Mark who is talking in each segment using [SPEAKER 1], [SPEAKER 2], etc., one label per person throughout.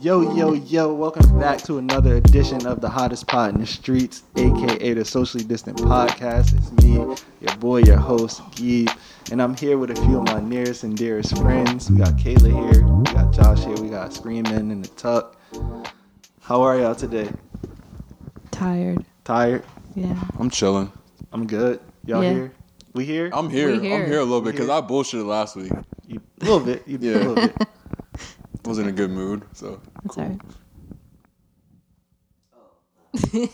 [SPEAKER 1] Yo, yo, yo, welcome back to another edition of the hottest pod in the streets, aka the socially distant podcast. It's me, your boy, your host, Geeb, and I'm here with a few of my nearest and dearest friends. We got Kayla here, we got Josh here, we got Screaming in the Tuck. How are y'all today?
[SPEAKER 2] Tired.
[SPEAKER 1] Tired?
[SPEAKER 2] Yeah.
[SPEAKER 3] I'm chilling.
[SPEAKER 1] I'm good. Y'all
[SPEAKER 2] Yeah.
[SPEAKER 1] here? We here?
[SPEAKER 3] I'm here.
[SPEAKER 2] We here.
[SPEAKER 3] I'm here a little bit
[SPEAKER 1] We
[SPEAKER 3] because
[SPEAKER 1] here.
[SPEAKER 3] I bullshitted last week.
[SPEAKER 1] You- a little bit. You,
[SPEAKER 3] Yeah.
[SPEAKER 1] A little bit.
[SPEAKER 3] I was in a good mood, so
[SPEAKER 2] That's all right.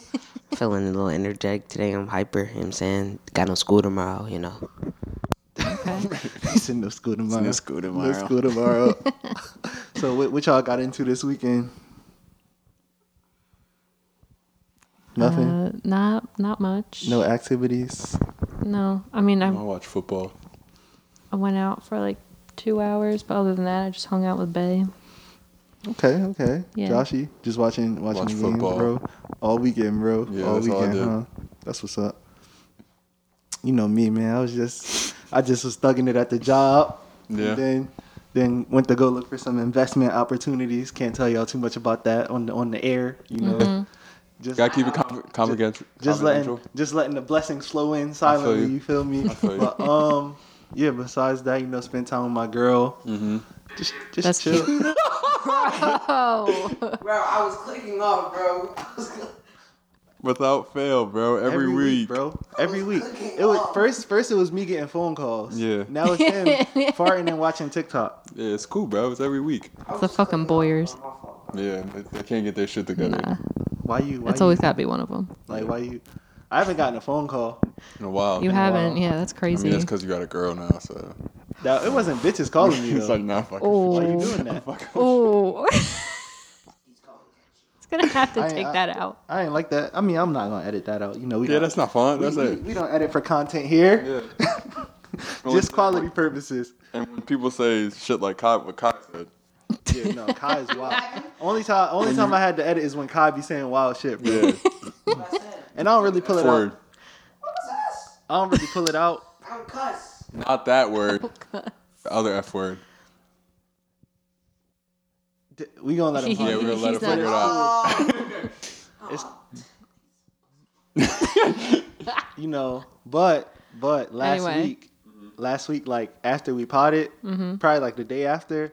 [SPEAKER 4] feeling a little energetic today. I'm hyper. You know what I'm saying, got no school tomorrow. You know,
[SPEAKER 2] Okay.
[SPEAKER 1] He's in no school tomorrow.
[SPEAKER 3] no school
[SPEAKER 1] No
[SPEAKER 3] tomorrow.
[SPEAKER 1] school tomorrow. so, what, what y'all got into this weekend? Nothing.
[SPEAKER 2] Uh, not not much.
[SPEAKER 1] no activities.
[SPEAKER 2] No. I mean, I
[SPEAKER 3] I watch football.
[SPEAKER 2] I went out for like two hours, but other than that, I just hung out with Bay.
[SPEAKER 1] Okay, okay.
[SPEAKER 2] Yeah.
[SPEAKER 1] Joshy, just watching watching
[SPEAKER 3] Watch
[SPEAKER 1] the
[SPEAKER 3] football.
[SPEAKER 1] games, bro. All weekend, bro.
[SPEAKER 3] Yeah,
[SPEAKER 1] all
[SPEAKER 3] that's all I
[SPEAKER 1] weekend,
[SPEAKER 3] did.
[SPEAKER 1] huh? That's what's up. You know me, man. I was just I just was thugging it at the job.
[SPEAKER 3] Yeah.
[SPEAKER 1] Then then went to go look for some investment opportunities. Can't tell y'all too much about that on the on the air, you know.
[SPEAKER 2] Mm-hmm.
[SPEAKER 1] Just
[SPEAKER 3] Gotta keep it com- confidential.
[SPEAKER 1] just letting
[SPEAKER 3] confidential.
[SPEAKER 1] just letting the blessings flow in silently.
[SPEAKER 3] you.
[SPEAKER 1] you. feel me?
[SPEAKER 3] feel you.
[SPEAKER 1] But um, yeah. Besides that, you know, spend time with my girl. Mm-hmm. Just just
[SPEAKER 2] That's
[SPEAKER 1] chill.
[SPEAKER 2] Oh.
[SPEAKER 4] bro, I was clicking off, bro.
[SPEAKER 3] without fail, bro. Every, week.
[SPEAKER 1] bro. Every week. It was first. First, it was me getting phone calls.
[SPEAKER 3] Yeah.
[SPEAKER 1] Now it's him farting and watching TikTok.
[SPEAKER 3] Yeah, it's cool, bro. It's every week.
[SPEAKER 2] It's the fucking Boyers.
[SPEAKER 3] Yeah, they, they can't get their shit together
[SPEAKER 2] Nah.
[SPEAKER 1] Why you? Why
[SPEAKER 2] That's
[SPEAKER 1] you,
[SPEAKER 2] always got to be one of them.
[SPEAKER 1] like why you? I haven't gotten a phone call.
[SPEAKER 3] in a while.
[SPEAKER 2] You
[SPEAKER 3] I
[SPEAKER 2] haven't. Yeah, that's
[SPEAKER 3] mean,
[SPEAKER 2] crazy.
[SPEAKER 3] that's because you got a girl now, so
[SPEAKER 1] That it wasn't bitches calling you.
[SPEAKER 3] it's
[SPEAKER 1] Though.
[SPEAKER 3] like nah, fuck.
[SPEAKER 2] oh.
[SPEAKER 1] Why you doing that?
[SPEAKER 3] fuck.
[SPEAKER 2] Oh. it's gonna have to
[SPEAKER 1] I- uh,
[SPEAKER 2] take
[SPEAKER 1] I-
[SPEAKER 2] that out.
[SPEAKER 1] I ain't like that. I mean, I'm not gonna edit that out. You know, we
[SPEAKER 3] Yeah,
[SPEAKER 1] don't-
[SPEAKER 3] that's not fun.
[SPEAKER 1] we,
[SPEAKER 3] That's
[SPEAKER 1] we,
[SPEAKER 3] it.
[SPEAKER 1] we don't edit for content here.
[SPEAKER 3] Yeah.
[SPEAKER 1] Just quality purposes.
[SPEAKER 3] And when people say shit like Kai, what Kai said,
[SPEAKER 1] Yeah, no, Kai is wild. only time, only time I had to edit is when Kai be saying wild shit, bro.
[SPEAKER 3] yeah,
[SPEAKER 1] And I don't really pull it
[SPEAKER 3] word,
[SPEAKER 1] out. I don't really pull it out.
[SPEAKER 3] not that
[SPEAKER 2] Oh,
[SPEAKER 3] word, the other F word.
[SPEAKER 1] D- We gonna let him.
[SPEAKER 3] Yeah,
[SPEAKER 1] hum.
[SPEAKER 3] we're gonna let her
[SPEAKER 2] She's Oh, not-
[SPEAKER 3] figure it out.
[SPEAKER 1] It's, you know, but but last
[SPEAKER 2] Anyway.
[SPEAKER 1] week, last week, like after we potted, probably like the day after,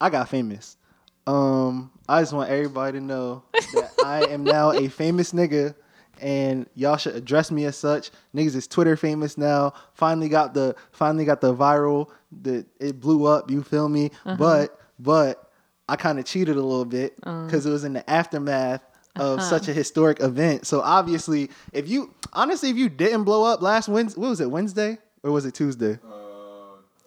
[SPEAKER 1] I got famous. Um, I just want everybody to know that I am now a famous nigga, and y'all should address me as such. Niggas is Twitter famous now. Finally got the finally got the viral that it blew up. You feel me? But but I kind of cheated a little bit because it was in the aftermath of such a historic event. So obviously, if you honestly if you didn't blow up last Wednesday, what was it Wednesday or was it Tuesday?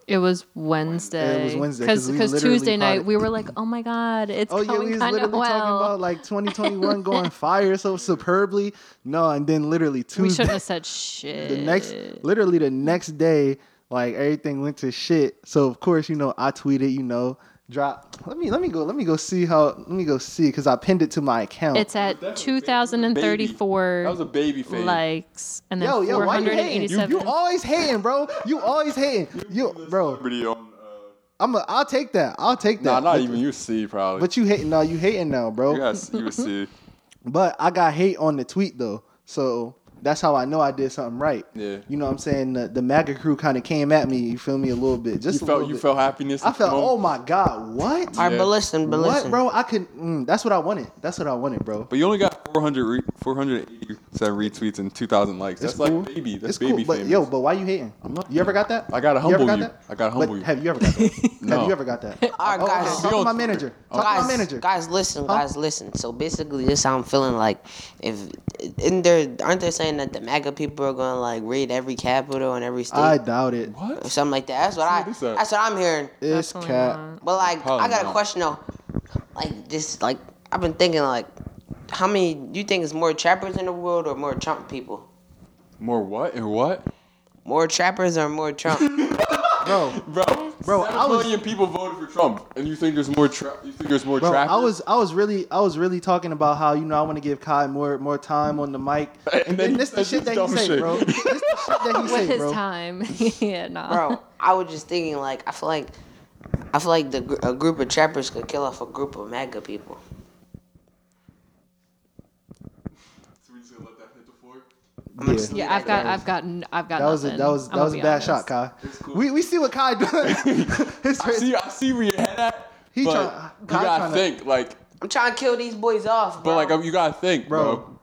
[SPEAKER 2] It was Wednesday.
[SPEAKER 1] It was Wednesday, 'cause
[SPEAKER 2] Because
[SPEAKER 1] we literally
[SPEAKER 2] Tuesday night
[SPEAKER 1] potted.
[SPEAKER 2] we were like, oh my god, it's
[SPEAKER 1] Oh yeah,
[SPEAKER 2] going
[SPEAKER 1] we was
[SPEAKER 2] kind
[SPEAKER 1] literally
[SPEAKER 2] of well.
[SPEAKER 1] talking about like 2021 going fire so superbly. No, and then literally
[SPEAKER 2] we
[SPEAKER 1] Tuesday,
[SPEAKER 2] shouldn't have said shit.
[SPEAKER 1] the next, literally the next day, like everything went to shit. So of course, you know, I tweeted, you know, drop. Let me let me go let me go see how let me go see because I pinned it to my account.
[SPEAKER 2] It's at two thousand and
[SPEAKER 3] That was a
[SPEAKER 2] thirty-four
[SPEAKER 3] baby face.
[SPEAKER 2] likes, and then
[SPEAKER 1] yo yo
[SPEAKER 2] four
[SPEAKER 1] why you
[SPEAKER 2] hundred and
[SPEAKER 1] hating? You,
[SPEAKER 2] eighty-seven.
[SPEAKER 1] you always hating, bro. You always hating. You bro,
[SPEAKER 3] Pretty on,
[SPEAKER 1] I'm a, I'll take that. I'll take
[SPEAKER 3] uh, nah,
[SPEAKER 1] that.
[SPEAKER 3] not
[SPEAKER 1] but,
[SPEAKER 3] even you see probably.
[SPEAKER 1] But you hating now. You hating now, bro.
[SPEAKER 3] you guys, you would see.
[SPEAKER 1] But I got hate on the tweet though. So that's how I know I did something right.
[SPEAKER 3] Yeah.
[SPEAKER 1] You know what I'm saying? The, the MAGA crew kind of came at me, you feel me, a little bit. Just
[SPEAKER 3] You
[SPEAKER 1] a
[SPEAKER 3] felt
[SPEAKER 1] little
[SPEAKER 3] you
[SPEAKER 1] bit.
[SPEAKER 3] felt happiness.
[SPEAKER 1] I felt,
[SPEAKER 3] in the
[SPEAKER 1] oh
[SPEAKER 3] moment.
[SPEAKER 1] my God, what?
[SPEAKER 4] All right,
[SPEAKER 3] Yeah.
[SPEAKER 4] but listen, but
[SPEAKER 1] what,
[SPEAKER 4] listen,
[SPEAKER 1] bro? I could, mm, that's what I wanted. That's what I wanted, bro.
[SPEAKER 3] But you only got 400 re- 487 retweets and 2,000 likes. That's
[SPEAKER 1] cool.
[SPEAKER 3] like baby. That's
[SPEAKER 1] it's cool,
[SPEAKER 3] baby
[SPEAKER 1] but
[SPEAKER 3] famous.
[SPEAKER 1] yo, but why you hating?
[SPEAKER 3] not-
[SPEAKER 1] you ever got that?
[SPEAKER 3] I gotta
[SPEAKER 1] ever
[SPEAKER 3] humble
[SPEAKER 1] got
[SPEAKER 3] you.
[SPEAKER 1] that?
[SPEAKER 3] I gotta
[SPEAKER 1] But
[SPEAKER 3] humble you.
[SPEAKER 1] Have you ever got that? Have
[SPEAKER 3] No.
[SPEAKER 1] you ever got that?
[SPEAKER 4] All right,
[SPEAKER 1] Oh,
[SPEAKER 4] guys.
[SPEAKER 1] oh, talk to
[SPEAKER 3] Yo,
[SPEAKER 1] my manager. Talk to
[SPEAKER 4] guys,
[SPEAKER 1] my manager.
[SPEAKER 4] guys, listen, guys, listen. So basically, this how I'm feeling. Like, if isn't there, aren't they saying that the MAGA people are gonna like raid every capital and every state
[SPEAKER 1] I doubt it.
[SPEAKER 4] or
[SPEAKER 3] what?
[SPEAKER 4] something like that? That's what I.
[SPEAKER 3] what he said.
[SPEAKER 4] That's what I'm hearing.
[SPEAKER 1] It's
[SPEAKER 2] Definitely
[SPEAKER 1] cat.
[SPEAKER 4] But like,
[SPEAKER 3] Probably
[SPEAKER 4] I got
[SPEAKER 3] not.
[SPEAKER 4] a question though. Like this, like I've been thinking, like, how many you think is more trappers in the world or more Trump people?
[SPEAKER 3] More what and what?
[SPEAKER 4] More trappers or more Trump?
[SPEAKER 1] Bro,
[SPEAKER 3] Bro,
[SPEAKER 1] Bro,
[SPEAKER 3] seven
[SPEAKER 1] I was-
[SPEAKER 3] million people voted for Trump, and you think there's more tra- You think there's more
[SPEAKER 1] Bro,
[SPEAKER 3] trappers?
[SPEAKER 1] I was I was really I was really talking about how you know I want to give Kai more more time on the mic, and,
[SPEAKER 3] And then
[SPEAKER 1] then
[SPEAKER 3] he
[SPEAKER 1] this the shit
[SPEAKER 3] said
[SPEAKER 1] that
[SPEAKER 3] this
[SPEAKER 1] you
[SPEAKER 3] dumb
[SPEAKER 1] say,
[SPEAKER 3] shit.
[SPEAKER 1] bro. This the shit that you
[SPEAKER 2] With
[SPEAKER 1] say,
[SPEAKER 2] his
[SPEAKER 1] bro.
[SPEAKER 2] time, yeah, no.
[SPEAKER 4] Bro, I was just thinking, like, I feel like I feel like the gr- a group of trappers could kill off a group of MAGA people.
[SPEAKER 3] So we just gonna let that hit the floor?
[SPEAKER 4] I'm gonna
[SPEAKER 1] Yeah.
[SPEAKER 4] just leave
[SPEAKER 2] Yeah, I've
[SPEAKER 4] that
[SPEAKER 2] got,
[SPEAKER 4] there.
[SPEAKER 2] I've gotten, I've got.
[SPEAKER 1] That was a,
[SPEAKER 2] nothing.
[SPEAKER 1] that was
[SPEAKER 2] I'm
[SPEAKER 1] that was a
[SPEAKER 2] gonna
[SPEAKER 1] bad
[SPEAKER 2] be
[SPEAKER 1] shot,
[SPEAKER 2] honest.
[SPEAKER 1] Kai.
[SPEAKER 3] It's cool.
[SPEAKER 1] We we see what Kai does. his
[SPEAKER 3] I
[SPEAKER 1] face-
[SPEAKER 3] see, I see where your head at.
[SPEAKER 1] He
[SPEAKER 3] but
[SPEAKER 1] try-
[SPEAKER 3] you
[SPEAKER 1] God
[SPEAKER 3] gotta
[SPEAKER 1] tryna-
[SPEAKER 3] think, like,
[SPEAKER 4] I'm trying to kill these boys off, bro.
[SPEAKER 3] but like, um, you gotta think,
[SPEAKER 1] Bro.
[SPEAKER 3] bro.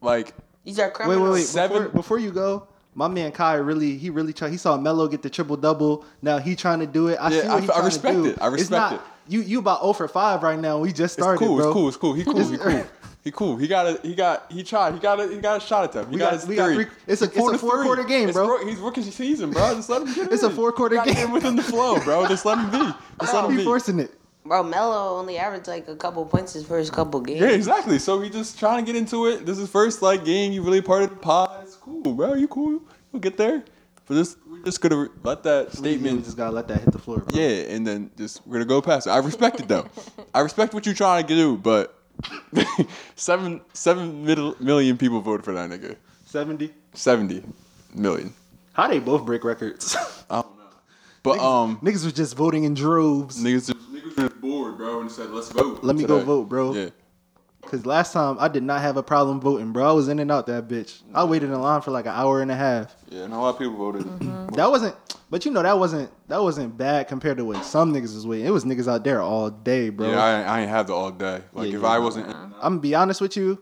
[SPEAKER 3] Like,
[SPEAKER 4] these are
[SPEAKER 1] wait,
[SPEAKER 4] criminals.
[SPEAKER 1] wait, wait. Before,
[SPEAKER 3] Seven-
[SPEAKER 1] before you go, my man Kai really he really tried. He saw Melo get the triple double. Now he trying to do it. I
[SPEAKER 3] Yeah,
[SPEAKER 1] see
[SPEAKER 3] I
[SPEAKER 1] what he
[SPEAKER 3] f- I
[SPEAKER 1] trying
[SPEAKER 3] respect
[SPEAKER 1] to do.
[SPEAKER 3] it. I
[SPEAKER 1] it's
[SPEAKER 3] respect
[SPEAKER 1] not,
[SPEAKER 3] it.
[SPEAKER 1] You you about 0 for five right now. We just started,
[SPEAKER 3] it's cool,
[SPEAKER 1] bro.
[SPEAKER 3] it's cool, it's cool. He cool, he
[SPEAKER 1] Just-
[SPEAKER 3] cool. He cool. He got a, he got he tried. He got a, he got a shot at them. He
[SPEAKER 1] We
[SPEAKER 3] got,
[SPEAKER 1] got-
[SPEAKER 3] his
[SPEAKER 1] we got
[SPEAKER 3] three.
[SPEAKER 1] three- it's a-
[SPEAKER 3] He pulled
[SPEAKER 1] it's a four-quarter
[SPEAKER 3] three.
[SPEAKER 1] game,
[SPEAKER 3] It's
[SPEAKER 1] bro.
[SPEAKER 3] ro- he's rookie season, bro. Just let him get it.
[SPEAKER 1] It's a
[SPEAKER 3] in.
[SPEAKER 1] four-quarter
[SPEAKER 3] You gotta get
[SPEAKER 1] game.
[SPEAKER 3] within the flow, bro. Just let him be. Just let him
[SPEAKER 1] He
[SPEAKER 3] be.
[SPEAKER 1] forcing it.
[SPEAKER 4] Bro, Melo only averaged like a couple points his first couple games.
[SPEAKER 3] Yeah, exactly. So he just trying to get into it. This is first like game. You really part of the pod. It's cool, bro. You cool. You'll get there. But this, we're just gonna let that
[SPEAKER 1] We
[SPEAKER 3] statement.
[SPEAKER 1] just gotta let that hit the floor. Bro.
[SPEAKER 3] Yeah, and then just we're gonna go past it. I respect it though. I respect what you're trying to do, but seven seven middle, million people voted for that nigga.
[SPEAKER 1] seventy.
[SPEAKER 3] Seventy million.
[SPEAKER 1] How they both break records?
[SPEAKER 3] I don't know. But um,
[SPEAKER 1] Niggas was just voting in droves.
[SPEAKER 3] niggas, just, niggas were bored, bro, and said, "Let's vote."
[SPEAKER 1] Let me go
[SPEAKER 3] today."
[SPEAKER 1] vote, bro.
[SPEAKER 3] Yeah.
[SPEAKER 1] Cause last time I did not have a problem voting, bro. I was in and out that bitch. I waited in line for like an hour and a half.
[SPEAKER 3] Yeah, and a lot of people voted.
[SPEAKER 1] That wasn't, but you know that wasn't that wasn't bad compared to what some niggas was waiting. It was niggas out there all day, bro.
[SPEAKER 3] Yeah, I, I ain't have the all day. Like
[SPEAKER 1] Yeah,
[SPEAKER 3] if
[SPEAKER 1] yeah.
[SPEAKER 3] I wasn't,
[SPEAKER 1] I'm gonna be honest with you.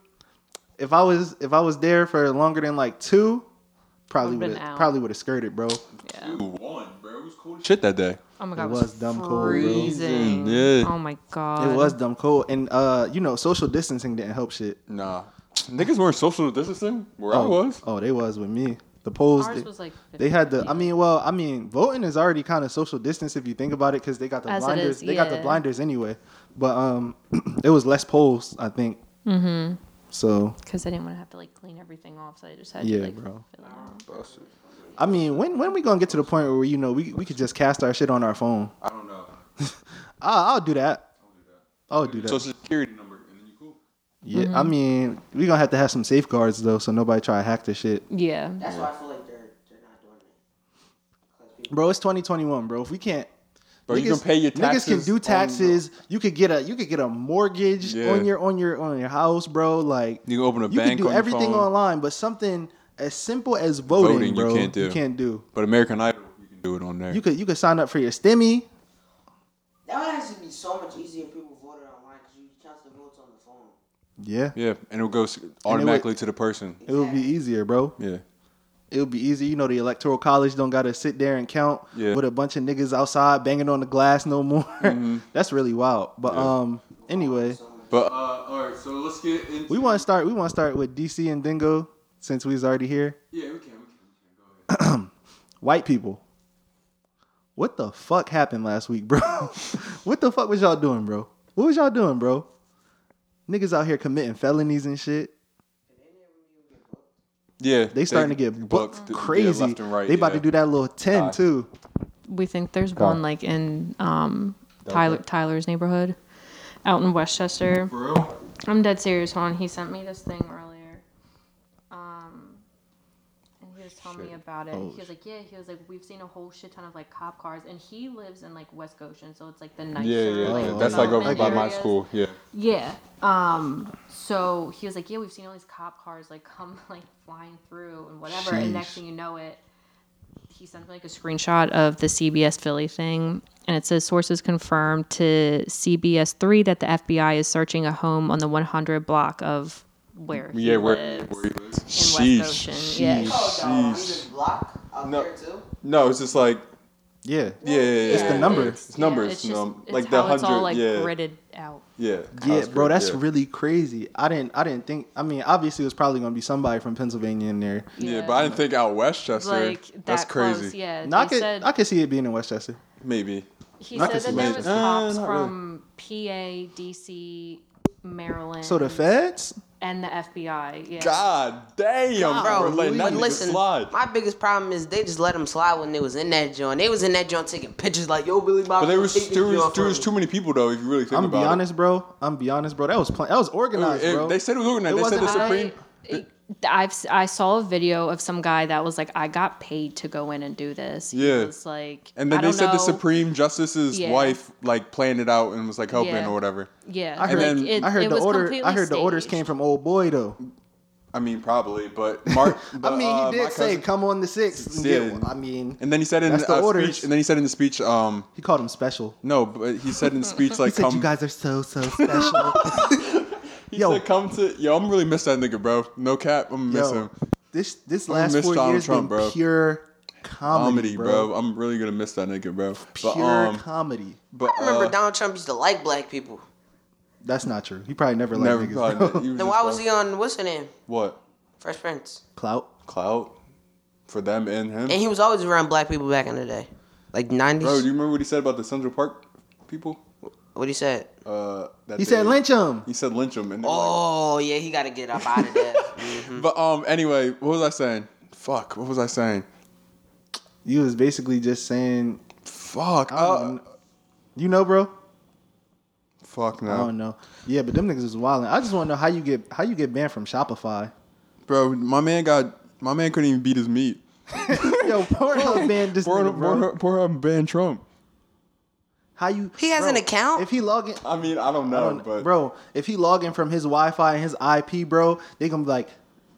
[SPEAKER 1] If I was if I was there for longer than like two, probably
[SPEAKER 2] Would've been
[SPEAKER 1] would
[SPEAKER 2] out.
[SPEAKER 1] probably would have skirted, bro.
[SPEAKER 2] Yeah.
[SPEAKER 3] Dude, one, bro. It was cold as shit that day.
[SPEAKER 2] Oh my
[SPEAKER 1] It
[SPEAKER 2] god, it
[SPEAKER 1] was
[SPEAKER 2] was
[SPEAKER 1] dumb
[SPEAKER 2] dumb
[SPEAKER 1] cold, bro.
[SPEAKER 2] freezing.
[SPEAKER 3] Yeah.
[SPEAKER 2] Oh my god.
[SPEAKER 1] It was dumb cold, and uh, you know, social distancing didn't help shit.
[SPEAKER 3] Nah. Niggas weren't social distancing where I was.
[SPEAKER 1] Oh, they was with me. The polls.
[SPEAKER 2] Ours
[SPEAKER 1] they,
[SPEAKER 2] was like 50
[SPEAKER 1] they had the. I mean, well, I mean, voting is already kind of social distance if you think about it, because they got the
[SPEAKER 2] As it
[SPEAKER 1] blinders.
[SPEAKER 2] is,
[SPEAKER 1] They got the
[SPEAKER 2] yeah.
[SPEAKER 1] blinders anyway. But um, it was less polls, I think. Mm-hmm. So
[SPEAKER 2] because I didn't want to have to like clean everything off, so I just had
[SPEAKER 1] Yeah,
[SPEAKER 2] to like.
[SPEAKER 1] bro.
[SPEAKER 2] fill it out.
[SPEAKER 1] I mean, when when we gonna get to the point where you know we we could just cast our shit on our phone?
[SPEAKER 3] I don't know.
[SPEAKER 1] I, I'll do that. I'll do that.
[SPEAKER 3] Social security number and then you cool.
[SPEAKER 1] yeah,
[SPEAKER 2] Mm-hmm.
[SPEAKER 1] I mean, we gonna have to have some safeguards though, so nobody try to hack this shit.
[SPEAKER 2] Yeah.
[SPEAKER 4] That's why I feel like they're they're not doing it. 'Cause people-
[SPEAKER 1] Bro, it's 2021, bro. If we can't,
[SPEAKER 3] Bro, you can pay your
[SPEAKER 1] Niggas can
[SPEAKER 3] taxes
[SPEAKER 1] do
[SPEAKER 3] on-
[SPEAKER 1] taxes. You could get a you could get a mortgage
[SPEAKER 3] Yeah.
[SPEAKER 1] on your on your on your house, bro. Like
[SPEAKER 3] You can open a
[SPEAKER 1] you
[SPEAKER 3] bank
[SPEAKER 1] can do
[SPEAKER 3] on
[SPEAKER 1] everything
[SPEAKER 3] your phone.
[SPEAKER 1] online, but something as simple as voting,
[SPEAKER 3] Voting you
[SPEAKER 1] bro,
[SPEAKER 3] can't do.
[SPEAKER 1] You can't do.
[SPEAKER 3] But American Idol, you can do it on there.
[SPEAKER 1] You could you could sign up for your STEMI.
[SPEAKER 4] That would actually be so much easier if people voted online because you count the votes on the phone.
[SPEAKER 1] Yeah,
[SPEAKER 3] yeah, and it'll go s- automatically to the person.
[SPEAKER 1] it would be easier, bro.
[SPEAKER 3] Yeah.
[SPEAKER 1] It would be easier. You know, the electoral college don't gotta sit there and count
[SPEAKER 3] Yeah.
[SPEAKER 1] with a bunch of niggas outside banging on the glass no more.
[SPEAKER 3] Mm-hmm.
[SPEAKER 1] That's really wild. But um, anyway,
[SPEAKER 3] But uh, all right, so let's get into.
[SPEAKER 1] we want to start. We want to start with DC and Dingo since we's already here.
[SPEAKER 3] Yeah, we can. We can. We can. Go ahead.
[SPEAKER 1] white people. What the fuck happened last week, bro? what the fuck was y'all doing, bro? What was y'all doing, bro? Niggas out here committing felonies and shit.
[SPEAKER 3] Yeah,
[SPEAKER 1] They starting to get booked,
[SPEAKER 3] yeah,
[SPEAKER 1] crazy.
[SPEAKER 3] left and right.
[SPEAKER 1] they about
[SPEAKER 3] yeah.
[SPEAKER 1] to do that little 10
[SPEAKER 3] Aye.
[SPEAKER 1] too.
[SPEAKER 2] We think there's one like in um Tyler Tyler's neighborhood, out in Westchester.
[SPEAKER 3] For real?
[SPEAKER 2] I'm dead serious, hon. He sent me this thing earlier. Um, and he was telling me about it.
[SPEAKER 1] Oh,
[SPEAKER 2] he was like, yeah, he was like, we've seen a whole shit ton of like cop cars, and he lives in like West Goshen, so it's like the nicer.
[SPEAKER 3] Yeah, yeah.
[SPEAKER 2] Like,
[SPEAKER 1] Oh,
[SPEAKER 3] That's like over
[SPEAKER 2] development
[SPEAKER 3] by my
[SPEAKER 2] areas.
[SPEAKER 3] school. Yeah.
[SPEAKER 2] Yeah. Um. So he was like, yeah, we've seen all these cop cars like come like flying through and whatever, and
[SPEAKER 1] Sheesh.
[SPEAKER 2] next thing you know it, he sent me like a screenshot of the CBS Philly thing, and it says sources confirmed to CBS three that the FBI is searching a home on the 100 block of where he
[SPEAKER 3] Yeah, where,
[SPEAKER 2] lives.
[SPEAKER 3] where he
[SPEAKER 2] West
[SPEAKER 3] lives.
[SPEAKER 2] Goshen, yeah.
[SPEAKER 4] Oh, dog,
[SPEAKER 3] sheesh.
[SPEAKER 4] this block out
[SPEAKER 3] No.
[SPEAKER 4] there too.
[SPEAKER 3] No, it's just like
[SPEAKER 1] Yeah.
[SPEAKER 3] yeah, yeah, yeah.
[SPEAKER 1] It's the number.
[SPEAKER 2] It's,
[SPEAKER 3] It's numbers,
[SPEAKER 2] Yeah, it's
[SPEAKER 3] you know,
[SPEAKER 2] just- it's
[SPEAKER 3] like the
[SPEAKER 2] how it's all
[SPEAKER 3] 100,
[SPEAKER 2] like
[SPEAKER 3] yeah.
[SPEAKER 2] gridded out.
[SPEAKER 3] Yeah,
[SPEAKER 1] Yeah,
[SPEAKER 3] House
[SPEAKER 1] bro,
[SPEAKER 3] group,
[SPEAKER 1] that's
[SPEAKER 3] yeah.
[SPEAKER 1] really crazy. I didn't I didn't think I mean, obviously it was probably going to be somebody from Pennsylvania in there.
[SPEAKER 3] Yeah, but I didn't think out Westchester.
[SPEAKER 2] like that
[SPEAKER 3] that's
[SPEAKER 2] close,
[SPEAKER 3] crazy.
[SPEAKER 2] Yeah,
[SPEAKER 1] Now, I
[SPEAKER 2] they
[SPEAKER 1] could
[SPEAKER 2] said-
[SPEAKER 1] I could see it being in Westchester.
[SPEAKER 3] Maybe.
[SPEAKER 2] He
[SPEAKER 1] Not
[SPEAKER 2] said
[SPEAKER 1] this
[SPEAKER 2] that there
[SPEAKER 1] amazing.
[SPEAKER 2] was
[SPEAKER 3] Uh,
[SPEAKER 2] cops
[SPEAKER 3] not really.
[SPEAKER 2] from PA, DC, Maryland,
[SPEAKER 1] So the feds?
[SPEAKER 2] and the FBI. Yeah.
[SPEAKER 3] God damn, bro.
[SPEAKER 4] Bro,
[SPEAKER 3] Like,
[SPEAKER 4] but
[SPEAKER 3] not
[SPEAKER 4] listen,
[SPEAKER 3] listen, slide.
[SPEAKER 4] my biggest problem is they just let them slide when they was in that joint. They was in that joint taking pictures like, yo, Billy Bob.
[SPEAKER 3] But there
[SPEAKER 4] come
[SPEAKER 3] was
[SPEAKER 4] take this
[SPEAKER 3] there was,
[SPEAKER 4] joint
[SPEAKER 3] there
[SPEAKER 4] from
[SPEAKER 3] was
[SPEAKER 4] me.
[SPEAKER 3] too many people though. If you really think
[SPEAKER 1] I'm be
[SPEAKER 3] about
[SPEAKER 1] honest, bro. I'm be honest, bro. That was plan- that was
[SPEAKER 3] it,
[SPEAKER 1] organized,
[SPEAKER 3] It-
[SPEAKER 1] bro.
[SPEAKER 3] they said it was
[SPEAKER 1] It
[SPEAKER 3] organized. They said the
[SPEAKER 1] wasn't
[SPEAKER 3] Supreme.
[SPEAKER 2] I, it, I've s- I saw a video of some guy that was like, I got paid to go in and do this. He
[SPEAKER 3] Yeah.
[SPEAKER 2] was like, I
[SPEAKER 3] And then they
[SPEAKER 2] don't
[SPEAKER 3] said the
[SPEAKER 2] know.
[SPEAKER 3] Supreme Justice's
[SPEAKER 2] Yeah.
[SPEAKER 3] wife like planned it out and was like helping
[SPEAKER 2] Yeah.
[SPEAKER 3] or whatever.
[SPEAKER 2] Yeah,
[SPEAKER 1] I heard,
[SPEAKER 3] then-
[SPEAKER 2] like, it,
[SPEAKER 1] I heard
[SPEAKER 2] it
[SPEAKER 1] the
[SPEAKER 2] was
[SPEAKER 1] order.
[SPEAKER 2] completely
[SPEAKER 1] I heard the orders
[SPEAKER 2] staged.
[SPEAKER 1] came from old boy though.
[SPEAKER 3] I mean, probably, but Mark.
[SPEAKER 1] I mean,
[SPEAKER 3] uh,
[SPEAKER 1] he did say, "Come on the sixth and get
[SPEAKER 3] Yeah.
[SPEAKER 1] one." I mean,
[SPEAKER 3] And then he said in
[SPEAKER 1] That's the
[SPEAKER 3] uh,
[SPEAKER 1] orders.
[SPEAKER 3] speech. And then he said in the speech. Um,
[SPEAKER 1] he called him special.
[SPEAKER 3] no, but he said in the speech like,
[SPEAKER 1] He said,
[SPEAKER 3] "Come."
[SPEAKER 1] "You guys are so so special."
[SPEAKER 3] he
[SPEAKER 1] yo.
[SPEAKER 3] said, "Come to yo." I'm really miss that nigga, bro. No cap, I'm gonna miss
[SPEAKER 1] Yo,
[SPEAKER 3] him.
[SPEAKER 1] this this
[SPEAKER 3] gonna
[SPEAKER 1] last
[SPEAKER 3] miss
[SPEAKER 1] four
[SPEAKER 3] Donald
[SPEAKER 1] years
[SPEAKER 3] Trump,
[SPEAKER 1] been
[SPEAKER 3] bro.
[SPEAKER 1] pure comedy,
[SPEAKER 3] Comedy,
[SPEAKER 1] bro.
[SPEAKER 3] bro. I'm really gonna miss that nigga, bro.
[SPEAKER 1] Pure
[SPEAKER 3] But um,
[SPEAKER 1] comedy.
[SPEAKER 3] but
[SPEAKER 4] I remember
[SPEAKER 3] uh,
[SPEAKER 4] Donald Trump used to like black people.
[SPEAKER 1] That's not true. He probably never liked
[SPEAKER 3] never.
[SPEAKER 1] niggas.
[SPEAKER 3] probably-
[SPEAKER 1] bro.
[SPEAKER 3] he
[SPEAKER 4] Then
[SPEAKER 3] just
[SPEAKER 4] why was
[SPEAKER 3] fuck-
[SPEAKER 4] he on what's her name?
[SPEAKER 3] What
[SPEAKER 4] Fresh Prince.
[SPEAKER 1] Clout.
[SPEAKER 3] clout for them and him?
[SPEAKER 4] And he was always around black people back in the day, like
[SPEAKER 3] Bro, do
[SPEAKER 4] nineties.
[SPEAKER 3] you remember what he said about the Central Park people?
[SPEAKER 4] What he said?
[SPEAKER 3] Uh, that
[SPEAKER 1] He said
[SPEAKER 3] they-
[SPEAKER 1] lynch him.
[SPEAKER 3] He said lynch him. And they were like-
[SPEAKER 4] Oh yeah, he got to get up out of there. Mhm.
[SPEAKER 3] but um, anyway, what was I saying? Fuck, what was I saying?
[SPEAKER 1] You was basically just saying,
[SPEAKER 3] Fuck.
[SPEAKER 1] I don't
[SPEAKER 3] uh,
[SPEAKER 1] even- you know, bro.
[SPEAKER 3] fuck
[SPEAKER 1] I
[SPEAKER 3] no,
[SPEAKER 1] don't know. Yeah, but them niggas is wilding. I just want to know how you get how you get banned from Shopify.
[SPEAKER 3] bro. My man got. My man couldn't even beat his meat.
[SPEAKER 1] Yo, Pornhub banned this
[SPEAKER 3] Poor,
[SPEAKER 1] nigga, bro.
[SPEAKER 3] poor, poor um, ban Trump.
[SPEAKER 1] How you?
[SPEAKER 4] He has
[SPEAKER 1] bro,
[SPEAKER 4] an account?
[SPEAKER 1] If he log in,
[SPEAKER 3] I mean, I don't know,
[SPEAKER 1] I don't-
[SPEAKER 3] Uh, but
[SPEAKER 1] bro, if he log in from his Wi-Fi and his IP, bro, they gonna be like,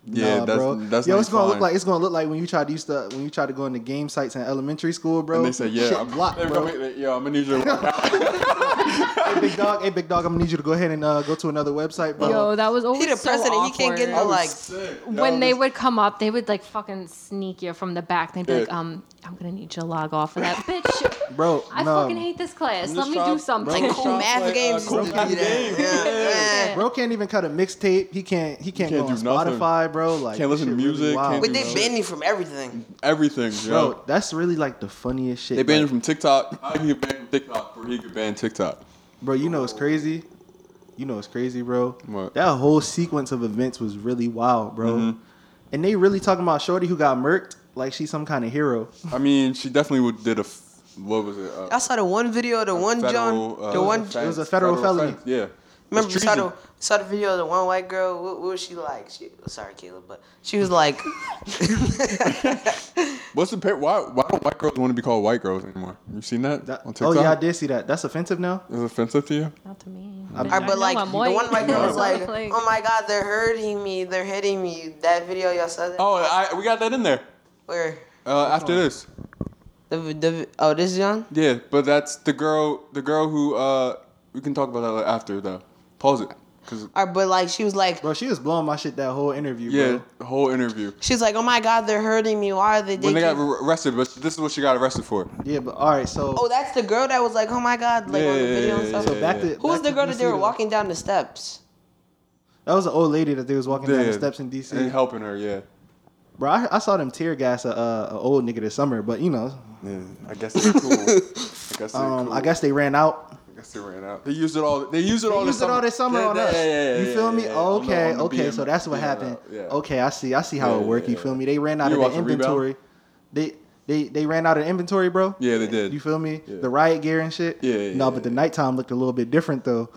[SPEAKER 3] Yeah,
[SPEAKER 1] yeah,
[SPEAKER 3] that's-
[SPEAKER 1] bro.
[SPEAKER 3] that's
[SPEAKER 1] Yo,
[SPEAKER 3] not
[SPEAKER 1] it's gonna
[SPEAKER 3] fine.
[SPEAKER 1] look like it's gonna look like when you try to used to when you try to go into game sites in elementary school, bro.
[SPEAKER 3] and they said, yeah,
[SPEAKER 1] shit blocked,
[SPEAKER 3] Hey,
[SPEAKER 1] bro.
[SPEAKER 3] wait, wait, yo, I'm gonna need your workout.
[SPEAKER 1] hey, big dog, hey, big dog, I'm gonna need you to go ahead and uh, go to another website, bro.
[SPEAKER 2] Yo, that was always
[SPEAKER 4] He the
[SPEAKER 2] so
[SPEAKER 4] president. He can't get
[SPEAKER 2] awkward.
[SPEAKER 4] no like.
[SPEAKER 2] when they would come up, they would like fucking sneak you from the back. They'd be like,
[SPEAKER 3] Yeah.
[SPEAKER 2] um, I'm gonna need you to log off of that bitch.
[SPEAKER 1] bro,
[SPEAKER 2] I
[SPEAKER 1] no.
[SPEAKER 2] fucking hate this class.
[SPEAKER 3] I'm
[SPEAKER 2] Let
[SPEAKER 3] just
[SPEAKER 2] me
[SPEAKER 3] trying-
[SPEAKER 2] do something.
[SPEAKER 4] Like cool
[SPEAKER 3] Shots
[SPEAKER 4] math
[SPEAKER 3] like, uh,
[SPEAKER 4] games
[SPEAKER 3] cool
[SPEAKER 4] used to
[SPEAKER 3] math
[SPEAKER 4] do that.
[SPEAKER 3] games.
[SPEAKER 4] Yeah, yeah.
[SPEAKER 1] Bro can't even cut a mixtape. He can't. He can't,
[SPEAKER 3] He can't
[SPEAKER 1] go on
[SPEAKER 3] do nothing.
[SPEAKER 1] Spotify, bro. Like
[SPEAKER 3] Can't
[SPEAKER 1] this
[SPEAKER 3] listen to
[SPEAKER 1] shit really
[SPEAKER 3] music,
[SPEAKER 1] wild.
[SPEAKER 3] can't
[SPEAKER 4] But
[SPEAKER 3] do
[SPEAKER 4] they
[SPEAKER 3] Yeah.
[SPEAKER 4] banned him from everything.
[SPEAKER 3] everything, yo.
[SPEAKER 1] bro, that's really like the funniest shit.
[SPEAKER 3] They banned him
[SPEAKER 1] Like,
[SPEAKER 3] from TikTok. I can get banned from TikTok, or he could ban TikTok.
[SPEAKER 1] bro, you know it's crazy. You know it's crazy, bro.
[SPEAKER 3] What? Mm-hmm.
[SPEAKER 1] That whole sequence of events was really wild, bro. And they really talking about Shorty who got murked like she's some kind of hero.
[SPEAKER 3] I mean, she definitely would, did a. f- What was it? Uh,
[SPEAKER 4] I saw the one video, the one John,
[SPEAKER 3] federal, uh,
[SPEAKER 4] the one.
[SPEAKER 3] offense-
[SPEAKER 1] was a federal felony.
[SPEAKER 3] offense, Yeah.
[SPEAKER 4] Remember,
[SPEAKER 3] It's
[SPEAKER 4] we saw
[SPEAKER 3] treason.
[SPEAKER 4] the, saw the video of the one white girl. What, what was she like? She, sorry, Caleb, but she was like,
[SPEAKER 3] What's the par- why? Why don't white girls want to be called white girls anymore? You seen that,
[SPEAKER 1] That-
[SPEAKER 3] on TikTok?
[SPEAKER 1] oh yeah, I did see that. That's offensive now.
[SPEAKER 3] Is it offensive to you?
[SPEAKER 2] Not to me.
[SPEAKER 1] I'm-
[SPEAKER 2] Bitch,
[SPEAKER 1] I
[SPEAKER 4] Alright, but
[SPEAKER 2] know
[SPEAKER 4] like
[SPEAKER 2] I'm
[SPEAKER 4] the
[SPEAKER 2] white.
[SPEAKER 4] one white girl was like,
[SPEAKER 2] Like-
[SPEAKER 1] um,
[SPEAKER 4] "Oh my God, they're hurting me. They're hitting me." That video y'all saw that?
[SPEAKER 3] Oh, I, we got that in there.
[SPEAKER 4] Where
[SPEAKER 3] Uh, after this,
[SPEAKER 4] the the oh this is on?
[SPEAKER 3] yeah, but that's the girl. The girl who uh, we can talk about that after though. Pause it, cause
[SPEAKER 4] Alright, but like she was like,
[SPEAKER 1] Bro, she was blowing my shit that whole interview,
[SPEAKER 3] yeah,
[SPEAKER 1] bro.
[SPEAKER 3] the whole interview
[SPEAKER 4] she's like, "Oh my God, they're hurting me. Why are they?"
[SPEAKER 3] when they got
[SPEAKER 4] taking-"
[SPEAKER 3] arrested. But this is what she got arrested for.
[SPEAKER 1] Yeah, but all right, so
[SPEAKER 4] oh, that's the girl that was like, "Oh my God," like on the
[SPEAKER 3] Yeah, yeah,
[SPEAKER 4] video and
[SPEAKER 3] yeah,
[SPEAKER 4] stuff.
[SPEAKER 3] yeah,
[SPEAKER 1] so back to
[SPEAKER 3] yeah.
[SPEAKER 1] back
[SPEAKER 4] Who was the
[SPEAKER 1] to
[SPEAKER 4] girl that they
[SPEAKER 1] DC,
[SPEAKER 4] were
[SPEAKER 1] though.
[SPEAKER 4] walking down the steps?
[SPEAKER 1] That was an old lady that they was walking down
[SPEAKER 3] Yeah.
[SPEAKER 1] the steps in DC.
[SPEAKER 3] And helping her, yeah.
[SPEAKER 1] Bro, I, I saw them tear gas a, a, a old nigga this summer, but you know,
[SPEAKER 3] Yeah, I guess they're cool. I guess they're
[SPEAKER 1] um,
[SPEAKER 3] cool.
[SPEAKER 1] I guess they ran out.
[SPEAKER 3] I guess they ran out. They used it all. They used it all.
[SPEAKER 1] They used
[SPEAKER 3] this
[SPEAKER 1] it all this summer
[SPEAKER 3] Yeah,
[SPEAKER 1] on
[SPEAKER 3] yeah,
[SPEAKER 1] us.
[SPEAKER 3] Yeah, yeah, yeah,
[SPEAKER 1] you feel
[SPEAKER 3] yeah,
[SPEAKER 1] me?
[SPEAKER 3] yeah, yeah. On the-
[SPEAKER 1] Okay,
[SPEAKER 3] on the
[SPEAKER 1] okay,
[SPEAKER 3] BM,
[SPEAKER 1] so that's what
[SPEAKER 3] yeah,
[SPEAKER 1] happened.
[SPEAKER 3] yeah.
[SPEAKER 1] Okay, I see, I see how
[SPEAKER 3] Yeah,
[SPEAKER 1] it
[SPEAKER 3] yeah,
[SPEAKER 1] worked. You
[SPEAKER 3] yeah.
[SPEAKER 1] feel me? They ran out
[SPEAKER 3] You
[SPEAKER 1] of
[SPEAKER 3] watched
[SPEAKER 1] the
[SPEAKER 3] the rebound?
[SPEAKER 1] inventory. They they they ran out of inventory, bro.
[SPEAKER 3] Yeah, they did.
[SPEAKER 1] You feel me?
[SPEAKER 3] Yeah.
[SPEAKER 1] The riot gear and shit.
[SPEAKER 3] Yeah, yeah,
[SPEAKER 1] No,
[SPEAKER 3] yeah,
[SPEAKER 1] but the
[SPEAKER 3] yeah.
[SPEAKER 1] nighttime looked a little bit different though.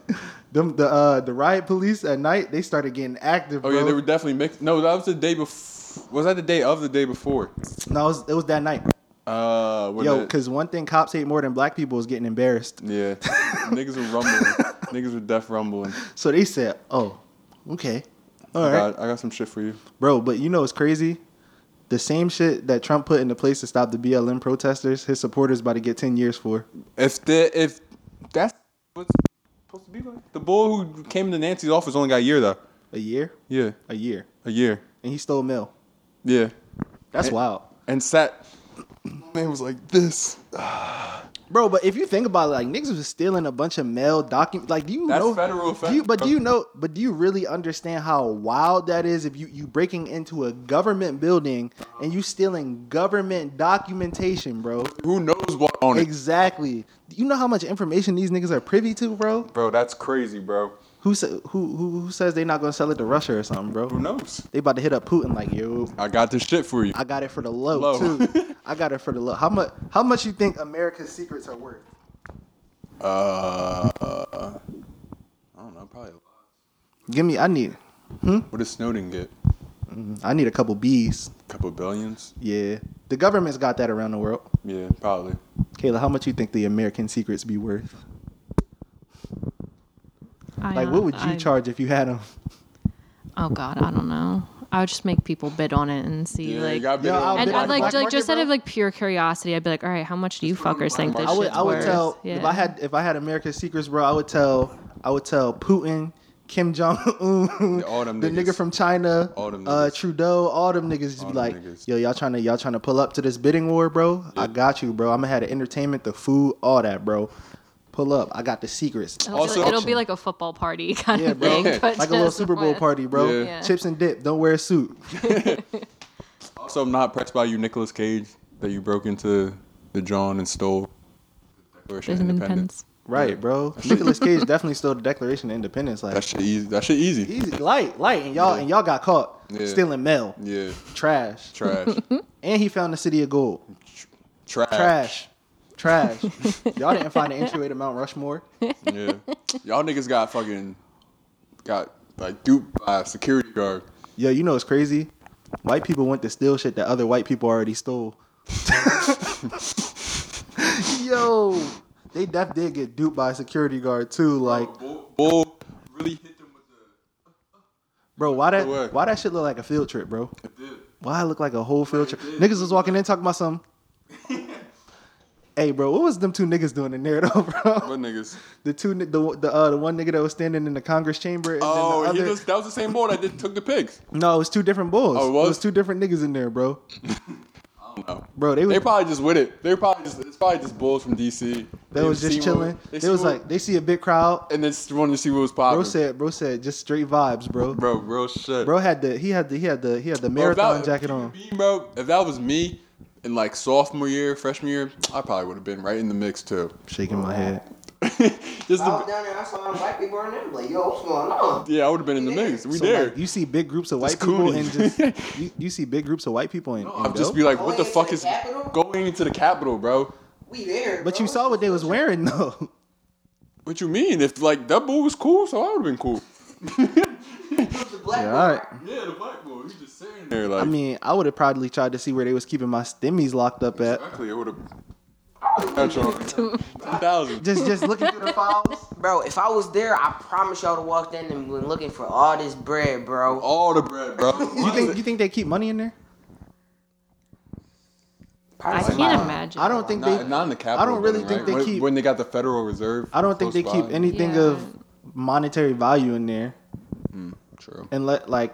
[SPEAKER 1] Them the uh the riot police at night they started getting active.
[SPEAKER 3] Oh
[SPEAKER 1] bro.
[SPEAKER 3] yeah, they were definitely mixed. No, that was the day before. Was that the day of the day before?
[SPEAKER 1] No, it was, it was that night.
[SPEAKER 3] Uh, when
[SPEAKER 1] Yo,
[SPEAKER 3] the-
[SPEAKER 1] because one thing cops hate more than black people is getting embarrassed.
[SPEAKER 3] yeah, niggas were rumbling. niggas were deaf rumbling.
[SPEAKER 1] So they said, "Oh, okay, all
[SPEAKER 3] I,
[SPEAKER 1] right,
[SPEAKER 3] got, I got some shit for you.
[SPEAKER 1] bro." But you know what's crazy? The same shit that Trump put into place to stop the BLM protesters, his supporters about to get ten years for.
[SPEAKER 3] If the if that's what's supposed to be like. The boy who came into Nancy's office only got a year though.
[SPEAKER 1] A year,
[SPEAKER 3] Yeah,
[SPEAKER 1] a year,
[SPEAKER 3] a year.
[SPEAKER 1] and he stole mail.
[SPEAKER 3] Yeah,
[SPEAKER 1] That's
[SPEAKER 3] Hey.
[SPEAKER 1] wild,
[SPEAKER 3] and sat. Man was like this.
[SPEAKER 1] bro. But if you think about it, like niggas was stealing a bunch of mail documents. Like, do you
[SPEAKER 3] That's
[SPEAKER 1] know
[SPEAKER 3] federal
[SPEAKER 1] Do you,
[SPEAKER 3] offense,
[SPEAKER 1] but
[SPEAKER 3] bro.
[SPEAKER 1] do you know? But do you really understand how wild that is? If you you breaking into a government building and you stealing government documentation, bro.
[SPEAKER 3] Who knows what on it,
[SPEAKER 1] Exactly. You know how much information these niggas are privy to, bro?
[SPEAKER 3] bro? That's crazy, bro.
[SPEAKER 1] Who sa- who who who says they not gonna sell it to Russia or something, bro?
[SPEAKER 3] Who knows?
[SPEAKER 1] They about to hit up Putin like, yo,
[SPEAKER 3] I got this shit for you.
[SPEAKER 1] I got it for the low,
[SPEAKER 3] Low.
[SPEAKER 1] too. I got it for the low. How much how much you think America's secrets are worth?
[SPEAKER 3] Uh, I don't know, probably. a lot.
[SPEAKER 1] Give me, I need.
[SPEAKER 3] What does Snowden get?
[SPEAKER 1] I need a couple B's.
[SPEAKER 3] couple billions.
[SPEAKER 1] Yeah, the government's got that around the world.
[SPEAKER 3] Yeah, probably.
[SPEAKER 1] Kayla, how much you think the American secrets be worth?
[SPEAKER 2] I
[SPEAKER 1] Like,
[SPEAKER 2] don't-
[SPEAKER 1] what would you
[SPEAKER 2] I-
[SPEAKER 1] charge if you had them?
[SPEAKER 2] Oh God, I don't know. I would just make people bid on it and see
[SPEAKER 3] Yeah, you
[SPEAKER 2] like.
[SPEAKER 3] gotta be
[SPEAKER 1] Yo,
[SPEAKER 3] the-
[SPEAKER 1] I'll
[SPEAKER 2] And
[SPEAKER 1] bid on
[SPEAKER 2] I'd
[SPEAKER 1] the
[SPEAKER 2] like,
[SPEAKER 1] black
[SPEAKER 2] like just
[SPEAKER 1] market,
[SPEAKER 2] out of
[SPEAKER 1] bro?
[SPEAKER 2] like pure curiosity, I'd be like, all right, how much do you
[SPEAKER 3] put it on the
[SPEAKER 2] fuckers think
[SPEAKER 3] black
[SPEAKER 2] this
[SPEAKER 1] I would,
[SPEAKER 2] shit's
[SPEAKER 1] I would
[SPEAKER 2] worth?
[SPEAKER 1] tell if
[SPEAKER 2] Yeah.
[SPEAKER 1] I had if I had America's Secrets, bro. I would tell I would tell Putin, Kim Jong Un,
[SPEAKER 3] Yeah, all them
[SPEAKER 1] the
[SPEAKER 3] niggas.
[SPEAKER 1] nigga from China,
[SPEAKER 3] All them
[SPEAKER 1] uh,
[SPEAKER 3] niggas.
[SPEAKER 1] Trudeau, all them niggas just
[SPEAKER 3] All
[SPEAKER 1] be
[SPEAKER 3] them
[SPEAKER 1] like,
[SPEAKER 3] niggas.
[SPEAKER 1] yo, y'all trying to y'all trying to pull up to this bidding war, bro. I got you, bro. I'm gonna have the entertainment, the food, all that, bro. Pull up. I got the secrets.
[SPEAKER 2] It'll, also, be,
[SPEAKER 3] Also-
[SPEAKER 2] like, it'll be like a football party kind
[SPEAKER 1] Yeah,
[SPEAKER 2] of
[SPEAKER 1] bro.
[SPEAKER 2] thing.
[SPEAKER 3] Yeah.
[SPEAKER 2] but
[SPEAKER 1] like a little
[SPEAKER 2] just
[SPEAKER 1] Super Bowl
[SPEAKER 2] with-
[SPEAKER 1] party, bro.
[SPEAKER 3] Yeah.
[SPEAKER 2] Yeah.
[SPEAKER 1] Chips and dip. Don't wear a suit.
[SPEAKER 3] Also, I'm not impressed by you, Nicolas Cage, that you broke into the John and stole the Declaration of
[SPEAKER 2] Desmond Pence.
[SPEAKER 3] Independence.
[SPEAKER 1] Right,
[SPEAKER 3] Yeah.
[SPEAKER 1] bro. Nicholas Cage definitely stole the Declaration of Independence. Like
[SPEAKER 3] That shit easy. That shit easy.
[SPEAKER 1] easy, light, light, and y'all and y'all got caught
[SPEAKER 3] Yeah.
[SPEAKER 1] stealing mail.
[SPEAKER 3] Yeah.
[SPEAKER 1] Trash.
[SPEAKER 3] Trash.
[SPEAKER 1] And he found the city of gold.
[SPEAKER 3] Trash.
[SPEAKER 1] Trash. Trash. Y'all didn't find the entryway to Mount Rushmore.
[SPEAKER 3] Yeah. Y'all niggas got fucking got like duped by a security guard.
[SPEAKER 1] Yo, you know it's crazy. White people went to steal shit that other white people already stole. Yo, they def did get duped by a security guard too. Like,
[SPEAKER 3] Bull, Bull really hit them with the
[SPEAKER 1] bro, why
[SPEAKER 3] No way.
[SPEAKER 1] that why that shit look like a field trip, bro?
[SPEAKER 3] it did.
[SPEAKER 1] Why it look like a whole field trip? Niggas was walking in talking about some. Hey, bro, what was them two niggas doing in there though, bro?
[SPEAKER 3] What niggas?
[SPEAKER 1] The two, ni- the the uh, the one nigga that was standing in the Congress chamber. And
[SPEAKER 3] Oh,
[SPEAKER 1] then the
[SPEAKER 3] he
[SPEAKER 1] other,
[SPEAKER 3] was, that was the same bull that did, took the pigs.
[SPEAKER 1] No, it was two different bulls.
[SPEAKER 3] Oh, it
[SPEAKER 1] it
[SPEAKER 3] was?
[SPEAKER 1] was? two different niggas in there, bro.
[SPEAKER 3] I don't know.
[SPEAKER 1] Bro, they was
[SPEAKER 3] They
[SPEAKER 1] they,
[SPEAKER 3] probably just with it. They probably just it's probably just bulls from DC.
[SPEAKER 1] was just
[SPEAKER 3] seen what-
[SPEAKER 1] chilling. They,
[SPEAKER 3] seen
[SPEAKER 1] was
[SPEAKER 3] what-
[SPEAKER 1] like they see a big crowd.
[SPEAKER 3] and then just wanted to see what was popping.
[SPEAKER 1] Bro said, bro said, just straight vibes, bro. Bro,
[SPEAKER 3] bro, real shit.
[SPEAKER 1] had the he had the he had the he had the
[SPEAKER 3] Bro, if that-
[SPEAKER 1] marathon
[SPEAKER 3] if
[SPEAKER 1] jacket
[SPEAKER 3] you
[SPEAKER 1] on.
[SPEAKER 3] mean, bro, if that was me in like sophomore year, freshman year, I probably would have been right in the mix too.
[SPEAKER 1] Shaking my head.
[SPEAKER 3] Just
[SPEAKER 4] I was
[SPEAKER 3] the,
[SPEAKER 4] down there, I saw white people and I'm like, yo, what's going on?
[SPEAKER 3] yeah, I would have been in the mix. We
[SPEAKER 1] So,
[SPEAKER 3] there.
[SPEAKER 1] like, you see big groups of white
[SPEAKER 3] That's
[SPEAKER 1] people
[SPEAKER 3] cool.
[SPEAKER 1] and just you, you see big groups of white people and,
[SPEAKER 3] I'd
[SPEAKER 1] and
[SPEAKER 3] just
[SPEAKER 1] go?
[SPEAKER 3] be like,
[SPEAKER 4] Going
[SPEAKER 3] what the
[SPEAKER 4] into
[SPEAKER 3] fuck
[SPEAKER 4] the
[SPEAKER 3] is
[SPEAKER 4] Capitol?
[SPEAKER 3] going into the Capitol, bro?
[SPEAKER 4] We there.
[SPEAKER 1] But
[SPEAKER 4] bro.
[SPEAKER 1] you saw what they was wearing though.
[SPEAKER 3] What you mean? If like that bull was cool, so I would have been cool.
[SPEAKER 4] the black
[SPEAKER 1] Yeah, all right.
[SPEAKER 3] Yeah, the black bull. He's just sitting there like.
[SPEAKER 1] I mean, I would have probably tried to see where they was keeping my stimmies locked up at.
[SPEAKER 3] exactly. It would have. Ten thousand.
[SPEAKER 1] Just just looking through the files.
[SPEAKER 4] Bro, if I was there, I promise y'all to walk in and been looking for all this bread, bro.
[SPEAKER 3] All the bread, bro.
[SPEAKER 1] You think you think they keep money in there?
[SPEAKER 2] I
[SPEAKER 4] Probably
[SPEAKER 2] can't imagine.
[SPEAKER 1] I don't think they
[SPEAKER 3] Not, not in the Capitol.
[SPEAKER 1] I don't really
[SPEAKER 3] building,
[SPEAKER 1] think
[SPEAKER 3] right?
[SPEAKER 1] they
[SPEAKER 3] when,
[SPEAKER 1] keep-
[SPEAKER 3] when they got the Federal Reserve.
[SPEAKER 1] I don't think they
[SPEAKER 3] close
[SPEAKER 1] keep
[SPEAKER 3] by.
[SPEAKER 1] anything
[SPEAKER 2] Yeah.
[SPEAKER 1] of monetary value in there,
[SPEAKER 3] True.
[SPEAKER 1] and let like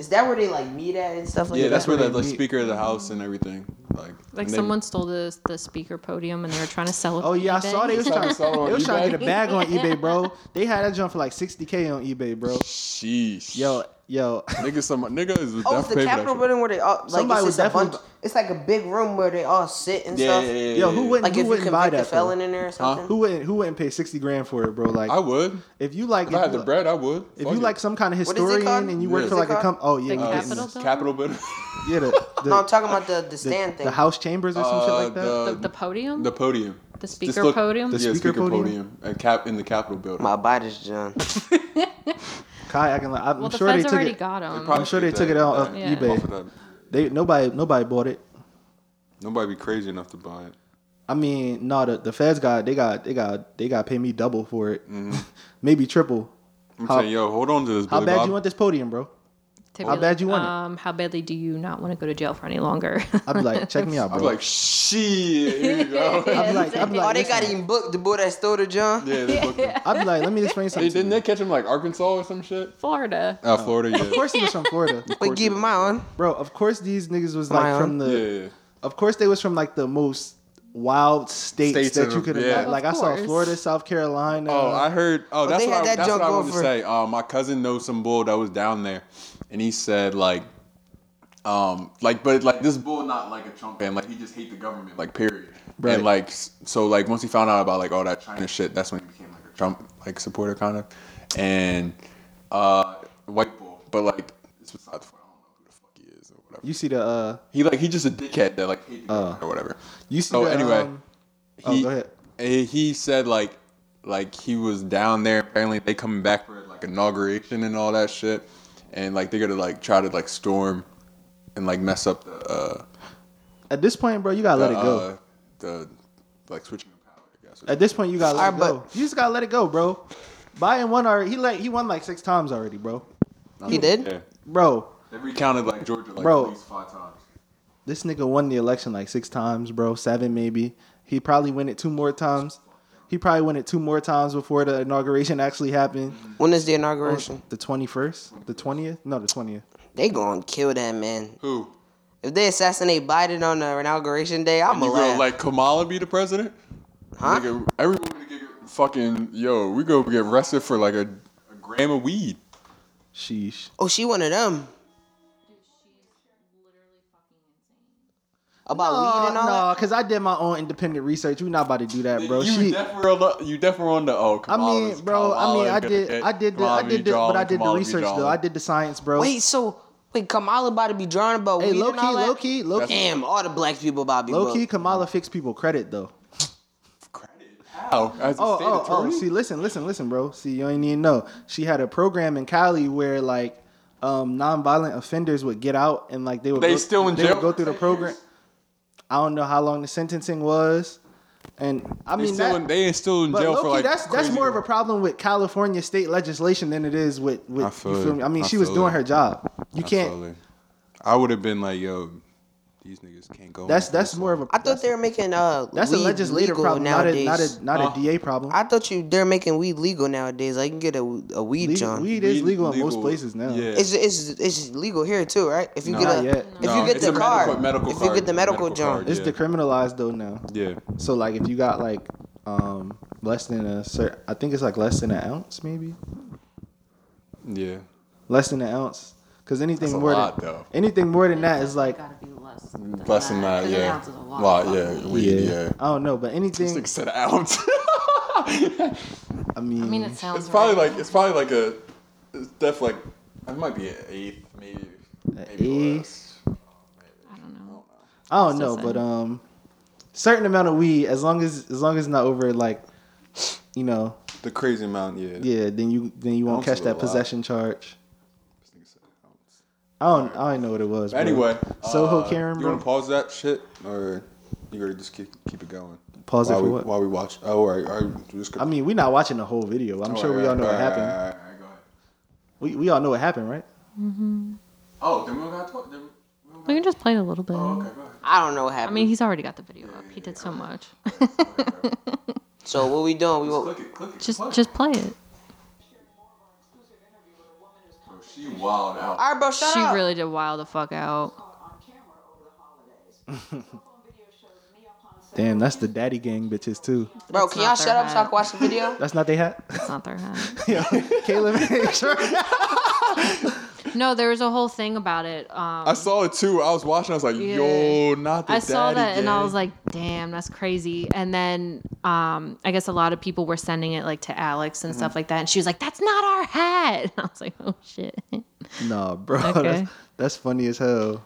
[SPEAKER 4] Is that where they like meet at and stuff like
[SPEAKER 3] Yeah,
[SPEAKER 4] that?
[SPEAKER 3] that's where the
[SPEAKER 1] they
[SPEAKER 3] like
[SPEAKER 1] meet.
[SPEAKER 3] Speaker of the House and everything. Like.
[SPEAKER 2] Like
[SPEAKER 3] and they-
[SPEAKER 2] someone stole the the speaker podium and they were trying to sell it.
[SPEAKER 1] oh
[SPEAKER 2] on
[SPEAKER 1] yeah, I
[SPEAKER 2] eBay.
[SPEAKER 1] saw they was
[SPEAKER 3] Trying
[SPEAKER 1] trying,
[SPEAKER 3] to sell it on
[SPEAKER 1] they was trying to get
[SPEAKER 3] eBay?
[SPEAKER 1] a bag on eBay, bro. They had that jump for like sixty k on eBay, bro.
[SPEAKER 3] Sheesh.
[SPEAKER 1] Yo, yo,
[SPEAKER 3] Nigga, some nigga is definitely
[SPEAKER 4] Oh, it's the
[SPEAKER 3] paid for that
[SPEAKER 4] Capitol
[SPEAKER 3] shit.
[SPEAKER 4] building where they all like
[SPEAKER 1] Somebody
[SPEAKER 4] it's,
[SPEAKER 1] was
[SPEAKER 4] just a
[SPEAKER 1] definitely
[SPEAKER 4] bunch, it's like a big room where they all sit and
[SPEAKER 3] Yeah,
[SPEAKER 4] stuff.
[SPEAKER 3] yeah, yeah, yeah,
[SPEAKER 1] yo, who
[SPEAKER 3] yeah.
[SPEAKER 1] wouldn't
[SPEAKER 4] Like
[SPEAKER 1] who
[SPEAKER 4] if you
[SPEAKER 1] wouldn't buy
[SPEAKER 4] convict a
[SPEAKER 1] that? though?
[SPEAKER 4] felon in there or something.
[SPEAKER 1] Who wouldn't who wouldn't pay sixty grand for it, bro? Like
[SPEAKER 3] I would.
[SPEAKER 1] if you like
[SPEAKER 3] If I
[SPEAKER 1] if
[SPEAKER 3] had
[SPEAKER 1] you,
[SPEAKER 3] the bread, I would.
[SPEAKER 1] if
[SPEAKER 3] Fuck
[SPEAKER 1] you
[SPEAKER 3] it.
[SPEAKER 1] like some kind of
[SPEAKER 4] What is it called?
[SPEAKER 1] historian and you work
[SPEAKER 3] Yeah.
[SPEAKER 1] for
[SPEAKER 4] What is
[SPEAKER 1] like
[SPEAKER 4] it
[SPEAKER 1] a
[SPEAKER 4] called?
[SPEAKER 1] com oh yeah,
[SPEAKER 2] The
[SPEAKER 1] you
[SPEAKER 3] Uh,
[SPEAKER 1] getting
[SPEAKER 2] Capitol
[SPEAKER 1] it.
[SPEAKER 2] building?
[SPEAKER 3] Capitol building.
[SPEAKER 1] yeah the the,
[SPEAKER 4] No, I'm talking about the the stand
[SPEAKER 1] the,
[SPEAKER 4] thing.
[SPEAKER 1] the house chambers or some shit like that.
[SPEAKER 2] The- the podium?
[SPEAKER 3] Uh, The podium.
[SPEAKER 2] The
[SPEAKER 3] Just
[SPEAKER 2] speaker
[SPEAKER 3] look-
[SPEAKER 2] podium? The
[SPEAKER 3] yeah,
[SPEAKER 1] speaker
[SPEAKER 3] speaker
[SPEAKER 1] podium?
[SPEAKER 3] podium. At cap in the Capitol building.
[SPEAKER 4] My body's John.
[SPEAKER 1] Kai, I can, I'm
[SPEAKER 2] Well, the
[SPEAKER 1] sure they
[SPEAKER 2] feds
[SPEAKER 1] took
[SPEAKER 2] already
[SPEAKER 1] it.
[SPEAKER 2] got 'em.
[SPEAKER 1] I'm sure they took it out of
[SPEAKER 2] Yeah.
[SPEAKER 1] eBay.
[SPEAKER 3] Off of that.
[SPEAKER 1] They nobody nobody bought it.
[SPEAKER 3] Nobody be crazy enough to buy it.
[SPEAKER 1] I mean, no, the, the feds got they got they got they got to pay me double for it, maybe triple.
[SPEAKER 3] I'm
[SPEAKER 1] How-
[SPEAKER 3] saying, yo, hold on to this.
[SPEAKER 1] How
[SPEAKER 3] Mm-hmm. Billy
[SPEAKER 1] bad
[SPEAKER 3] Bob.
[SPEAKER 1] you want this podium, bro?
[SPEAKER 2] To
[SPEAKER 1] How
[SPEAKER 2] be like,
[SPEAKER 1] bad you want it?
[SPEAKER 2] Um, how badly do you not want to go to jail for any longer?
[SPEAKER 1] I'd be like, check me out,
[SPEAKER 3] I'm
[SPEAKER 1] bro.
[SPEAKER 3] like, shit. Here you go.
[SPEAKER 1] I'd be like, I'd be
[SPEAKER 4] oh,
[SPEAKER 1] like,
[SPEAKER 4] they
[SPEAKER 1] listen,
[SPEAKER 4] got him booked the boy that stole the John.
[SPEAKER 3] yeah, they booked him.
[SPEAKER 1] I'd be like, let me explain
[SPEAKER 3] They,
[SPEAKER 1] something. to
[SPEAKER 3] didn't
[SPEAKER 1] you.
[SPEAKER 3] they catch him like Arkansas or some shit?
[SPEAKER 2] Florida.
[SPEAKER 3] Uh, Florida, yeah.
[SPEAKER 1] Of course he was from Florida,
[SPEAKER 4] But keep him on.
[SPEAKER 1] bro. Of course these niggas was
[SPEAKER 4] Lion.
[SPEAKER 1] like from
[SPEAKER 3] Yeah,
[SPEAKER 1] the.
[SPEAKER 3] yeah, yeah.
[SPEAKER 1] Of course they was from like the most wild states,
[SPEAKER 3] States
[SPEAKER 1] that
[SPEAKER 3] of-
[SPEAKER 1] you could
[SPEAKER 3] yeah.
[SPEAKER 1] have. Like
[SPEAKER 2] Of
[SPEAKER 1] I saw
[SPEAKER 2] course.
[SPEAKER 1] Florida, South Carolina.
[SPEAKER 3] Oh, I heard. Oh, that's
[SPEAKER 4] uh, they
[SPEAKER 3] what,
[SPEAKER 4] had
[SPEAKER 3] I,
[SPEAKER 4] that
[SPEAKER 3] that's what
[SPEAKER 4] junk
[SPEAKER 3] I
[SPEAKER 4] going
[SPEAKER 3] wanted to
[SPEAKER 4] for-
[SPEAKER 3] say. Uh, my cousin knows some bull that was down there, and he said like, um, like, but like this bull not like a chunk, and like he just hate the government, like period.
[SPEAKER 1] Right.
[SPEAKER 3] And like, s- so like once he found out about like all that China shit, that's when he became like a Trump like supporter kind of, and uh, white bull. But like, it's beside the point. I don't know who the fuck he is or whatever.
[SPEAKER 1] you see the uh,
[SPEAKER 3] He like he just a dickhead that like hate the government or whatever.
[SPEAKER 1] you see.
[SPEAKER 3] Oh,
[SPEAKER 1] the,
[SPEAKER 3] anyway.
[SPEAKER 1] um,
[SPEAKER 3] He,
[SPEAKER 1] Uh. Oh, go ahead.
[SPEAKER 3] eh, He said like like he was down there. Apparently they coming back for like inauguration and all that shit. and like they're gonna like try to like storm and like mess up the uh,
[SPEAKER 1] At this point, bro, you gotta let it go.
[SPEAKER 3] uh the like switching of power. I guess.
[SPEAKER 1] At this point, you gotta let
[SPEAKER 4] Alright,
[SPEAKER 1] it
[SPEAKER 4] but-
[SPEAKER 1] go. You just gotta let it go, bro. Biden won already. He like he won like six times already, bro.
[SPEAKER 4] He did.
[SPEAKER 3] yeah,
[SPEAKER 1] Bro,
[SPEAKER 3] they recounted like Georgia like
[SPEAKER 1] Bro.
[SPEAKER 3] at least five times.
[SPEAKER 1] this nigga won the election like six times, bro. Seven maybe. He probably win it two more times. He probably win it two more times before the inauguration actually happened.
[SPEAKER 4] When is the inauguration?
[SPEAKER 1] The twenty first, the twentieth, no, the twentieth.
[SPEAKER 4] They gonna kill that man.
[SPEAKER 3] Who?
[SPEAKER 4] If they assassinate Biden on the inauguration day, I'm
[SPEAKER 3] You
[SPEAKER 4] gonna
[SPEAKER 3] gonna
[SPEAKER 4] laugh.
[SPEAKER 3] let Kamala be the president?
[SPEAKER 4] Huh?
[SPEAKER 3] Nigga, everyone gonna get fucking yo. We go get arrested for like a, a gram of weed.
[SPEAKER 1] Sheesh.
[SPEAKER 4] oh, she one of them. About weed
[SPEAKER 1] Oh,
[SPEAKER 4] and all that.
[SPEAKER 1] no, because I did my own independent research. We not about to do that, bro.
[SPEAKER 3] you
[SPEAKER 1] She,
[SPEAKER 3] definitely on the, you definitely on the oh.
[SPEAKER 1] I
[SPEAKER 3] Kamala's,
[SPEAKER 1] mean, bro. I
[SPEAKER 3] Kamala
[SPEAKER 1] mean, I
[SPEAKER 3] gonna
[SPEAKER 1] did,
[SPEAKER 3] get
[SPEAKER 1] I did, the,
[SPEAKER 3] Kamala
[SPEAKER 1] I
[SPEAKER 3] be
[SPEAKER 1] did, the,
[SPEAKER 3] drawn,
[SPEAKER 1] but I did the
[SPEAKER 3] Kamala be
[SPEAKER 1] research though.
[SPEAKER 3] drawn.
[SPEAKER 1] I did the science, bro.
[SPEAKER 4] Wait, so wait, Kamala about to be drawn about
[SPEAKER 1] hey,
[SPEAKER 4] weed
[SPEAKER 1] low
[SPEAKER 4] and
[SPEAKER 1] key,
[SPEAKER 4] all that?
[SPEAKER 1] low key, low key,
[SPEAKER 4] Damn, all the black people about to be
[SPEAKER 1] low key.
[SPEAKER 4] booked.
[SPEAKER 3] uh,
[SPEAKER 1] Kamala fixed people credit though.
[SPEAKER 3] Credit. How? As a
[SPEAKER 1] Oh,
[SPEAKER 3] state
[SPEAKER 1] oh, oh.
[SPEAKER 3] attorney?
[SPEAKER 1] See, listen, listen, listen, bro. See, you ain't even know. She had a program in Cali where like um nonviolent offenders would get out and like they would
[SPEAKER 3] They
[SPEAKER 1] go,
[SPEAKER 3] still in
[SPEAKER 1] they
[SPEAKER 3] jail
[SPEAKER 1] would go
[SPEAKER 3] for
[SPEAKER 1] through the
[SPEAKER 3] 10
[SPEAKER 1] program.
[SPEAKER 3] years.
[SPEAKER 1] I don't know how long the sentencing was, and I
[SPEAKER 3] They
[SPEAKER 1] mean
[SPEAKER 3] still
[SPEAKER 1] that-
[SPEAKER 3] in, they ain't still in
[SPEAKER 1] But
[SPEAKER 3] jail
[SPEAKER 1] low
[SPEAKER 3] for like
[SPEAKER 1] that's that's
[SPEAKER 3] crazy-
[SPEAKER 1] more of a problem with California state legislation than it is with with
[SPEAKER 3] I
[SPEAKER 1] you
[SPEAKER 3] feel
[SPEAKER 1] feel
[SPEAKER 3] it.
[SPEAKER 1] me? I mean,
[SPEAKER 3] I
[SPEAKER 1] she was
[SPEAKER 3] feel
[SPEAKER 1] doing
[SPEAKER 3] it.
[SPEAKER 1] her job. You can't.
[SPEAKER 3] Absolutely. I would have been like, yo, these niggas can't go.
[SPEAKER 1] That's
[SPEAKER 3] on
[SPEAKER 1] that's
[SPEAKER 3] this
[SPEAKER 1] more of a
[SPEAKER 4] I thought they were making uh
[SPEAKER 1] that's a
[SPEAKER 4] weed
[SPEAKER 1] legislative
[SPEAKER 4] legal
[SPEAKER 1] problem, not a
[SPEAKER 4] nowadays.
[SPEAKER 1] not a not
[SPEAKER 3] Huh?
[SPEAKER 1] a DA problem.
[SPEAKER 4] I thought you they're making weed legal nowadays. I can get a, a weed
[SPEAKER 1] Legal-
[SPEAKER 4] John.
[SPEAKER 1] weed
[SPEAKER 3] long.
[SPEAKER 1] is legal in most places now.
[SPEAKER 3] Yeah.
[SPEAKER 4] It's it's it's legal here too, right? If you
[SPEAKER 3] No.
[SPEAKER 4] get
[SPEAKER 1] Not
[SPEAKER 4] a
[SPEAKER 1] yet.
[SPEAKER 4] if
[SPEAKER 3] No,
[SPEAKER 4] you get
[SPEAKER 3] it's
[SPEAKER 4] the
[SPEAKER 3] a medical-
[SPEAKER 4] card,
[SPEAKER 3] medical
[SPEAKER 4] if you get
[SPEAKER 3] card.
[SPEAKER 4] the medical,
[SPEAKER 3] Medical
[SPEAKER 4] John,
[SPEAKER 3] card.
[SPEAKER 1] It's
[SPEAKER 3] Yeah.
[SPEAKER 1] decriminalized though now.
[SPEAKER 3] yeah.
[SPEAKER 1] So like if you got like um less than a certain, I think it's like less than an ounce maybe,
[SPEAKER 3] Yeah.
[SPEAKER 1] less than an ounce. Because anything
[SPEAKER 3] That's a
[SPEAKER 1] more
[SPEAKER 3] lot,
[SPEAKER 1] than
[SPEAKER 3] though.
[SPEAKER 1] anything more than that is like
[SPEAKER 2] gotta be less than
[SPEAKER 3] Less than that,
[SPEAKER 2] 'cause an
[SPEAKER 3] yeah.
[SPEAKER 2] ounce is a
[SPEAKER 3] Lot,
[SPEAKER 2] lot.
[SPEAKER 3] yeah.
[SPEAKER 1] yeah,
[SPEAKER 3] Weed, yeah.
[SPEAKER 1] I don't know, but
[SPEAKER 3] It's
[SPEAKER 1] anything
[SPEAKER 3] like said ounce.
[SPEAKER 1] I mean,
[SPEAKER 2] I mean, it sounds.
[SPEAKER 3] it's probably
[SPEAKER 2] right.
[SPEAKER 3] like it's probably like a it's def like it might be an eighth, maybe maybe
[SPEAKER 1] eighth?
[SPEAKER 3] less.
[SPEAKER 2] I don't know.
[SPEAKER 1] I don't know,
[SPEAKER 2] Still
[SPEAKER 1] but
[SPEAKER 2] saying.
[SPEAKER 1] um, certain amount of weed as long as as long as it's not over like, you know,
[SPEAKER 3] The crazy amount, yeah.
[SPEAKER 1] yeah, then you then you won't
[SPEAKER 3] Ounce
[SPEAKER 1] catch
[SPEAKER 3] is a
[SPEAKER 1] that
[SPEAKER 3] lot.
[SPEAKER 1] possession charge.
[SPEAKER 3] This nigga said ounce.
[SPEAKER 1] I don't I don't know what it was.
[SPEAKER 3] But Anyway,
[SPEAKER 1] bro. Soho
[SPEAKER 3] uh,
[SPEAKER 1] Karen,
[SPEAKER 3] you
[SPEAKER 1] bro.
[SPEAKER 3] want to pause that shit or you gotta just keep keep it going?
[SPEAKER 1] Pause it
[SPEAKER 3] while
[SPEAKER 1] for
[SPEAKER 3] we,
[SPEAKER 1] what?
[SPEAKER 3] While we watch. Oh, all right, all right. Just go-
[SPEAKER 1] I mean, we're not watching the whole video. I'm
[SPEAKER 3] all
[SPEAKER 1] sure
[SPEAKER 3] right,
[SPEAKER 1] we all
[SPEAKER 3] right,
[SPEAKER 1] know what
[SPEAKER 3] right,
[SPEAKER 1] happened.
[SPEAKER 3] right, right, right, go ahead.
[SPEAKER 1] We we all know what happened, right?
[SPEAKER 3] Oh, then we don't gotta talk. Then we don't
[SPEAKER 2] We can just play it a little bit.
[SPEAKER 3] gotta- oh, okay, go ahead.
[SPEAKER 4] I don't know what happened.
[SPEAKER 2] I mean, he's already got the video up. He did so much.
[SPEAKER 4] so what we doing? We wa-
[SPEAKER 3] Click it, click it.
[SPEAKER 2] just,
[SPEAKER 3] click it.
[SPEAKER 2] just play it.
[SPEAKER 3] Bro, she wild out.
[SPEAKER 4] all right, bro. Shut
[SPEAKER 2] She
[SPEAKER 4] up.
[SPEAKER 2] really did wild the fuck out.
[SPEAKER 5] on camera over the holidays. Cell phone video shows Neopon Cell
[SPEAKER 1] Damn, that's the daddy gang bitches too.
[SPEAKER 4] bro,
[SPEAKER 2] That's
[SPEAKER 4] can
[SPEAKER 2] not
[SPEAKER 4] y'all shut
[SPEAKER 2] their
[SPEAKER 4] up so I
[SPEAKER 2] hat.
[SPEAKER 4] can watch the video?
[SPEAKER 1] That's not they hat.
[SPEAKER 2] It's not their hand.
[SPEAKER 1] Caleb, make sure.
[SPEAKER 2] No, there was a whole thing about it. Um,
[SPEAKER 3] I saw it too. I was watching. I was like, yo, not the
[SPEAKER 2] I saw
[SPEAKER 3] Oh, daddy
[SPEAKER 2] that and I
[SPEAKER 3] gang.
[SPEAKER 2] was like, damn, that's crazy. And then um, I guess a lot of people were sending it like to Alex and stuff like that. And she was like, that's not our hat. And I was like, oh shit.
[SPEAKER 1] Nah, bro,
[SPEAKER 2] Okay.
[SPEAKER 1] that's, that's funny as hell.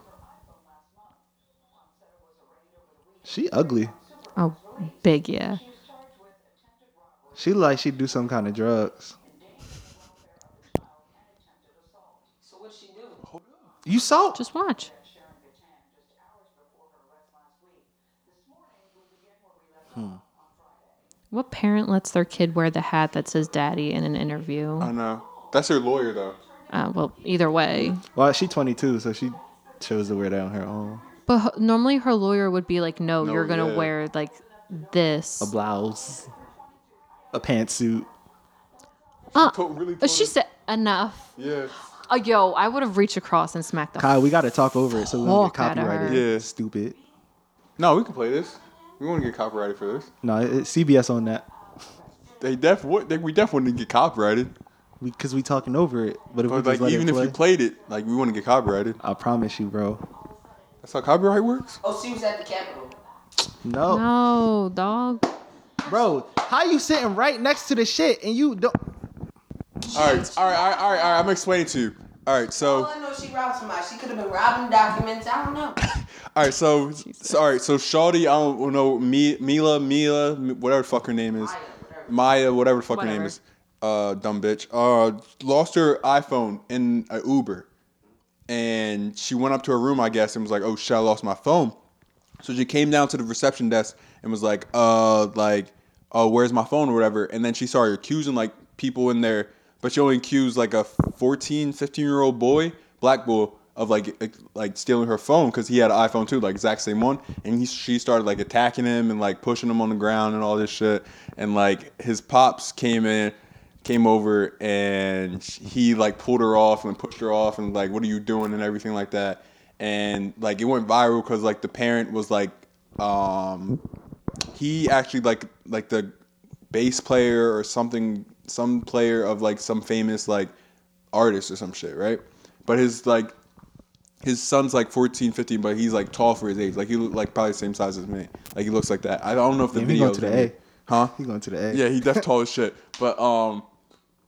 [SPEAKER 1] She ugly.
[SPEAKER 2] Oh, big yeah.
[SPEAKER 1] She like she do some kind of drugs. You saw?
[SPEAKER 2] Just watch. Hmm. What parent lets their kid wear the hat that says daddy in an interview?
[SPEAKER 3] I know. That's her lawyer though.
[SPEAKER 2] Uh, well, either way.
[SPEAKER 1] Well, she 22, so she chose to wear that on her own.
[SPEAKER 2] But h- normally her lawyer would be like, no,
[SPEAKER 3] No,
[SPEAKER 2] you're going to
[SPEAKER 3] yeah.
[SPEAKER 2] wear like this.
[SPEAKER 1] A blouse, a pantsuit.
[SPEAKER 2] Uh,
[SPEAKER 3] Put- really
[SPEAKER 2] uh,
[SPEAKER 3] put
[SPEAKER 2] she
[SPEAKER 3] it-
[SPEAKER 2] said, enough.
[SPEAKER 3] Yeah.
[SPEAKER 2] Uh, yo, I would have reached across and smacked the
[SPEAKER 1] Kyle, we gotta talk over it so we don't get
[SPEAKER 2] Fuck outta
[SPEAKER 1] copyrighted.
[SPEAKER 3] her. Yeah.
[SPEAKER 1] Stupid.
[SPEAKER 3] No, we can play this. We won't get copyrighted for this.
[SPEAKER 1] No, it, it's CBS on that.
[SPEAKER 3] They def what they, we definitely didn't get copyrighted.
[SPEAKER 1] We, Cause we talking over it. But if we
[SPEAKER 3] But
[SPEAKER 1] just
[SPEAKER 3] like
[SPEAKER 1] let
[SPEAKER 3] even
[SPEAKER 1] it
[SPEAKER 3] if
[SPEAKER 1] play,
[SPEAKER 3] you played it, like we wouldn't get copyrighted.
[SPEAKER 1] I promise you, bro.
[SPEAKER 3] That's how copyright works.
[SPEAKER 4] Oh, she was at the Capitol.
[SPEAKER 1] No.
[SPEAKER 2] No, dog.
[SPEAKER 1] Bro, how you sitting right next to the shit and you don't
[SPEAKER 3] All right, all right, all right, all right, all right. I'm explaining to you. All right, so
[SPEAKER 4] I know she robbed somebody. She could have been robbing documents. I don't know.
[SPEAKER 3] all right, so, so all right, so Shawty, I don't know, Mi- Mila, Mila, whatever the fuck her name is, Maya, whatever the fuck her name
[SPEAKER 2] Whatever.
[SPEAKER 3] is. uh, dumb bitch, uh, lost her iPhone in an Uber, and she went up to her room, I guess, and was like, "Oh shit, I lost my phone." So she came down to the reception desk and was like, "Uh, like, oh, where's my phone or whatever?" And then she started accusing like people in there, but she only accused like a 14, 15 year old boy, black boy, of like like stealing her phone because he had an iPhone too, like exact same one. And he she started like attacking him and like pushing him on the ground and all this shit. And like his pops came in came over and he like pulled her off and pushed her off and like what are you doing and everything like that and like it went viral because like the parent was like um he actually like like the bass player or something some player of like some famous like artist or some shit right but his like his son's like 14 15 but he's like tall for his age like he look like probably the same size as me like he looks like that i don't know if the
[SPEAKER 1] Yeah, he
[SPEAKER 3] video
[SPEAKER 1] going to the A.
[SPEAKER 3] huh
[SPEAKER 1] He going to the A.
[SPEAKER 3] yeah, he def tall as shit. But um,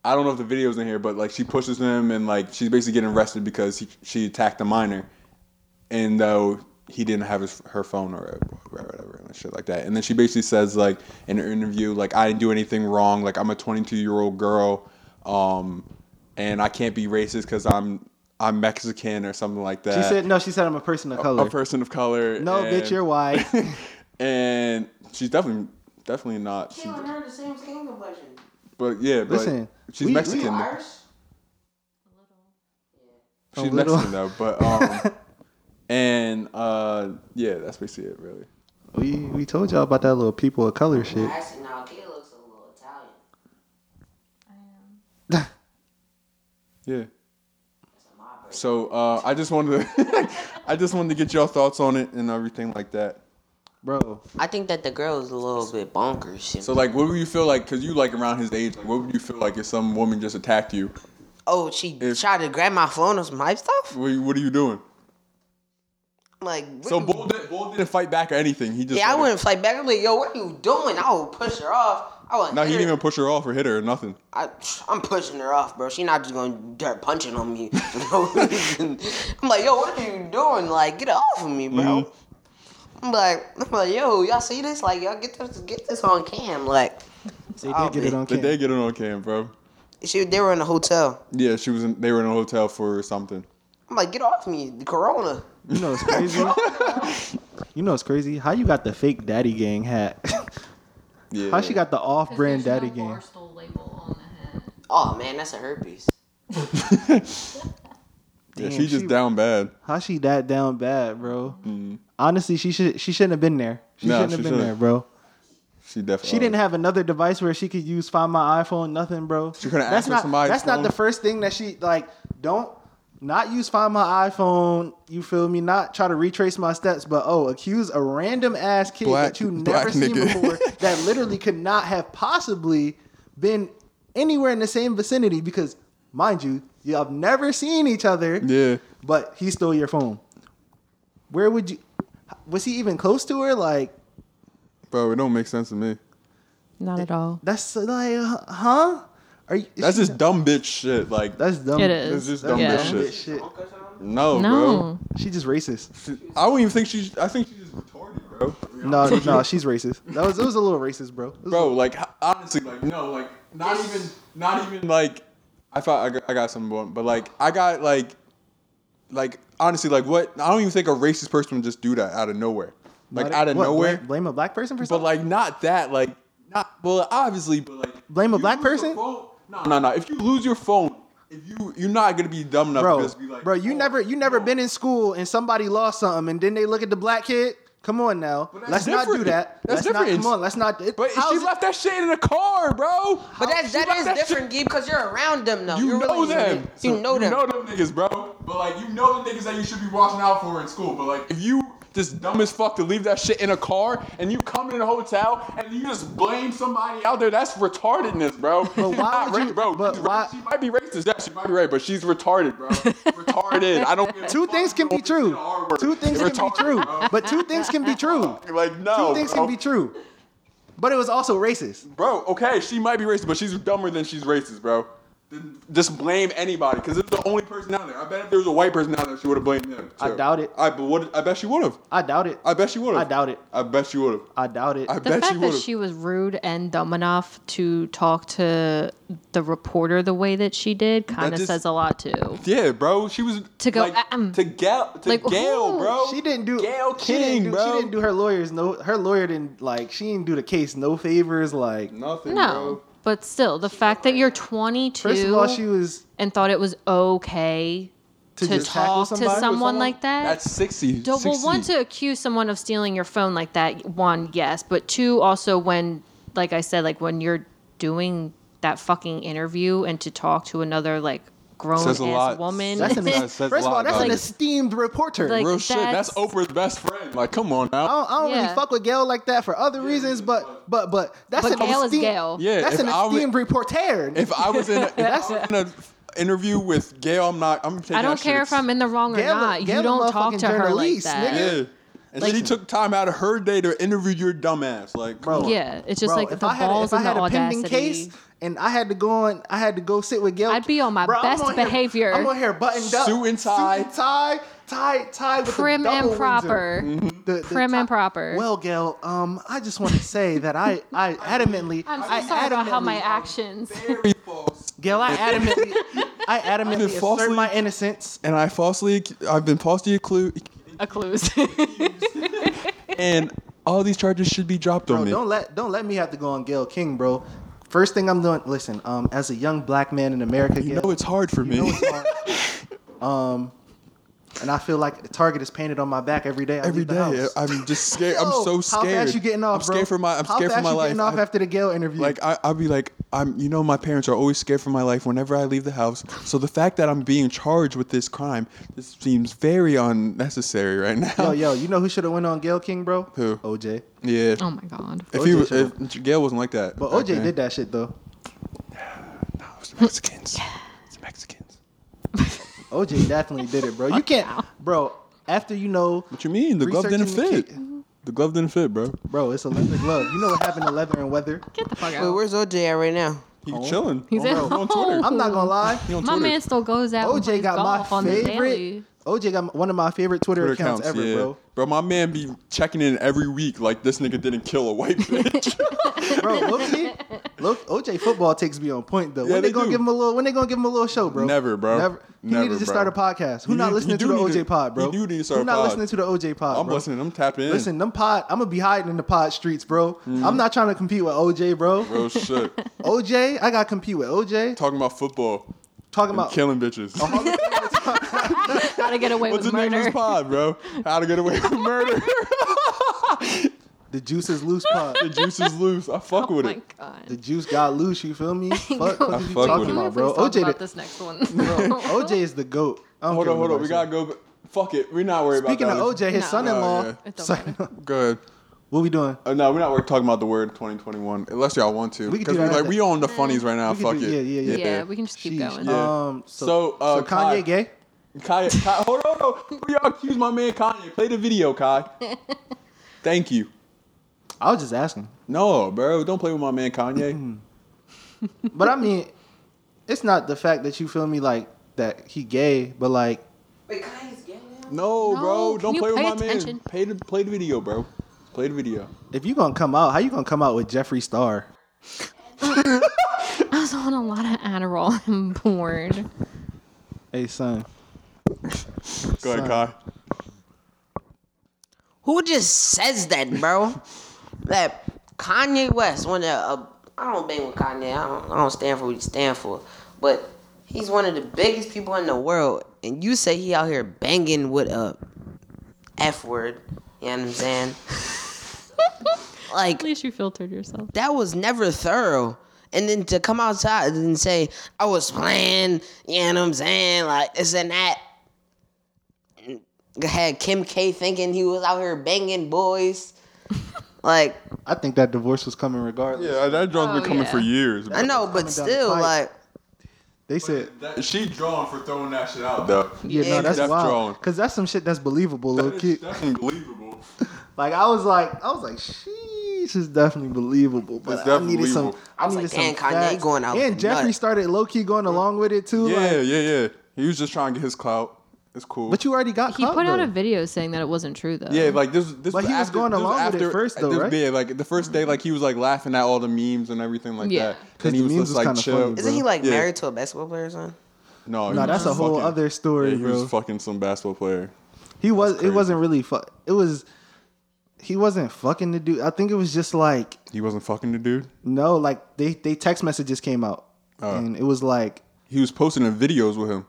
[SPEAKER 3] I don't know if the video's in here, but like she pushes him and like she's basically getting arrested because he, she attacked a minor, and though he didn't have his, her phone or whatever and shit like that. And then she basically says like in an interview like I didn't do anything wrong. Like I'm a 22 year old girl, um, and I can't be racist because I'm I'm Mexican or something like that.
[SPEAKER 1] She said no. She said I'm a person of color.
[SPEAKER 3] a person of color.
[SPEAKER 1] no,
[SPEAKER 3] and-
[SPEAKER 1] bitch, you're white.
[SPEAKER 3] and she's definitely definitely not.
[SPEAKER 4] She and her the same skin complexion.
[SPEAKER 3] But yeah, but
[SPEAKER 1] Listen,
[SPEAKER 3] she's
[SPEAKER 1] we-
[SPEAKER 3] Mexican.
[SPEAKER 1] we
[SPEAKER 3] though.
[SPEAKER 4] Irish?
[SPEAKER 1] A
[SPEAKER 3] she's
[SPEAKER 1] little.
[SPEAKER 3] Mexican though. But um, and uh, yeah, that's basically it, really.
[SPEAKER 1] we we told y'all about that little people of color shit.
[SPEAKER 4] Actually, no, Kid looks a little Italian.
[SPEAKER 3] Yeah.
[SPEAKER 4] That's a mob version.
[SPEAKER 3] So uh, I just wanted to, I just wanted to get your thoughts on it and everything like that.
[SPEAKER 1] Bro,
[SPEAKER 4] I think that the girl is a little bit bonkers. Shit.
[SPEAKER 3] So like, what would you feel like? Cause you like around his age. Like, what would you feel like if some woman just attacked you?
[SPEAKER 4] oh, she
[SPEAKER 3] If-
[SPEAKER 4] tried to grab my phone or some hype stuff.
[SPEAKER 3] What, what are you doing?
[SPEAKER 4] Like,
[SPEAKER 3] So
[SPEAKER 4] what-
[SPEAKER 3] Bull, did, Bull didn't fight back or anything. He just
[SPEAKER 4] yeah, I
[SPEAKER 3] let her-
[SPEAKER 4] wouldn't fight back. I'm like, yo, what are you doing? I would push her off. I wouldn't.
[SPEAKER 3] No, he
[SPEAKER 4] hit
[SPEAKER 3] didn't
[SPEAKER 4] her.
[SPEAKER 3] even push her off or hit her or nothing.
[SPEAKER 4] I, I'm pushing her off, bro. She not just gonna dirt punching on me. I'm like, yo, what are you doing? Like, get off of me, bro.
[SPEAKER 3] Mm-hmm.
[SPEAKER 4] I'm like, I'm like, yo, y'all see this? Like, y'all get this, get this on cam. Like,
[SPEAKER 1] they did
[SPEAKER 4] Oh,
[SPEAKER 1] get it
[SPEAKER 4] man.
[SPEAKER 1] on
[SPEAKER 3] Did
[SPEAKER 1] camera.
[SPEAKER 3] they get it on cam, bro?
[SPEAKER 4] she, they were in a hotel.
[SPEAKER 3] Yeah, she was. In, they were in a hotel for something.
[SPEAKER 4] I'm like, get off me, the corona.
[SPEAKER 1] You know it's crazy. you know it's crazy. How you got the fake daddy gang hat?
[SPEAKER 3] Yeah.
[SPEAKER 1] How she got the off-brand daddy gang?
[SPEAKER 4] Oh man, that's a herpes.
[SPEAKER 3] Yeah,
[SPEAKER 1] Damn,
[SPEAKER 3] she just
[SPEAKER 1] she-
[SPEAKER 3] down bad.
[SPEAKER 1] How she that down bad, bro? Honestly, she should she shouldn't have been there. She
[SPEAKER 3] Mm-hmm. No,
[SPEAKER 1] shouldn't
[SPEAKER 3] she
[SPEAKER 1] have been
[SPEAKER 3] shouldn't.
[SPEAKER 1] there, bro.
[SPEAKER 3] She uh, definitely.
[SPEAKER 1] She didn't have another device where she could use Find My iPhone, nothing, bro. She
[SPEAKER 3] couldn't
[SPEAKER 1] That's
[SPEAKER 3] access
[SPEAKER 1] not
[SPEAKER 3] somebody's
[SPEAKER 1] that's not the
[SPEAKER 3] phone?
[SPEAKER 1] first thing that she like. Don't not use Find My iPhone. You feel me? Not try to retrace my steps, but oh, accuse a random ass kid
[SPEAKER 3] Black-
[SPEAKER 1] that you
[SPEAKER 3] black
[SPEAKER 1] never seen
[SPEAKER 3] nigga.
[SPEAKER 1] before that literally could not have possibly been anywhere in the same vicinity because, mind you, you have never seen each other.
[SPEAKER 3] Yeah.
[SPEAKER 1] But he stole your phone. Where would you? Was he even close to her? Like
[SPEAKER 3] Bro, it don't make sense to me.
[SPEAKER 2] Not at all.
[SPEAKER 1] that's like, huh? Are you?
[SPEAKER 3] That's
[SPEAKER 1] she-
[SPEAKER 3] just dumb bitch shit. Like
[SPEAKER 1] that's dumb.
[SPEAKER 2] It is.
[SPEAKER 3] That's just
[SPEAKER 1] That's
[SPEAKER 3] dumb
[SPEAKER 2] Yeah.
[SPEAKER 3] bitch shit.
[SPEAKER 1] shit.
[SPEAKER 3] No,
[SPEAKER 2] No.
[SPEAKER 1] She just racist.
[SPEAKER 3] bro. I don't even think she's. I think she's just retarded, bro.
[SPEAKER 1] No, no, she's racist. That was it was a little racist, bro. It was-
[SPEAKER 3] Bro, like h- honestly, like no, like not even, not even like. I thought I got, I got someone, but like I got like, like honestly, like what? I don't even think a racist person would just do that out of nowhere. Like
[SPEAKER 1] Not-
[SPEAKER 3] out of
[SPEAKER 1] what,
[SPEAKER 3] nowhere.
[SPEAKER 1] Blame, blame a black person for
[SPEAKER 3] But
[SPEAKER 1] something.
[SPEAKER 3] like not that like not well obviously but like
[SPEAKER 1] Blame a
[SPEAKER 3] you
[SPEAKER 1] black
[SPEAKER 3] lose your
[SPEAKER 1] person?
[SPEAKER 3] phone- No no no if you lose your phone if you you're not gonna be dumb enough to
[SPEAKER 1] bro,
[SPEAKER 3] just be like
[SPEAKER 1] bro, you
[SPEAKER 3] oh,
[SPEAKER 1] never you never
[SPEAKER 3] no.
[SPEAKER 1] been in school and somebody lost something and then they look at the black kid. Come on now,
[SPEAKER 3] that's
[SPEAKER 1] let's not do
[SPEAKER 3] different.
[SPEAKER 1] that.
[SPEAKER 3] That's
[SPEAKER 1] let's not
[SPEAKER 3] different.
[SPEAKER 1] come on. Let's not. It,
[SPEAKER 3] But
[SPEAKER 1] how's
[SPEAKER 3] she
[SPEAKER 1] it-
[SPEAKER 3] left that shit in the car, bro.
[SPEAKER 4] But that that is different, Gabe, because you're around them though.
[SPEAKER 3] You
[SPEAKER 4] You're
[SPEAKER 3] know
[SPEAKER 4] really-
[SPEAKER 3] them.
[SPEAKER 4] You know
[SPEAKER 3] You know
[SPEAKER 4] them.
[SPEAKER 3] them niggas, bro. But like you know the niggas that you should be watching out for in school. But like if you just dumb as fuck to leave that shit in a car and you come in a hotel and you just blame somebody out there, that's retardedness, bro. She's
[SPEAKER 1] why
[SPEAKER 3] not
[SPEAKER 1] would
[SPEAKER 3] ra-
[SPEAKER 1] you-
[SPEAKER 3] bro,
[SPEAKER 1] but
[SPEAKER 3] she's
[SPEAKER 1] why-
[SPEAKER 3] right. she might be racist, yeah, she might be right, but she's retarded, bro. retarded. I don't give a
[SPEAKER 1] Two
[SPEAKER 3] fuck
[SPEAKER 1] things
[SPEAKER 3] if
[SPEAKER 1] can
[SPEAKER 3] you
[SPEAKER 1] be
[SPEAKER 3] don't say
[SPEAKER 1] true.
[SPEAKER 3] the R word.
[SPEAKER 1] Two things can be
[SPEAKER 3] Retarded,
[SPEAKER 1] true.
[SPEAKER 3] bro.
[SPEAKER 1] But two things can be true.
[SPEAKER 3] Like no,
[SPEAKER 1] Two things
[SPEAKER 3] bro.
[SPEAKER 1] can be true. But it was also racist.
[SPEAKER 3] Bro, okay, she might be racist, but she's dumber than she's racist, bro. Just blame anybody because it's the only person down there. I bet if there was a white person down there, she would have blamed them.
[SPEAKER 1] I
[SPEAKER 3] too.
[SPEAKER 1] doubt it.
[SPEAKER 3] I but what? I bet she would have.
[SPEAKER 1] I doubt it.
[SPEAKER 3] I bet she would have.
[SPEAKER 1] I doubt it.
[SPEAKER 3] I bet she would have.
[SPEAKER 1] I doubt it.
[SPEAKER 3] I
[SPEAKER 2] The
[SPEAKER 3] bet she
[SPEAKER 2] fact
[SPEAKER 3] would
[SPEAKER 2] that
[SPEAKER 3] have.
[SPEAKER 2] she was rude and dumb enough to talk to the reporter the way that she did kind of
[SPEAKER 3] just-
[SPEAKER 2] says a lot too.
[SPEAKER 3] Yeah, bro. She was
[SPEAKER 2] To go,
[SPEAKER 3] like,
[SPEAKER 2] um,
[SPEAKER 3] to Gal to
[SPEAKER 2] like,
[SPEAKER 3] Gail,
[SPEAKER 2] who?
[SPEAKER 3] bro.
[SPEAKER 1] she didn't do
[SPEAKER 3] Gail
[SPEAKER 1] she didn't
[SPEAKER 3] King,
[SPEAKER 1] do-
[SPEAKER 3] bro.
[SPEAKER 1] She didn't do her lawyers no. Her lawyer didn't like. She didn't do the case no favors. Like
[SPEAKER 3] nothing,
[SPEAKER 2] No,
[SPEAKER 3] bro.
[SPEAKER 2] but still, the fact that you're 22
[SPEAKER 1] first of all, she was
[SPEAKER 2] and thought it was okay
[SPEAKER 1] To
[SPEAKER 2] to,
[SPEAKER 1] just tackle
[SPEAKER 2] talk to
[SPEAKER 1] somebody with
[SPEAKER 2] someone,
[SPEAKER 3] Someone-
[SPEAKER 2] like that.
[SPEAKER 3] That's sixty.
[SPEAKER 2] Don't- well,
[SPEAKER 3] 60.
[SPEAKER 2] one to accuse someone of stealing your phone like that. One, yes, but two, also when, like I said, like when you're doing that fucking interview and to talk to another like grown
[SPEAKER 3] Says
[SPEAKER 2] ass
[SPEAKER 3] a lot.
[SPEAKER 2] woman.
[SPEAKER 1] that's an
[SPEAKER 3] Says- says a
[SPEAKER 1] first of all
[SPEAKER 3] lot
[SPEAKER 1] that's
[SPEAKER 3] about
[SPEAKER 1] an
[SPEAKER 3] you.
[SPEAKER 1] esteemed reporter.
[SPEAKER 2] Like,
[SPEAKER 3] Real shit. That's
[SPEAKER 2] that's-
[SPEAKER 3] Oprah's best friend. Like, come on now.
[SPEAKER 1] I don't, I don't
[SPEAKER 2] Yeah.
[SPEAKER 1] really fuck with Gail like that for other reasons, but but but that's
[SPEAKER 2] But
[SPEAKER 1] an
[SPEAKER 2] Gail is
[SPEAKER 1] esteemed,
[SPEAKER 2] Gail.
[SPEAKER 3] Yeah,
[SPEAKER 1] that's
[SPEAKER 3] if
[SPEAKER 1] an
[SPEAKER 3] I would-
[SPEAKER 1] esteemed reporter.
[SPEAKER 3] If I was in, a, if I was in a interview with Gail, I'm not. I'm taking.
[SPEAKER 2] I don't
[SPEAKER 3] that shit
[SPEAKER 2] care if I'm in the wrong or
[SPEAKER 1] Gail-
[SPEAKER 2] not.
[SPEAKER 1] Gail
[SPEAKER 2] you
[SPEAKER 1] a
[SPEAKER 2] don't talk
[SPEAKER 1] motherfucking
[SPEAKER 2] to her like
[SPEAKER 1] journalist,
[SPEAKER 2] that.
[SPEAKER 1] nigga.
[SPEAKER 3] Yeah. And she took time out of her day to interview your dumbass. Like,
[SPEAKER 1] Bro.
[SPEAKER 3] come on.
[SPEAKER 2] Yeah, it's just
[SPEAKER 1] Bro,
[SPEAKER 2] like the
[SPEAKER 1] I had, a-
[SPEAKER 2] balls
[SPEAKER 1] if I
[SPEAKER 2] and the
[SPEAKER 1] had a
[SPEAKER 2] audacity.
[SPEAKER 1] pending case and I had to go on, I had to go sit with Gail.
[SPEAKER 2] I'd be on my
[SPEAKER 1] Bro, I'm
[SPEAKER 2] best
[SPEAKER 1] on here-
[SPEAKER 2] behavior.
[SPEAKER 1] I'm on here buttoned up,
[SPEAKER 3] Suit and tie.
[SPEAKER 1] suit and tie, tie, tie with
[SPEAKER 2] Prim
[SPEAKER 1] the double
[SPEAKER 2] and
[SPEAKER 1] Windsor. Mm-hmm.
[SPEAKER 2] proper.
[SPEAKER 1] The- the
[SPEAKER 2] Prim and
[SPEAKER 1] tie-
[SPEAKER 2] proper.
[SPEAKER 1] Well, Gail, um, I just want to say that I, I adamantly,
[SPEAKER 2] I'm so
[SPEAKER 1] I
[SPEAKER 2] sorry about how my
[SPEAKER 1] adamantly-
[SPEAKER 2] actions.
[SPEAKER 3] Very false.
[SPEAKER 1] Gail, I adamantly, I adamantly assert
[SPEAKER 3] falsely-
[SPEAKER 1] my innocence.
[SPEAKER 3] And I falsely, ac- I've been falsely accused,
[SPEAKER 2] A clues.
[SPEAKER 3] and all these charges should be dropped
[SPEAKER 1] Bro,
[SPEAKER 3] on me.
[SPEAKER 1] don't let don't let me have to go on Gail King, bro. First thing I'm doing, listen, um, as a young black man in America,
[SPEAKER 3] You
[SPEAKER 1] Gail,
[SPEAKER 3] know it's hard for
[SPEAKER 1] you
[SPEAKER 3] me.
[SPEAKER 1] know it's hard. um, and I feel like a target is painted on my back every day. I
[SPEAKER 3] Every
[SPEAKER 1] leave the
[SPEAKER 3] day,
[SPEAKER 1] house.
[SPEAKER 3] I'm just scared. I'm
[SPEAKER 1] Yo,
[SPEAKER 3] so scared.
[SPEAKER 1] How fast you getting off,
[SPEAKER 3] I'm
[SPEAKER 1] bro?
[SPEAKER 3] scared for my. I'm
[SPEAKER 1] how
[SPEAKER 3] scared
[SPEAKER 1] fast
[SPEAKER 3] for my
[SPEAKER 1] you
[SPEAKER 3] life.
[SPEAKER 1] Getting off
[SPEAKER 3] I-
[SPEAKER 1] after the Gail interview,
[SPEAKER 3] Like I, I'll be like, I'm. You know, my parents are always scared for my life whenever I leave the house. So the fact that I'm being charged with this crime, this seems very unnecessary right now.
[SPEAKER 1] yo, yo, you know who should have went on Gail King, bro?
[SPEAKER 3] Who?
[SPEAKER 1] OJ.
[SPEAKER 3] Yeah.
[SPEAKER 1] Um,
[SPEAKER 2] oh my god.
[SPEAKER 3] if he
[SPEAKER 1] OJ
[SPEAKER 3] was,
[SPEAKER 1] should've-
[SPEAKER 3] if Gail wasn't like that.
[SPEAKER 1] But
[SPEAKER 3] back
[SPEAKER 1] OJ
[SPEAKER 3] then.
[SPEAKER 1] did that shit though.
[SPEAKER 3] No, it was the Mexicans. It's the Mexicans.
[SPEAKER 1] OJ definitely did it, bro. You can't, bro. After you know,
[SPEAKER 3] What you mean? The glove didn't
[SPEAKER 1] Researching the
[SPEAKER 3] fit.
[SPEAKER 1] kid.
[SPEAKER 3] The glove didn't fit, bro.
[SPEAKER 1] bro, it's a leather glove. You know what happened to leather and weather?
[SPEAKER 2] Get the fuck
[SPEAKER 4] Wait,
[SPEAKER 2] out.
[SPEAKER 4] where's OJ at right now?
[SPEAKER 3] He's
[SPEAKER 1] Oh.
[SPEAKER 3] chilling.
[SPEAKER 2] He's
[SPEAKER 3] on,
[SPEAKER 2] at
[SPEAKER 3] on Twitter.
[SPEAKER 1] I'm not gonna lie.
[SPEAKER 3] He on
[SPEAKER 2] My
[SPEAKER 3] Twitter.
[SPEAKER 2] man still goes out. and
[SPEAKER 1] OJ
[SPEAKER 2] plays
[SPEAKER 1] got
[SPEAKER 2] golf
[SPEAKER 1] my
[SPEAKER 2] on the daily.
[SPEAKER 1] favorite. OJ got one of my favorite Twitter,
[SPEAKER 3] Twitter
[SPEAKER 1] accounts, ever,
[SPEAKER 3] yeah.
[SPEAKER 1] bro.
[SPEAKER 3] my man be checking in every week like this nigga didn't kill a white bitch.
[SPEAKER 1] Bro, Loki, look, OJ football takes me on point though.
[SPEAKER 3] Yeah,
[SPEAKER 1] when they,
[SPEAKER 3] they
[SPEAKER 1] gonna
[SPEAKER 3] do.
[SPEAKER 1] give him a little? When they gonna give him a little show, bro?
[SPEAKER 3] Never, bro.
[SPEAKER 1] He
[SPEAKER 3] Never,
[SPEAKER 1] needed to
[SPEAKER 3] bro.
[SPEAKER 1] start a podcast. Who
[SPEAKER 3] You
[SPEAKER 1] not
[SPEAKER 3] need-
[SPEAKER 1] listening
[SPEAKER 3] you
[SPEAKER 1] to
[SPEAKER 3] do
[SPEAKER 1] the
[SPEAKER 3] need to-
[SPEAKER 1] OJ pod, bro?
[SPEAKER 3] you do need to start
[SPEAKER 1] Who
[SPEAKER 3] a
[SPEAKER 1] not
[SPEAKER 3] pod.
[SPEAKER 1] listening to the OJ pod?
[SPEAKER 3] I'm
[SPEAKER 1] bro?
[SPEAKER 3] listening. I'm tapping in.
[SPEAKER 1] Listen, them pod. I'm gonna be hiding in the pod streets, bro.
[SPEAKER 3] Hmm.
[SPEAKER 1] I'm not trying to compete with OJ, bro.
[SPEAKER 3] Real shit.
[SPEAKER 1] OJ, I gotta compete with OJ.
[SPEAKER 3] Talking about football.
[SPEAKER 1] Talking
[SPEAKER 3] and
[SPEAKER 1] about
[SPEAKER 3] killing bitches.
[SPEAKER 2] Gotta get away
[SPEAKER 3] What's the
[SPEAKER 2] with
[SPEAKER 3] name of
[SPEAKER 2] murder.
[SPEAKER 3] this pod, bro? How to get away with murder.
[SPEAKER 1] the juice is loose pod.
[SPEAKER 3] the juice is loose. I fuck
[SPEAKER 2] Oh
[SPEAKER 3] with
[SPEAKER 2] my
[SPEAKER 3] it.
[SPEAKER 1] The
[SPEAKER 2] god.
[SPEAKER 1] juice got loose. You feel me? Fuck,
[SPEAKER 2] Can
[SPEAKER 1] what
[SPEAKER 2] we
[SPEAKER 1] you
[SPEAKER 3] fuck
[SPEAKER 1] talking
[SPEAKER 3] with it.
[SPEAKER 1] about,
[SPEAKER 2] please
[SPEAKER 1] bro?
[SPEAKER 2] talk
[SPEAKER 1] OJ,
[SPEAKER 2] about
[SPEAKER 1] the,
[SPEAKER 2] this next one.
[SPEAKER 1] OJ is the goat. I don't
[SPEAKER 3] Hold
[SPEAKER 1] care
[SPEAKER 3] on,
[SPEAKER 1] what nobody
[SPEAKER 3] hold on. We
[SPEAKER 1] say.
[SPEAKER 3] gotta go. b- Fuck it. We're not worried
[SPEAKER 1] Speaking of
[SPEAKER 3] about that.
[SPEAKER 1] OJ, his
[SPEAKER 2] No.
[SPEAKER 1] son-in-law.
[SPEAKER 3] Oh, yeah.
[SPEAKER 2] It don't
[SPEAKER 1] son-
[SPEAKER 2] matter.
[SPEAKER 3] Good.
[SPEAKER 1] what we doing?
[SPEAKER 3] Uh, no, we're not we're talking about the word 2021 unless y'all want to.
[SPEAKER 1] We can
[SPEAKER 3] Because
[SPEAKER 1] do that.
[SPEAKER 3] like we on the funnies right now.
[SPEAKER 1] We can
[SPEAKER 3] Fuck
[SPEAKER 1] do-
[SPEAKER 3] it.
[SPEAKER 1] yeah, yeah, yeah.
[SPEAKER 2] yeah, we can just keep
[SPEAKER 1] Sheesh.
[SPEAKER 2] going.
[SPEAKER 3] Yeah.
[SPEAKER 1] Um. So,
[SPEAKER 3] So, uh,
[SPEAKER 1] so Kanye
[SPEAKER 3] Kai-
[SPEAKER 1] gay.
[SPEAKER 3] Kai, Kai, hold on, hold on. Y'all accuse my man Kanye. Play the video, Kai. Thank you.
[SPEAKER 1] I was just asking,
[SPEAKER 3] No, bro, don't play with my man Kanye.
[SPEAKER 1] but I mean, it's not the fact that you feel me like that he gay, but like
[SPEAKER 4] Wait, Kanye's gay now?
[SPEAKER 3] No,
[SPEAKER 2] No,
[SPEAKER 3] bro,
[SPEAKER 2] can
[SPEAKER 3] don't
[SPEAKER 2] you
[SPEAKER 3] play with
[SPEAKER 2] pay
[SPEAKER 3] my man.
[SPEAKER 2] attention?
[SPEAKER 3] Play the play the video, bro. Play the video.
[SPEAKER 1] if you gonna come out, how you gonna come out with Jeffree Star?
[SPEAKER 2] I was on a lot of Adderall. I'm bored.
[SPEAKER 1] Hey son,
[SPEAKER 3] Go ahead,
[SPEAKER 1] Son.
[SPEAKER 3] Kai.
[SPEAKER 4] Who just says that, bro? that Kanye West, one of uh, I don't bang with Kanye. I don't, I don't stand for what he stand for, but he's one of the biggest people in the world, and you say he out here banging with a f word. You know what I'm saying? like
[SPEAKER 2] At least you filtered yourself.
[SPEAKER 4] that was never thorough. And then to come outside and say, I was playing, you know what I'm saying? Like this and that. Had Kim K thinking he was out here banging boys. like,
[SPEAKER 1] I think that divorce was coming regardless.
[SPEAKER 3] Yeah, that drum's
[SPEAKER 2] Oh,
[SPEAKER 3] been coming
[SPEAKER 2] yeah.
[SPEAKER 3] for years.
[SPEAKER 4] I
[SPEAKER 3] Bro.
[SPEAKER 4] know, but
[SPEAKER 1] Coming down the
[SPEAKER 4] still,
[SPEAKER 1] pipe.
[SPEAKER 4] like,
[SPEAKER 1] They said,
[SPEAKER 3] That, she drawn for throwing that shit out though.
[SPEAKER 1] yeah,
[SPEAKER 4] Yeah,
[SPEAKER 1] no, that's
[SPEAKER 3] that's
[SPEAKER 1] wild,
[SPEAKER 3] wrong.
[SPEAKER 1] because that's some shit that's believable, low
[SPEAKER 3] That is,
[SPEAKER 1] key.
[SPEAKER 3] that's unbelievable.
[SPEAKER 1] Like I was like, I was like, she. speech is definitely believable, but
[SPEAKER 3] It's
[SPEAKER 1] I
[SPEAKER 3] definitely
[SPEAKER 1] needed some.
[SPEAKER 3] believable.
[SPEAKER 1] I,
[SPEAKER 4] I was
[SPEAKER 1] needed
[SPEAKER 4] like,
[SPEAKER 1] some
[SPEAKER 4] "Damn, Kanye
[SPEAKER 1] facts."
[SPEAKER 4] going out
[SPEAKER 1] And
[SPEAKER 4] nuts.
[SPEAKER 1] Jeffrey started low key going along with it too.
[SPEAKER 3] Yeah,
[SPEAKER 1] like,
[SPEAKER 3] yeah, yeah. He was just trying to get his clout. It's cool.
[SPEAKER 1] but you already got.
[SPEAKER 2] He
[SPEAKER 1] clout,
[SPEAKER 2] put out
[SPEAKER 1] though.
[SPEAKER 2] a video saying that it wasn't true though.
[SPEAKER 3] yeah, like this. This
[SPEAKER 1] But
[SPEAKER 3] was
[SPEAKER 1] he was
[SPEAKER 3] after,
[SPEAKER 1] going
[SPEAKER 3] this was
[SPEAKER 1] along with it
[SPEAKER 3] after,
[SPEAKER 1] first, though,
[SPEAKER 3] this-
[SPEAKER 1] right?
[SPEAKER 3] Yeah, like the first day, like he was like laughing at all the memes and everything like
[SPEAKER 2] Yeah.
[SPEAKER 3] that.
[SPEAKER 1] 'Cause
[SPEAKER 3] And he
[SPEAKER 1] the
[SPEAKER 3] was
[SPEAKER 1] memes
[SPEAKER 3] just
[SPEAKER 1] was
[SPEAKER 3] like
[SPEAKER 1] kinda
[SPEAKER 3] chill.
[SPEAKER 1] funny, bro.
[SPEAKER 4] Isn't he like
[SPEAKER 3] Yeah.
[SPEAKER 4] married to a basketball player or something?
[SPEAKER 3] No, he
[SPEAKER 1] Nah,
[SPEAKER 3] was
[SPEAKER 1] that's
[SPEAKER 3] just
[SPEAKER 1] a whole
[SPEAKER 3] fucking-
[SPEAKER 1] other story,
[SPEAKER 3] Yeah, he
[SPEAKER 1] bro.
[SPEAKER 3] was fucking some basketball player.
[SPEAKER 1] He was. It
[SPEAKER 3] crazy.
[SPEAKER 1] wasn't really. Fu- it was. He wasn't fucking the dude. I think it was just like
[SPEAKER 3] He wasn't fucking the dude.
[SPEAKER 1] no, like they they text messages came out,
[SPEAKER 3] Oh.
[SPEAKER 1] and it was like,
[SPEAKER 3] He was posting the videos with him.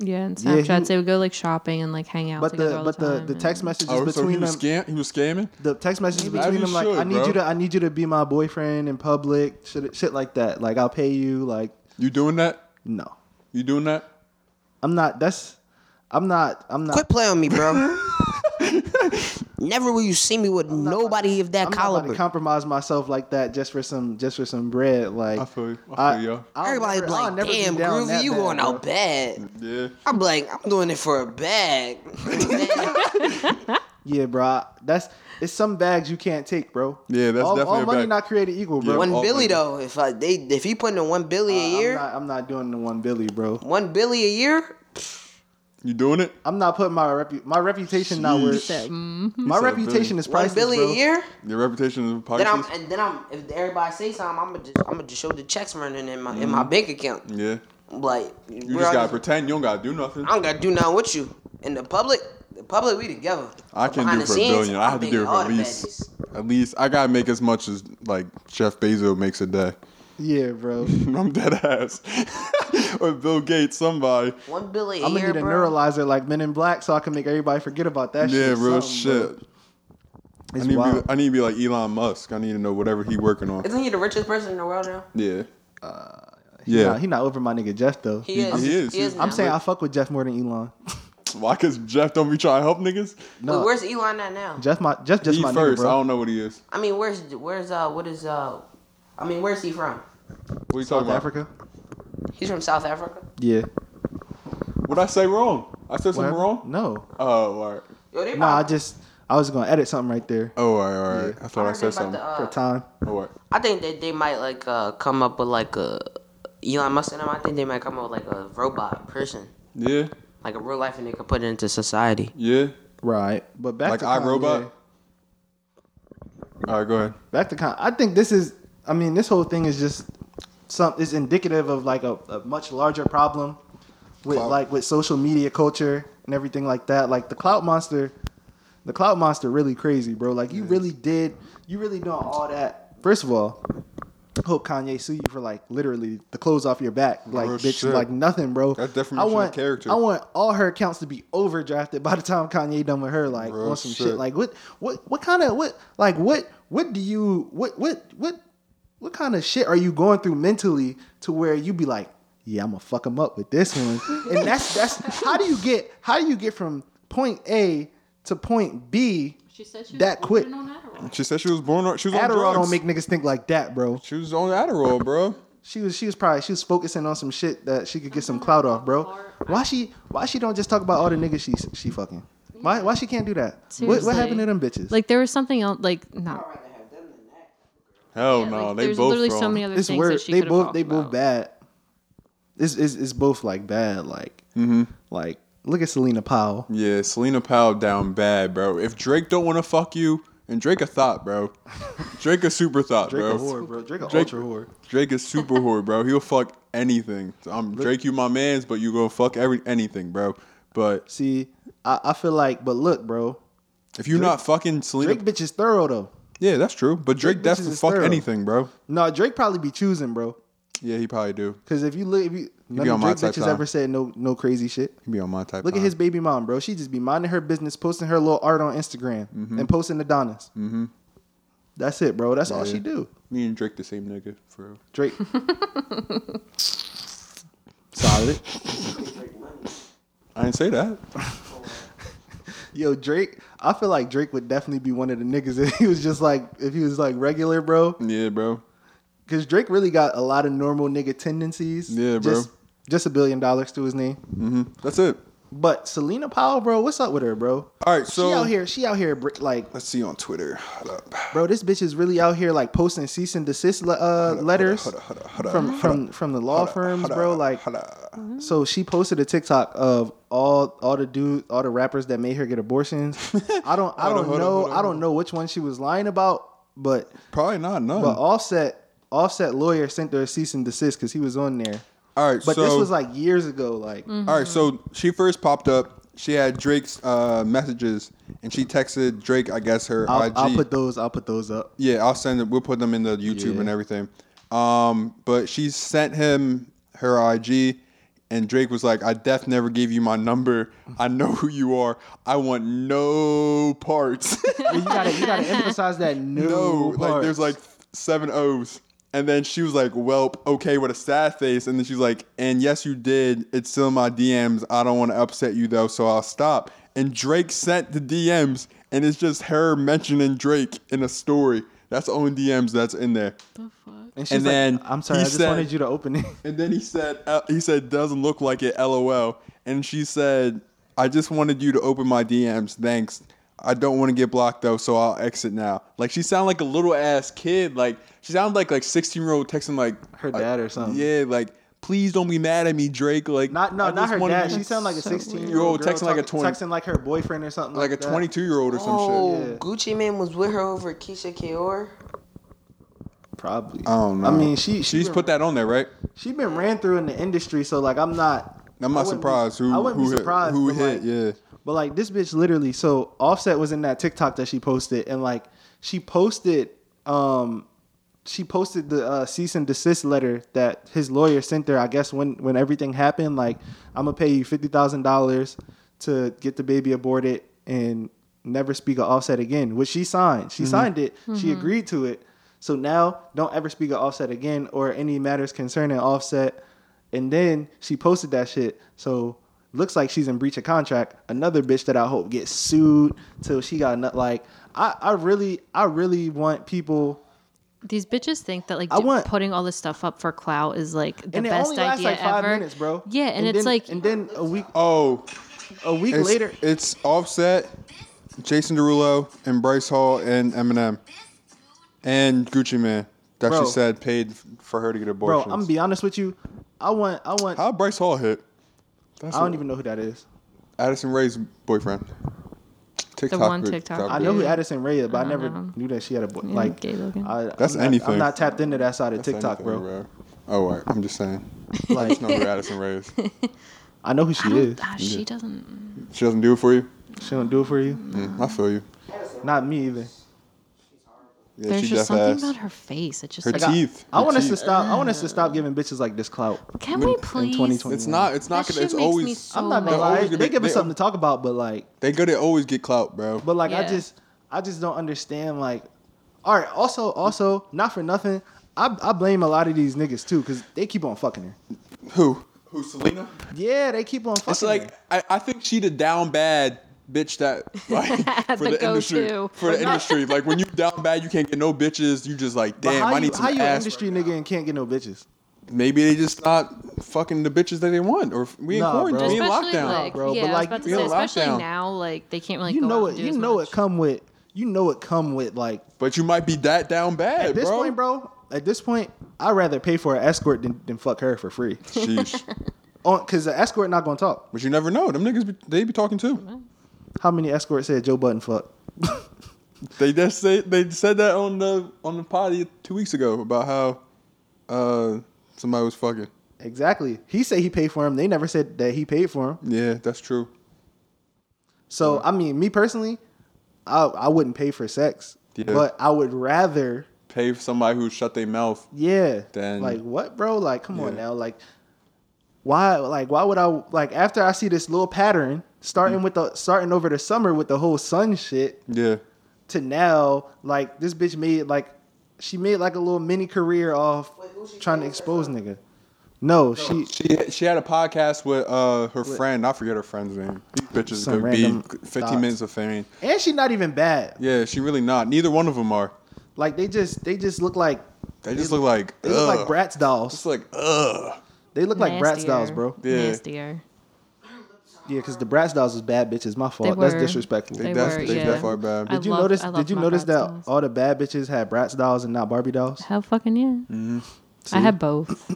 [SPEAKER 2] Yeah, and
[SPEAKER 1] Yeah, he-
[SPEAKER 2] Snapchats they would go like shopping and like hang out
[SPEAKER 1] but
[SPEAKER 2] together
[SPEAKER 1] the
[SPEAKER 2] all
[SPEAKER 1] but
[SPEAKER 2] the
[SPEAKER 1] the
[SPEAKER 2] time.
[SPEAKER 1] the text messages
[SPEAKER 3] Oh, so he
[SPEAKER 1] between
[SPEAKER 3] was
[SPEAKER 1] them.
[SPEAKER 3] scam. He was scamming.
[SPEAKER 1] The text messages
[SPEAKER 3] As
[SPEAKER 1] between
[SPEAKER 3] you
[SPEAKER 1] them, like,
[SPEAKER 3] should,
[SPEAKER 1] I need
[SPEAKER 3] bro.
[SPEAKER 1] you to, I need you to be my boyfriend in public, shit, shit like that. Like, I'll pay you. Like,
[SPEAKER 3] You doing that?
[SPEAKER 1] no,
[SPEAKER 3] You doing that?
[SPEAKER 1] I'm not. That's, I'm not. I'm not.
[SPEAKER 4] Quit playing me, bro. Never will you see me with nobody of that
[SPEAKER 1] I'm not about
[SPEAKER 4] caliber.
[SPEAKER 1] to compromise myself like that just for some just for some bread. Like
[SPEAKER 3] I feel you. I feel you.
[SPEAKER 1] I'll
[SPEAKER 4] Everybody
[SPEAKER 1] never-
[SPEAKER 4] be
[SPEAKER 1] I'll
[SPEAKER 4] like,
[SPEAKER 1] never be
[SPEAKER 4] damn,
[SPEAKER 1] down
[SPEAKER 4] Groovy,
[SPEAKER 1] that
[SPEAKER 4] you
[SPEAKER 1] bad,
[SPEAKER 4] going
[SPEAKER 1] bro.
[SPEAKER 4] out bad.
[SPEAKER 3] Yeah.
[SPEAKER 4] I'm like, I'm doing it for a bag.
[SPEAKER 1] Yeah, bro. That's it's some bags you can't take, bro.
[SPEAKER 3] Yeah, that's
[SPEAKER 1] all,
[SPEAKER 3] definitely
[SPEAKER 1] all
[SPEAKER 3] a
[SPEAKER 1] money
[SPEAKER 3] bag.
[SPEAKER 1] not created equal, bro.
[SPEAKER 3] Yeah,
[SPEAKER 4] one
[SPEAKER 3] all
[SPEAKER 4] billy
[SPEAKER 3] niggas.
[SPEAKER 4] though, if I they if he putting in one billy a
[SPEAKER 1] I'm
[SPEAKER 4] year,
[SPEAKER 1] not, I'm not doing the one billy, bro.
[SPEAKER 4] one billy a year,
[SPEAKER 3] You doing it?
[SPEAKER 1] I'm not putting my repu- my reputation not worth
[SPEAKER 3] Jeez.
[SPEAKER 1] my
[SPEAKER 3] said a
[SPEAKER 1] reputation
[SPEAKER 3] billion.
[SPEAKER 1] is
[SPEAKER 4] mm-hmm. one
[SPEAKER 1] priceless,
[SPEAKER 4] billy
[SPEAKER 1] bro.
[SPEAKER 4] a year.
[SPEAKER 3] Your reputation is a
[SPEAKER 4] Then I'm
[SPEAKER 3] podcast.
[SPEAKER 4] and then I'm if everybody say something, I'm gonna just I'm gonna just show the checks running in my in my bank account.
[SPEAKER 3] Yeah.
[SPEAKER 4] Like
[SPEAKER 3] Mm-hmm. You just gotta pretend you don't gotta do nothing.
[SPEAKER 4] I don't gotta do nothing with you in the public. The public, we together.
[SPEAKER 3] I can
[SPEAKER 4] Behind
[SPEAKER 3] do
[SPEAKER 4] the
[SPEAKER 3] for a
[SPEAKER 4] scenes,
[SPEAKER 3] billion. I
[SPEAKER 4] I'm
[SPEAKER 3] have to
[SPEAKER 4] making
[SPEAKER 3] do it for
[SPEAKER 4] all
[SPEAKER 3] at
[SPEAKER 4] the
[SPEAKER 3] least.
[SPEAKER 4] baddies.
[SPEAKER 3] At least I gotta make as much as like Jeff Bezos makes a day.
[SPEAKER 1] Yeah, bro.
[SPEAKER 3] I'm dead ass. or Bill Gates, somebody.
[SPEAKER 4] One billy a
[SPEAKER 1] I'm gonna
[SPEAKER 4] year,
[SPEAKER 1] need a
[SPEAKER 4] bro.
[SPEAKER 1] neuralizer like Men in Black so I can make everybody forget about that shit.
[SPEAKER 3] Yeah,
[SPEAKER 1] or
[SPEAKER 3] real
[SPEAKER 1] something, bro.
[SPEAKER 3] shit. I
[SPEAKER 1] It's
[SPEAKER 3] need, to
[SPEAKER 1] wild.
[SPEAKER 3] be, I need to be like Elon Musk. I need to know whatever he working on.
[SPEAKER 4] Isn't he the richest person in the world now?
[SPEAKER 3] Yeah.
[SPEAKER 1] He
[SPEAKER 3] yeah.
[SPEAKER 1] not- Uh, he not over my nigga Jeff though.
[SPEAKER 4] He is.
[SPEAKER 3] he is,
[SPEAKER 4] He is
[SPEAKER 3] he's-
[SPEAKER 4] now.
[SPEAKER 1] I'm saying I fuck with Jeff more than Elon.
[SPEAKER 3] Why? Cause Jeff don't be trying to help niggas.
[SPEAKER 4] Wait,
[SPEAKER 1] No,
[SPEAKER 4] where's Elon at now?
[SPEAKER 1] Jeff my Jeff just
[SPEAKER 3] he
[SPEAKER 1] my
[SPEAKER 3] first.
[SPEAKER 1] nigga, bro.
[SPEAKER 3] I don't know what he is.
[SPEAKER 4] I mean, where's where's uh what is uh, I mean, where's he from?
[SPEAKER 3] What are you
[SPEAKER 1] South
[SPEAKER 3] talking
[SPEAKER 1] Africa.
[SPEAKER 4] He's from South Africa.
[SPEAKER 1] Yeah.
[SPEAKER 3] about? What I say wrong? I said something
[SPEAKER 1] Whatever.
[SPEAKER 3] wrong.
[SPEAKER 1] No.
[SPEAKER 3] Oh, all right.
[SPEAKER 4] Yo, they
[SPEAKER 1] Nah, I
[SPEAKER 4] probably-
[SPEAKER 1] just I was gonna edit something right there
[SPEAKER 3] Oh, all right, all right. I
[SPEAKER 4] I
[SPEAKER 3] thought I,
[SPEAKER 4] heard
[SPEAKER 3] said
[SPEAKER 4] they about
[SPEAKER 3] something. Oh,
[SPEAKER 4] to, uh,
[SPEAKER 1] for time.
[SPEAKER 3] all right.
[SPEAKER 4] I think that they might like uh come up with like a Elon Musk and them. I think they might come up with like a robot person,
[SPEAKER 3] Yeah,
[SPEAKER 4] like a real life, and they could put it into society.
[SPEAKER 3] yeah.
[SPEAKER 1] Right. But back
[SPEAKER 3] like
[SPEAKER 1] to
[SPEAKER 3] I
[SPEAKER 1] Kanye.
[SPEAKER 3] Robot. All right, go ahead.
[SPEAKER 1] Back to Kanye. I think this is. I mean, this whole thing is just some. It's indicative of like a, a much larger problem with
[SPEAKER 3] Clout.
[SPEAKER 1] like with social media culture and everything like that. Like the clout monster, the clout monster really crazy, bro. Like you really did. You really doing all that. First of all. I Hope Kanye sue you for like literally the clothes off your back, like
[SPEAKER 3] Real
[SPEAKER 1] bitch,
[SPEAKER 3] shit.
[SPEAKER 1] like nothing, bro.
[SPEAKER 3] That's
[SPEAKER 1] I
[SPEAKER 3] defamation of
[SPEAKER 1] want
[SPEAKER 3] character.
[SPEAKER 1] I want all her accounts to be overdrafted by the time Kanye done with her, like
[SPEAKER 3] Real
[SPEAKER 1] on some
[SPEAKER 3] shit.
[SPEAKER 1] shit. Like what what what kind of what like what what do you what what what what kind of shit are you going through mentally to where you be like, yeah, I'm gonna fuck him up with this one, and that's that's how do you get how do you get from point A to point B
[SPEAKER 2] She said she
[SPEAKER 1] that quick?
[SPEAKER 3] She said she was born. on- She was on
[SPEAKER 1] Adderall
[SPEAKER 3] drugs.
[SPEAKER 1] don't make niggas think like that, bro.
[SPEAKER 3] She was on Adderall, bro.
[SPEAKER 1] She was she was probably she was focusing on some shit that she could get some clout off, bro. Why she why she don't just talk about all the niggas she she fucking? Why why she can't do that? What
[SPEAKER 2] Seriously.
[SPEAKER 1] what happened to them bitches?
[SPEAKER 2] Like there was something else, like not.
[SPEAKER 3] Hell
[SPEAKER 2] yeah,
[SPEAKER 3] no,
[SPEAKER 2] like,
[SPEAKER 3] they
[SPEAKER 2] there's
[SPEAKER 3] both
[SPEAKER 2] literally
[SPEAKER 3] wrong.
[SPEAKER 2] so many other
[SPEAKER 1] it's
[SPEAKER 2] things
[SPEAKER 1] weird.
[SPEAKER 2] that she
[SPEAKER 1] They
[SPEAKER 2] could've
[SPEAKER 1] both
[SPEAKER 2] talked
[SPEAKER 1] they both
[SPEAKER 2] about.
[SPEAKER 1] bad. It's, it's it's both like bad. Like
[SPEAKER 3] Mm-hmm.
[SPEAKER 1] like look at Selena Powell.
[SPEAKER 3] Yeah, Selena Powell down bad, bro. If Drake don't want to fuck you, and Drake a thought, bro. Drake a super thought,
[SPEAKER 1] Drake
[SPEAKER 3] bro.
[SPEAKER 1] a whore, bro. Drake a
[SPEAKER 3] Drake-
[SPEAKER 1] ultra whore.
[SPEAKER 3] Drake is super whore, bro. He'll fuck anything. So I'm Drake, you my man's, but you gonna fuck every anything, bro. But
[SPEAKER 1] See, I, I feel like, but look, bro.
[SPEAKER 3] if you're not fucking Selena,
[SPEAKER 1] Drake bitch is thorough though.
[SPEAKER 3] yeah, that's true. But
[SPEAKER 1] Drake bitches
[SPEAKER 3] Drake, definitely
[SPEAKER 1] is
[SPEAKER 3] fuck
[SPEAKER 1] thorough.
[SPEAKER 3] anything, bro.
[SPEAKER 1] No, Drake probably be choosing, bro.
[SPEAKER 3] Yeah, he probably do.
[SPEAKER 1] Cause if you look, if you none
[SPEAKER 3] on
[SPEAKER 1] of
[SPEAKER 3] my
[SPEAKER 1] Drake
[SPEAKER 3] type
[SPEAKER 1] bitches
[SPEAKER 3] time.
[SPEAKER 1] ever said no no crazy shit.
[SPEAKER 3] He be on my type.
[SPEAKER 1] Look at
[SPEAKER 3] time.
[SPEAKER 1] his baby mom, bro. She just be minding her business, posting her little art on Instagram and posting Adonis. Mm-hmm. That's it, bro. That's all
[SPEAKER 3] Yeah.
[SPEAKER 1] she do.
[SPEAKER 3] Me and Drake the same nigga for real.
[SPEAKER 1] Drake. Solid.
[SPEAKER 3] I didn't say that.
[SPEAKER 1] Yo, Drake, I feel like Drake would definitely be one of the niggas if he was just like if he was like regular, bro.
[SPEAKER 3] Yeah, bro.
[SPEAKER 1] Cause Drake really got a lot of normal nigga tendencies.
[SPEAKER 3] Yeah, bro.
[SPEAKER 1] Just, just a billion dollars to his name.
[SPEAKER 3] That's it.
[SPEAKER 1] But Selena Powell, bro, what's up with her, bro?
[SPEAKER 3] All right,
[SPEAKER 1] she
[SPEAKER 3] so
[SPEAKER 1] out here, she out here, br- like,
[SPEAKER 3] let's see on Twitter. Hold up.
[SPEAKER 1] bro, this bitch is really out here, like, posting cease and desist le- uh, letters
[SPEAKER 3] hold up, hold up, hold up,
[SPEAKER 1] from
[SPEAKER 3] hold
[SPEAKER 1] from from the law firms,
[SPEAKER 3] Hold up,
[SPEAKER 1] bro. Like,
[SPEAKER 3] hold up.
[SPEAKER 1] so she posted a TikTok of all all the dude, all the rappers that made her get abortions. I don't, I
[SPEAKER 3] Hold
[SPEAKER 1] don't know,
[SPEAKER 3] up, hold up, hold up,
[SPEAKER 1] I
[SPEAKER 3] hold
[SPEAKER 1] don't know which one she was lying about, but
[SPEAKER 3] probably not none.
[SPEAKER 1] but Offset, Offset lawyer sent her a cease and desist because he was on there.
[SPEAKER 3] all right,
[SPEAKER 1] But
[SPEAKER 3] so
[SPEAKER 1] this was like Mm-hmm. years ago, like.
[SPEAKER 3] All right, so she first popped up. She had Drake's uh, messages, and she texted Drake, I guess, her
[SPEAKER 1] I'll,
[SPEAKER 3] IG.
[SPEAKER 1] I'll put those. I'll put those up.
[SPEAKER 3] yeah, I'll send it. We'll put them in the YouTube
[SPEAKER 1] Yeah.
[SPEAKER 3] and everything. Um, but she sent him her IG, and Drake was like, "I def never gave you my number. I know who you are. I want no parts.
[SPEAKER 1] You gotta, you gotta emphasize that
[SPEAKER 3] no,
[SPEAKER 1] no.
[SPEAKER 3] like
[SPEAKER 1] parts.
[SPEAKER 3] there's like seven O's." And then she was like, "Welp, okay," with a sad face. And then she's like, "And yes, you did. It's still in my DMs. I don't want to upset you though, so I'll stop." And Drake sent the DMs, and it's just her mentioning Drake in a story. That's the only DMs that's in there.
[SPEAKER 1] and, she's
[SPEAKER 3] and
[SPEAKER 1] like,
[SPEAKER 3] then
[SPEAKER 1] I'm sorry, I
[SPEAKER 3] he
[SPEAKER 1] just
[SPEAKER 3] said-
[SPEAKER 1] wanted you to open it.
[SPEAKER 3] And then he said, uh, he said, doesn't look like it, lol. And she said, I just wanted you to open my DMs. Thanks. I don't want to get blocked though, so I'll exit now. Like she sounded like a little ass kid. Like she sounded like like sixteen year old texting like
[SPEAKER 1] Her
[SPEAKER 3] like,
[SPEAKER 1] dad or something.
[SPEAKER 3] Yeah, like please don't be mad at me, Drake. Like
[SPEAKER 1] Not no,
[SPEAKER 3] I
[SPEAKER 1] not
[SPEAKER 3] just
[SPEAKER 1] her
[SPEAKER 3] wanted
[SPEAKER 1] dad.
[SPEAKER 3] you-
[SPEAKER 1] She sounded like a
[SPEAKER 2] so weird.
[SPEAKER 1] 16 year
[SPEAKER 3] You're
[SPEAKER 1] old
[SPEAKER 3] old texting like a 20
[SPEAKER 1] texting like her boyfriend or something
[SPEAKER 3] like a
[SPEAKER 1] that.
[SPEAKER 3] twenty two year old or some
[SPEAKER 4] Oh,
[SPEAKER 3] shit.
[SPEAKER 1] Yeah.
[SPEAKER 4] Gucci Man was with her over Keisha Kaur.
[SPEAKER 1] Probably.
[SPEAKER 3] I don't know.
[SPEAKER 1] I mean, she
[SPEAKER 3] she
[SPEAKER 1] she
[SPEAKER 3] just
[SPEAKER 1] been,
[SPEAKER 3] put that on there, right?
[SPEAKER 1] she been ran through in the industry, so like I'm not.
[SPEAKER 3] I'm
[SPEAKER 1] I wouldn't
[SPEAKER 3] not
[SPEAKER 1] be-
[SPEAKER 3] surprised who
[SPEAKER 1] I wouldn't
[SPEAKER 3] who
[SPEAKER 1] be
[SPEAKER 3] hit,
[SPEAKER 1] surprised.
[SPEAKER 3] who
[SPEAKER 1] but, like,
[SPEAKER 3] hit. yeah,
[SPEAKER 1] But like this bitch literally, so Offset was in that TikTok that she posted, and like she posted, um, she posted the uh, cease and desist letter that his lawyer sent her. I guess when when everything happened, like I'm gonna pay you fifty thousand dollars to get the baby aborted and never speak of Offset again, which she signed. She signed it. She agreed to it. So now don't ever speak of Offset again or any matters concerning Offset. And then she posted that shit. So looks like she's in breach of contract. Another bitch that I hope gets sued till she got nut. Like I, I really, I really want people.
[SPEAKER 2] These bitches think that like
[SPEAKER 1] I
[SPEAKER 2] d-
[SPEAKER 1] want-
[SPEAKER 2] putting all this stuff up for clout is like the
[SPEAKER 1] And it
[SPEAKER 2] best
[SPEAKER 1] only lasts
[SPEAKER 2] idea
[SPEAKER 1] like five
[SPEAKER 2] ever.
[SPEAKER 1] minutes, bro.
[SPEAKER 2] Yeah, and, it's
[SPEAKER 1] then-
[SPEAKER 2] like
[SPEAKER 1] and then a week,
[SPEAKER 3] Oh,
[SPEAKER 1] a week
[SPEAKER 3] It's-
[SPEAKER 1] later,
[SPEAKER 3] It's Offset, Jason Derulo, and Bryce Hall, and Eminem, and Gucci Man. That
[SPEAKER 1] Bro.
[SPEAKER 3] she said paid f- for her to get
[SPEAKER 1] bro.
[SPEAKER 3] abortions.
[SPEAKER 1] I'm gonna be honest with you. I want, I want.
[SPEAKER 3] How Bryce Hall hit? That's
[SPEAKER 1] I don't
[SPEAKER 3] a-
[SPEAKER 1] even know who that is.
[SPEAKER 3] Addison Ray's boyfriend. TikTok
[SPEAKER 2] one
[SPEAKER 3] group,
[SPEAKER 2] TikTok
[SPEAKER 1] I know
[SPEAKER 3] group.
[SPEAKER 1] who Addison Ray is, but I, never
[SPEAKER 2] know.
[SPEAKER 1] knew that she had a boy. like,
[SPEAKER 2] gay looking.
[SPEAKER 1] I,
[SPEAKER 3] That's
[SPEAKER 1] I'm not, I'm
[SPEAKER 3] anything.
[SPEAKER 1] not tapped into that side of
[SPEAKER 3] That's
[SPEAKER 1] TikTok,
[SPEAKER 3] anything,
[SPEAKER 1] bro.
[SPEAKER 3] Oh, all right. I'm just saying. I
[SPEAKER 1] Like,
[SPEAKER 3] just know who Addison Ray is.
[SPEAKER 1] I know who she is.
[SPEAKER 2] Ah, she doesn't.
[SPEAKER 3] She doesn't do it for you.
[SPEAKER 1] She don't do it for you.
[SPEAKER 3] Mm, I feel you.
[SPEAKER 1] Not me either.
[SPEAKER 3] Yeah,
[SPEAKER 2] There's
[SPEAKER 3] she
[SPEAKER 2] just
[SPEAKER 3] just
[SPEAKER 2] something
[SPEAKER 3] ass.
[SPEAKER 2] about her face. It's just
[SPEAKER 3] Her
[SPEAKER 2] like,
[SPEAKER 1] Like, I-
[SPEAKER 3] teeth.
[SPEAKER 1] I,
[SPEAKER 3] Her
[SPEAKER 1] want us to
[SPEAKER 3] teeth.
[SPEAKER 1] stop. I
[SPEAKER 2] Uh,
[SPEAKER 1] want us to stop giving bitches like this clout.
[SPEAKER 2] can we
[SPEAKER 3] in
[SPEAKER 2] please?
[SPEAKER 1] 2020.
[SPEAKER 3] It's not. It's
[SPEAKER 2] That
[SPEAKER 3] not
[SPEAKER 2] shit
[SPEAKER 3] gonna. It's
[SPEAKER 2] makes me
[SPEAKER 3] always.
[SPEAKER 2] so
[SPEAKER 1] I'm not gonna
[SPEAKER 2] mad.
[SPEAKER 1] lie.
[SPEAKER 3] always
[SPEAKER 1] They,
[SPEAKER 3] gonna be-
[SPEAKER 1] give us
[SPEAKER 3] they-
[SPEAKER 1] something to talk about, but like,
[SPEAKER 3] They good to always get clout, bro.
[SPEAKER 1] but like, I
[SPEAKER 2] Yeah.
[SPEAKER 1] just, I just don't understand. Like, all right. Also, also, not for nothing. I, I blame a lot of these niggas too, cause they keep on fucking her.
[SPEAKER 3] Who? Who? Selena.
[SPEAKER 1] Yeah, they keep on fucking.
[SPEAKER 3] It's like
[SPEAKER 1] her.
[SPEAKER 3] I, I think she the down bad bitch that like for
[SPEAKER 2] The
[SPEAKER 3] the, industry
[SPEAKER 2] go-to.
[SPEAKER 3] for the industry like when you down bad you can't get no bitches you just like
[SPEAKER 1] But
[SPEAKER 3] damn
[SPEAKER 1] how
[SPEAKER 3] I
[SPEAKER 1] you,
[SPEAKER 3] need some
[SPEAKER 1] how you an
[SPEAKER 3] ass
[SPEAKER 1] industry
[SPEAKER 3] right
[SPEAKER 1] nigga and can't get no bitches?
[SPEAKER 3] now. maybe they just not fucking the bitches that they want or we in
[SPEAKER 1] Nah,
[SPEAKER 3] quarantine
[SPEAKER 1] bro.
[SPEAKER 3] we in
[SPEAKER 2] Especially
[SPEAKER 3] lockdown
[SPEAKER 2] like,
[SPEAKER 1] bro,
[SPEAKER 2] yeah,
[SPEAKER 1] but,
[SPEAKER 2] I was
[SPEAKER 1] like,
[SPEAKER 2] about to
[SPEAKER 3] we in
[SPEAKER 2] say, especially
[SPEAKER 3] lockdown.
[SPEAKER 2] now, like they can't really.
[SPEAKER 1] you
[SPEAKER 2] go
[SPEAKER 1] know
[SPEAKER 2] out and
[SPEAKER 1] it.
[SPEAKER 2] do
[SPEAKER 1] You
[SPEAKER 2] as
[SPEAKER 1] know
[SPEAKER 2] much.
[SPEAKER 1] it come with. You know it come with like
[SPEAKER 3] but you might be that down bad
[SPEAKER 1] at this
[SPEAKER 3] bro.
[SPEAKER 1] point, bro. At this point, I'd rather pay for an escort than, than fuck her for free.
[SPEAKER 3] Sheesh.
[SPEAKER 1] On because the escort not gonna talk.
[SPEAKER 3] but you never know them niggas be, they be talking too
[SPEAKER 1] How many escorts said Joe Button fuck?
[SPEAKER 3] they just say they said that on the on the potty two weeks ago about how uh somebody was fucking
[SPEAKER 1] Exactly. He said he paid for him. They never said that he paid for him.
[SPEAKER 3] yeah that's true
[SPEAKER 1] So
[SPEAKER 3] Mm-hmm.
[SPEAKER 1] I mean, me personally, I I wouldn't pay for sex,
[SPEAKER 3] Yeah.
[SPEAKER 1] but I would rather,
[SPEAKER 3] pay for somebody who shut their mouth
[SPEAKER 1] yeah.
[SPEAKER 3] Then-
[SPEAKER 1] like what, bro? Like come on
[SPEAKER 3] Yeah.
[SPEAKER 1] now, like why? Like why would I? Like after I see this little pattern starting
[SPEAKER 3] Mm.
[SPEAKER 1] with the starting over the summer with the whole sun shit
[SPEAKER 3] yeah
[SPEAKER 1] to now, like this bitch made like she made like a little mini career off
[SPEAKER 4] Wait, who she
[SPEAKER 1] trying to
[SPEAKER 4] dating
[SPEAKER 1] expose nigga. No, she
[SPEAKER 3] She she had a podcast with uh her friend. I forget her friend's name. These bitches
[SPEAKER 1] Some
[SPEAKER 3] could be
[SPEAKER 1] random
[SPEAKER 3] 15
[SPEAKER 1] thoughts.
[SPEAKER 3] minutes of fame.
[SPEAKER 1] and she not even bad.
[SPEAKER 3] Yeah, she really not. Neither one of them are.
[SPEAKER 1] Like they just they just look like
[SPEAKER 3] They just look like
[SPEAKER 1] they look
[SPEAKER 3] ugh.
[SPEAKER 1] like Bratz
[SPEAKER 3] It's
[SPEAKER 1] dolls.
[SPEAKER 3] like ugh.
[SPEAKER 1] They look like Bratz
[SPEAKER 2] Nastier.
[SPEAKER 1] dolls, bro.
[SPEAKER 3] Yeah.
[SPEAKER 2] Nastier.
[SPEAKER 1] Yeah, because the Bratz dolls was bad bitches. My fault.
[SPEAKER 2] They
[SPEAKER 1] That's
[SPEAKER 2] were.
[SPEAKER 1] disrespectful.
[SPEAKER 2] They
[SPEAKER 3] That's
[SPEAKER 2] were,
[SPEAKER 3] they
[SPEAKER 2] yeah.
[SPEAKER 3] definitely bad.
[SPEAKER 2] I
[SPEAKER 1] Did you
[SPEAKER 2] loved-
[SPEAKER 1] notice?
[SPEAKER 2] I
[SPEAKER 1] Did
[SPEAKER 2] loved
[SPEAKER 1] you
[SPEAKER 2] my
[SPEAKER 1] notice
[SPEAKER 2] Bratz
[SPEAKER 1] that
[SPEAKER 2] dolls.
[SPEAKER 1] all the bad bitches had Bratz dolls and not Barbie dolls?
[SPEAKER 2] Hell fucking yeah. I had both.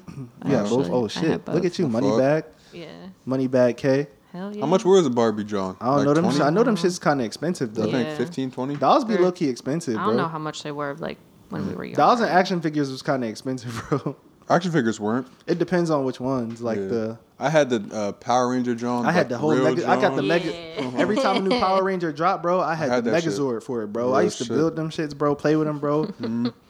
[SPEAKER 1] Yeah, both.
[SPEAKER 2] actually-
[SPEAKER 1] Oh
[SPEAKER 2] I had
[SPEAKER 1] shit! Look at you,
[SPEAKER 3] The
[SPEAKER 1] money
[SPEAKER 3] fuck?
[SPEAKER 1] bag,
[SPEAKER 2] Yeah.
[SPEAKER 1] money bag K.
[SPEAKER 2] Hell yeah.
[SPEAKER 3] How much was a Barbie John?
[SPEAKER 1] I don't know them. I know them shits kind of expensive though.
[SPEAKER 3] I think
[SPEAKER 2] Uh-huh. Yeah.
[SPEAKER 3] 15, 20.
[SPEAKER 1] Dolls be
[SPEAKER 2] They're-
[SPEAKER 1] low key expensive,
[SPEAKER 2] I
[SPEAKER 1] bro.
[SPEAKER 2] don't know how much they were like when we were young.
[SPEAKER 1] Dolls and action figures was kind of expensive, bro.
[SPEAKER 3] Action figures weren't.
[SPEAKER 1] It depends on which ones. Like
[SPEAKER 3] Yeah.
[SPEAKER 1] the
[SPEAKER 3] I had the uh, Power Ranger John.
[SPEAKER 1] I had the whole. Mega, I got the mega.
[SPEAKER 2] Yeah.
[SPEAKER 1] Every time a new Power Ranger dropped, bro, I had,
[SPEAKER 3] had
[SPEAKER 1] the
[SPEAKER 3] that shit.
[SPEAKER 1] Megazord for it, bro. I
[SPEAKER 3] Real
[SPEAKER 1] used to
[SPEAKER 3] shit. Mm-hmm.
[SPEAKER 1] build them shits, bro. Play with them, bro.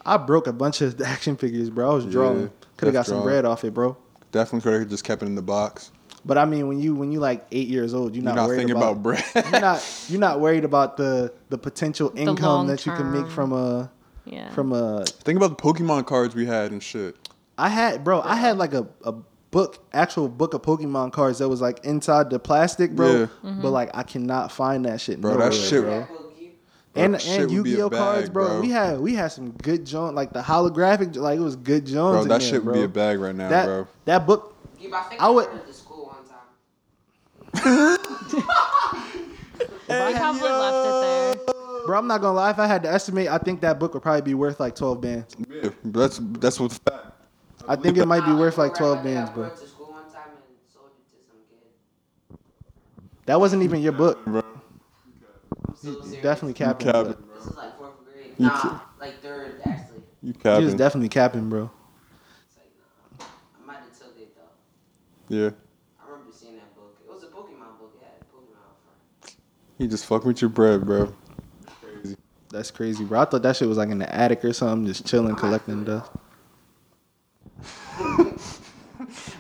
[SPEAKER 1] I broke a bunch of the action figures, bro. I was drawing. Could have
[SPEAKER 3] that's
[SPEAKER 1] got some
[SPEAKER 3] drawing.
[SPEAKER 1] bread off it, bro.
[SPEAKER 3] Definitely could have just kept it in the box.
[SPEAKER 1] But I mean, when you when you like eight years old, you're not,
[SPEAKER 3] You're not
[SPEAKER 1] worried
[SPEAKER 3] thinking
[SPEAKER 1] about,
[SPEAKER 3] about, bread.
[SPEAKER 1] you're not you're not worried about the the potential income
[SPEAKER 2] long
[SPEAKER 1] that you can make
[SPEAKER 2] term.
[SPEAKER 1] from a
[SPEAKER 2] Yeah.
[SPEAKER 1] from a.
[SPEAKER 3] Think about the Pokemon cards we had and shit.
[SPEAKER 1] I had bro, I had like a a book, actual book of Pokemon cards that was like inside the plastic, bro.
[SPEAKER 3] Yeah.
[SPEAKER 1] But like I cannot find that shit.
[SPEAKER 3] Bro, that
[SPEAKER 1] nowhere,
[SPEAKER 3] shit-
[SPEAKER 1] bro.
[SPEAKER 3] Bro,
[SPEAKER 1] And
[SPEAKER 3] that shit
[SPEAKER 1] and
[SPEAKER 3] would
[SPEAKER 1] Yu
[SPEAKER 3] be a
[SPEAKER 1] Gi Oh
[SPEAKER 3] bag,
[SPEAKER 1] cards, bro,
[SPEAKER 3] bro.
[SPEAKER 1] We had we had some good joint, like the holographic, like it was good joints.
[SPEAKER 3] Bro,
[SPEAKER 1] in
[SPEAKER 3] that
[SPEAKER 1] there,
[SPEAKER 3] shit would
[SPEAKER 1] bro.
[SPEAKER 3] be a bag right now,
[SPEAKER 1] That
[SPEAKER 3] bro.
[SPEAKER 1] that book,
[SPEAKER 4] I think
[SPEAKER 1] I
[SPEAKER 4] I
[SPEAKER 1] would-
[SPEAKER 4] went to school one time.
[SPEAKER 2] I probably left it there.
[SPEAKER 1] bro. I'm not gonna lie, if I had to estimate, I think that book would probably be worth like 12 bands.
[SPEAKER 3] Yeah, that's that's what's fact.
[SPEAKER 1] I think it might be
[SPEAKER 4] Nah,
[SPEAKER 1] worth
[SPEAKER 4] I
[SPEAKER 1] like 12
[SPEAKER 4] remember I
[SPEAKER 1] bands,
[SPEAKER 4] went
[SPEAKER 1] bro.
[SPEAKER 4] to school one time and sold it to some kid.
[SPEAKER 1] That wasn't even your book.
[SPEAKER 4] I'm so
[SPEAKER 1] You
[SPEAKER 4] serious.
[SPEAKER 1] definitely capping.
[SPEAKER 3] Capping.
[SPEAKER 1] bro.
[SPEAKER 4] This is like fourth grade.
[SPEAKER 3] You
[SPEAKER 4] Nah,
[SPEAKER 3] too.
[SPEAKER 4] like third actually.
[SPEAKER 1] You
[SPEAKER 3] You
[SPEAKER 1] was
[SPEAKER 3] capping.
[SPEAKER 1] definitely capping, bro.
[SPEAKER 4] It's like nah. I might have took it though.
[SPEAKER 3] yeah.
[SPEAKER 4] I remember seeing that book. It was a Pokemon book. It had Pokemon on front.
[SPEAKER 3] He just fucking with your bread, bro.
[SPEAKER 1] That's crazy, bro. I thought that shit was like in the attic or something, just chilling, collecting dust.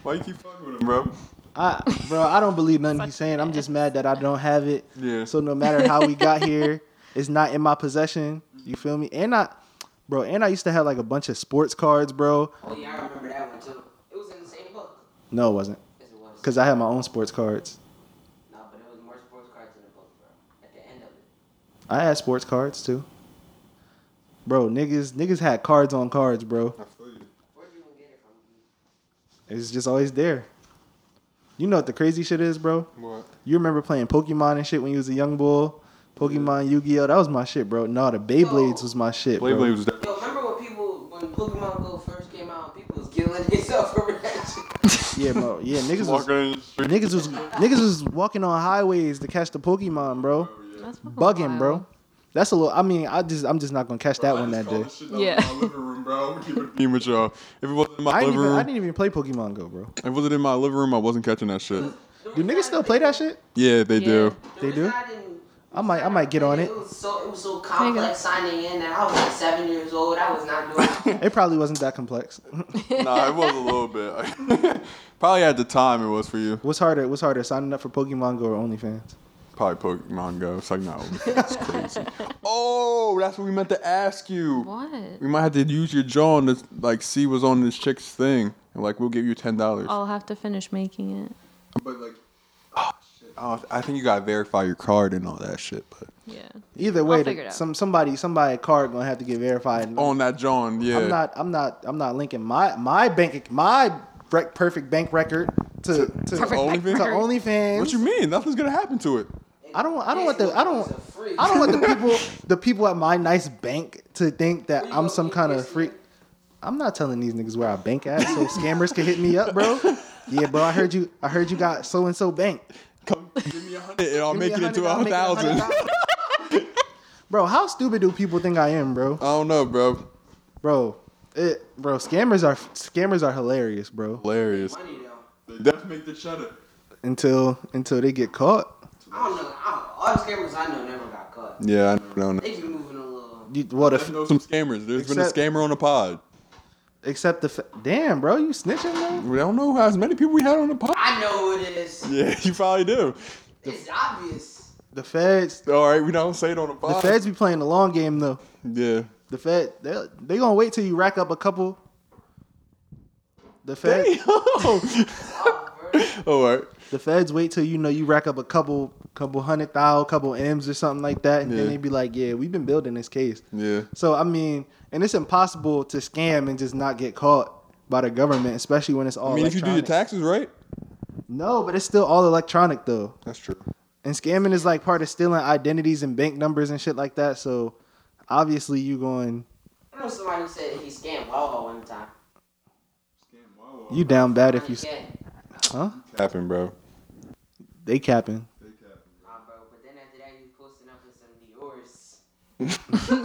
[SPEAKER 3] Why you keep fucking with him, bro?
[SPEAKER 1] I, bro, I don't believe nothing he's saying. I'm just mad that I don't have it.
[SPEAKER 3] Yeah.
[SPEAKER 1] So no matter how we got here, it's not in my possession. You feel me? And I, bro, and I used to have like a bunch of sports cards, bro.
[SPEAKER 4] Oh yeah, I remember that one too. It was in the same book.
[SPEAKER 1] No, it wasn't,
[SPEAKER 4] Yes, it was.
[SPEAKER 1] cause I had my own sports cards.
[SPEAKER 4] No, but it was more sports cards in the book, bro. At the end of it.
[SPEAKER 1] I had sports cards too. Bro, niggas, niggas had cards on cards, bro.
[SPEAKER 3] I feel you.
[SPEAKER 4] Where'd you even get it from?
[SPEAKER 1] It's just always there. You know what the crazy shit is, bro?
[SPEAKER 3] What?
[SPEAKER 1] You remember playing Pokemon and shit when you was a young boy? Pokemon, Yu-Gi-Oh, that was my shit, bro. No, the Beyblades was my shit, bro.
[SPEAKER 3] Beyblade was definitely.
[SPEAKER 4] Yo, remember when people when Pokemon Go first came out, people was killing themselves over that shit.
[SPEAKER 1] Yeah, bro. Yeah, niggas was
[SPEAKER 3] Walking in the street.
[SPEAKER 1] Niggas was niggas was walking on highways to catch the Pokemon, bro.
[SPEAKER 2] That's fucking
[SPEAKER 1] Bugging,
[SPEAKER 2] wild.
[SPEAKER 1] bro. That's a little. I mean, I just I'm just not gonna catch that one that day.
[SPEAKER 2] Yeah.
[SPEAKER 3] My living room, bro. I'm gonna keep it mean with y'all. If it wasn't in my
[SPEAKER 1] I didn't
[SPEAKER 3] living
[SPEAKER 1] even
[SPEAKER 3] room,
[SPEAKER 1] I didn't even play Pokemon Go, bro.
[SPEAKER 3] if it wasn't in my living room, I wasn't catching that shit.
[SPEAKER 1] Do niggas still play that shit?
[SPEAKER 3] Yeah, they do.
[SPEAKER 1] They
[SPEAKER 4] The reason
[SPEAKER 1] do?
[SPEAKER 4] I didn't-
[SPEAKER 1] I might I might get on it.
[SPEAKER 4] It was so it was so complex signing in that I was like seven years old. I was not doing. it.
[SPEAKER 1] It probably wasn't that complex.
[SPEAKER 3] nah, it was a little bit. Probably at the time it was for you.
[SPEAKER 1] What's harder? What's harder? Signing up for Pokemon Go or OnlyFans?
[SPEAKER 3] Probably Pokemon Go. It's like, no, that's crazy. oh, that's what we meant to ask you.
[SPEAKER 2] What?
[SPEAKER 3] We might have to use your jaw to like see what's on this chick's thing, and like we'll give you ten dollars.
[SPEAKER 2] I'll have to finish making it.
[SPEAKER 3] But like, oh shit, oh, I think you gotta verify your card and all that shit. But
[SPEAKER 2] Yeah.
[SPEAKER 1] Either way,
[SPEAKER 2] figure it out.
[SPEAKER 1] some somebody somebody card gonna have to get verified.
[SPEAKER 3] on that John, Oh, yeah,
[SPEAKER 1] I'm not I'm not I'm not linking my my bank my rec, perfect bank record to to, to
[SPEAKER 3] OnlyFans?
[SPEAKER 1] OnlyFans.
[SPEAKER 3] What you mean? Nothing's gonna happen to it.
[SPEAKER 1] I don't. I don't want the. I don't.
[SPEAKER 4] It's a freak.
[SPEAKER 1] I don't want the people. The people at my nice bank to think that I'm some kind of freak. I'm not telling these niggas where I bank at, so scammers can hit me up, bro. Yeah, bro. I heard you. I heard you got so and so bank.
[SPEAKER 3] Come give me a hundred, and I'll
[SPEAKER 1] Give me
[SPEAKER 3] make you into
[SPEAKER 1] $100,
[SPEAKER 3] a
[SPEAKER 1] I'll make it
[SPEAKER 3] thousand. I
[SPEAKER 1] $100. Bro, how stupid do people think I am, bro?
[SPEAKER 3] don't know, bro.
[SPEAKER 1] Bro, it, bro, scammers are scammers are hilarious, bro.
[SPEAKER 3] Hilarious.
[SPEAKER 4] Money though.
[SPEAKER 3] They definitely make the cheddar.
[SPEAKER 1] Until until they get caught.
[SPEAKER 4] I don't know. I, all the scammers I know never got caught.
[SPEAKER 3] Yeah, I know.
[SPEAKER 4] They be moving a little.
[SPEAKER 1] You, what
[SPEAKER 3] I
[SPEAKER 1] if?
[SPEAKER 3] know some scammers. There's
[SPEAKER 1] Except-
[SPEAKER 3] been a scammer on the pod.
[SPEAKER 1] Except the fa- damn, bro, you snitching, bro?
[SPEAKER 3] We don't know how as many people we had on the pod.
[SPEAKER 4] I know who it is.
[SPEAKER 3] Yeah, you probably do.
[SPEAKER 4] It's obvious.
[SPEAKER 1] The feds,
[SPEAKER 3] All right, we don't say it on the
[SPEAKER 1] the
[SPEAKER 3] pod.
[SPEAKER 1] feds be playing the long game though.
[SPEAKER 3] Yeah.
[SPEAKER 1] The Fed, they they gonna wait till you rack up a couple. The Fed,
[SPEAKER 4] Oh,
[SPEAKER 3] All right.
[SPEAKER 1] the Feds wait till you know you rack up a couple, couple hundred thousand, couple m's or something like that, and
[SPEAKER 3] Yeah.
[SPEAKER 1] then they be like, "Yeah, we've been building this case."
[SPEAKER 3] Yeah.
[SPEAKER 1] So I mean, and it's impossible to scam and just not get caught by the government, especially when it's all.
[SPEAKER 3] I mean, if you do your
[SPEAKER 1] electronic.
[SPEAKER 3] taxes right,
[SPEAKER 1] No, but it's still all electronic though.
[SPEAKER 3] That's true.
[SPEAKER 1] And scamming is like part of stealing identities and bank numbers and shit like that. So obviously you going
[SPEAKER 4] I know somebody who said he scammed WoHo one time.
[SPEAKER 1] you down bad if you s-
[SPEAKER 4] Yeah.
[SPEAKER 1] huh?
[SPEAKER 3] Happened, bro.
[SPEAKER 1] They capping.
[SPEAKER 4] Nah, bro, but then after that, he was posting up in some Dior's.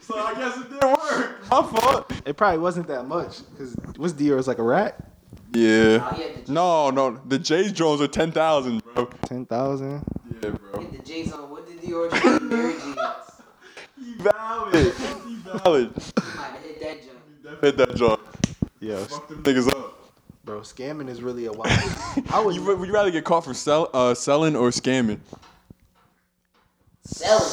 [SPEAKER 3] So I guess it didn't work. My fault.
[SPEAKER 1] It probably wasn't that much because what's Dior's like a rat?
[SPEAKER 4] Oh, he
[SPEAKER 3] Yeah.
[SPEAKER 4] had the,
[SPEAKER 3] No, no. The J's drones are ten thousand, bro.
[SPEAKER 1] Ten thousand.
[SPEAKER 3] Yeah,
[SPEAKER 4] he
[SPEAKER 3] bro.
[SPEAKER 4] had the J's on. What did Dior do? Mary Jeans. Might
[SPEAKER 3] Valid. Valid.
[SPEAKER 4] have hit that jump.
[SPEAKER 3] Hit that job.
[SPEAKER 1] Yes.
[SPEAKER 3] Fuck them niggas up.
[SPEAKER 1] Bro, scamming is really a wild. I would
[SPEAKER 3] You, would you rather get caught for sell, uh, selling or scamming?
[SPEAKER 4] Selling.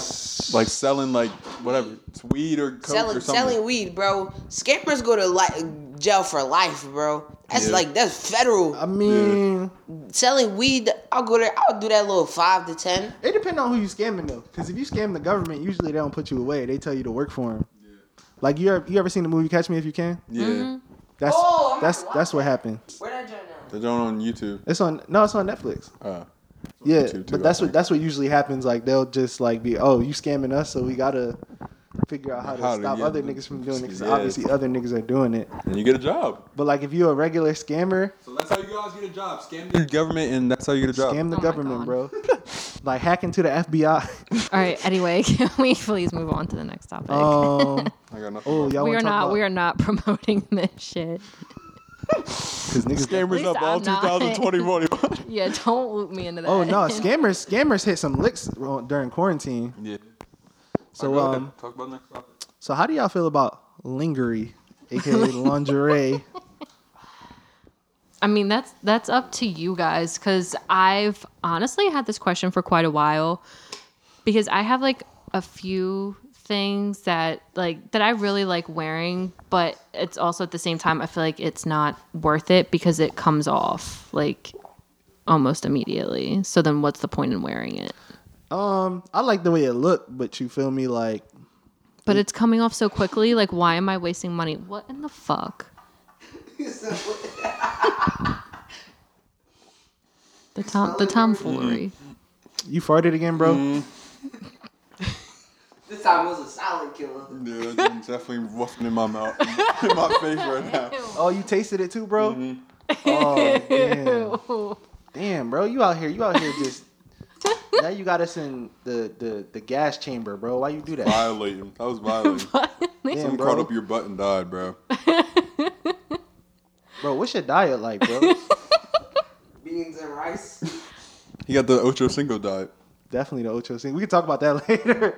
[SPEAKER 3] Like selling, like whatever, it's weed or coke
[SPEAKER 4] Selling,
[SPEAKER 3] or something.
[SPEAKER 4] selling weed, bro. Scammers go to li- jail for life, bro. That's
[SPEAKER 3] Yeah.
[SPEAKER 4] like, that's federal.
[SPEAKER 1] I mean,
[SPEAKER 4] selling weed, I'll go there. I'll do that little five to ten.
[SPEAKER 1] it depends on who you scamming though. Because if you scam the government, usually they don't put you away. They tell you to work for them. Like you ever, you ever seen the movie Catch Me If You Can?
[SPEAKER 3] Yeah,
[SPEAKER 2] Mm-hmm.
[SPEAKER 1] That's
[SPEAKER 4] Oh, I'm
[SPEAKER 1] that's
[SPEAKER 4] not
[SPEAKER 1] that's what happened.
[SPEAKER 4] Where that joint at?
[SPEAKER 3] they're doing it on YouTube.
[SPEAKER 1] It's on no, it's on Netflix.
[SPEAKER 3] Uh,
[SPEAKER 1] Yeah,
[SPEAKER 3] YouTube too,
[SPEAKER 1] but
[SPEAKER 3] I
[SPEAKER 1] that's what
[SPEAKER 3] think.
[SPEAKER 1] that's what usually happens. Like they'll just like be, oh, you scamming us, so we gotta figure out how to
[SPEAKER 3] How to
[SPEAKER 1] stop
[SPEAKER 3] get
[SPEAKER 1] other
[SPEAKER 3] them.
[SPEAKER 1] niggas from doing it. Because
[SPEAKER 3] Yeah.
[SPEAKER 1] obviously other niggas are doing it.
[SPEAKER 3] and you get a job.
[SPEAKER 1] But like if you're a regular scammer,
[SPEAKER 3] So that's how you guys get a job. Scam the government, and that's how you get a job.
[SPEAKER 1] scam the
[SPEAKER 2] Oh my
[SPEAKER 1] government,
[SPEAKER 2] God.
[SPEAKER 1] bro. like hack into the FBI.
[SPEAKER 2] All right. Anyway, can we please move on to the next topic?
[SPEAKER 1] Um,
[SPEAKER 3] I got nothing.
[SPEAKER 1] oh, y'all
[SPEAKER 2] we
[SPEAKER 1] want
[SPEAKER 2] are
[SPEAKER 1] to
[SPEAKER 2] not.
[SPEAKER 1] talk
[SPEAKER 2] We are not promoting this shit.
[SPEAKER 1] because niggas
[SPEAKER 3] Scammers
[SPEAKER 2] At
[SPEAKER 3] up
[SPEAKER 2] least
[SPEAKER 3] all
[SPEAKER 2] I'm not.
[SPEAKER 3] 2021.
[SPEAKER 2] Yeah. Don't loop me into that.
[SPEAKER 1] Oh no, scammers! Scammers hit some licks ro- during quarantine.
[SPEAKER 3] yeah.
[SPEAKER 1] So um,
[SPEAKER 3] talk about next topic.
[SPEAKER 1] so how do y'all feel about lingerie, aka lingerie?
[SPEAKER 2] I mean, that's that's up to you guys because I've honestly had this question for quite a while because I have like a few things that like that I really like wearing, but it's also at the same time I feel like it's not worth it because it comes off like almost immediately. So then, what's the point in wearing it?
[SPEAKER 1] Um, I like the way it looked, but you feel me? Like
[SPEAKER 2] But it's coming off so quickly. Like, why am I wasting money? What in the fuck? The tom the tomfoolery.
[SPEAKER 1] you farted again, bro.
[SPEAKER 2] Mm-hmm.
[SPEAKER 4] This time it was a silent killer.
[SPEAKER 3] Yeah, that thing's definitely roughing in my mouth, in my face right now.
[SPEAKER 1] Oh, you tasted it too, bro.
[SPEAKER 2] Mm-hmm.
[SPEAKER 1] Oh damn. damn, bro, you out here, you out here just. now you got us in the, the the gas chamber, bro. Why you do that?
[SPEAKER 3] Violating. That was violating.
[SPEAKER 1] Damn,
[SPEAKER 3] Someone caught
[SPEAKER 1] bro.
[SPEAKER 3] up your butt and died, bro.
[SPEAKER 1] Bro, what's your diet like, bro?
[SPEAKER 4] Beans and rice.
[SPEAKER 3] He got the Ocho Cinco diet.
[SPEAKER 1] Definitely the ocho thing. We can talk about that later.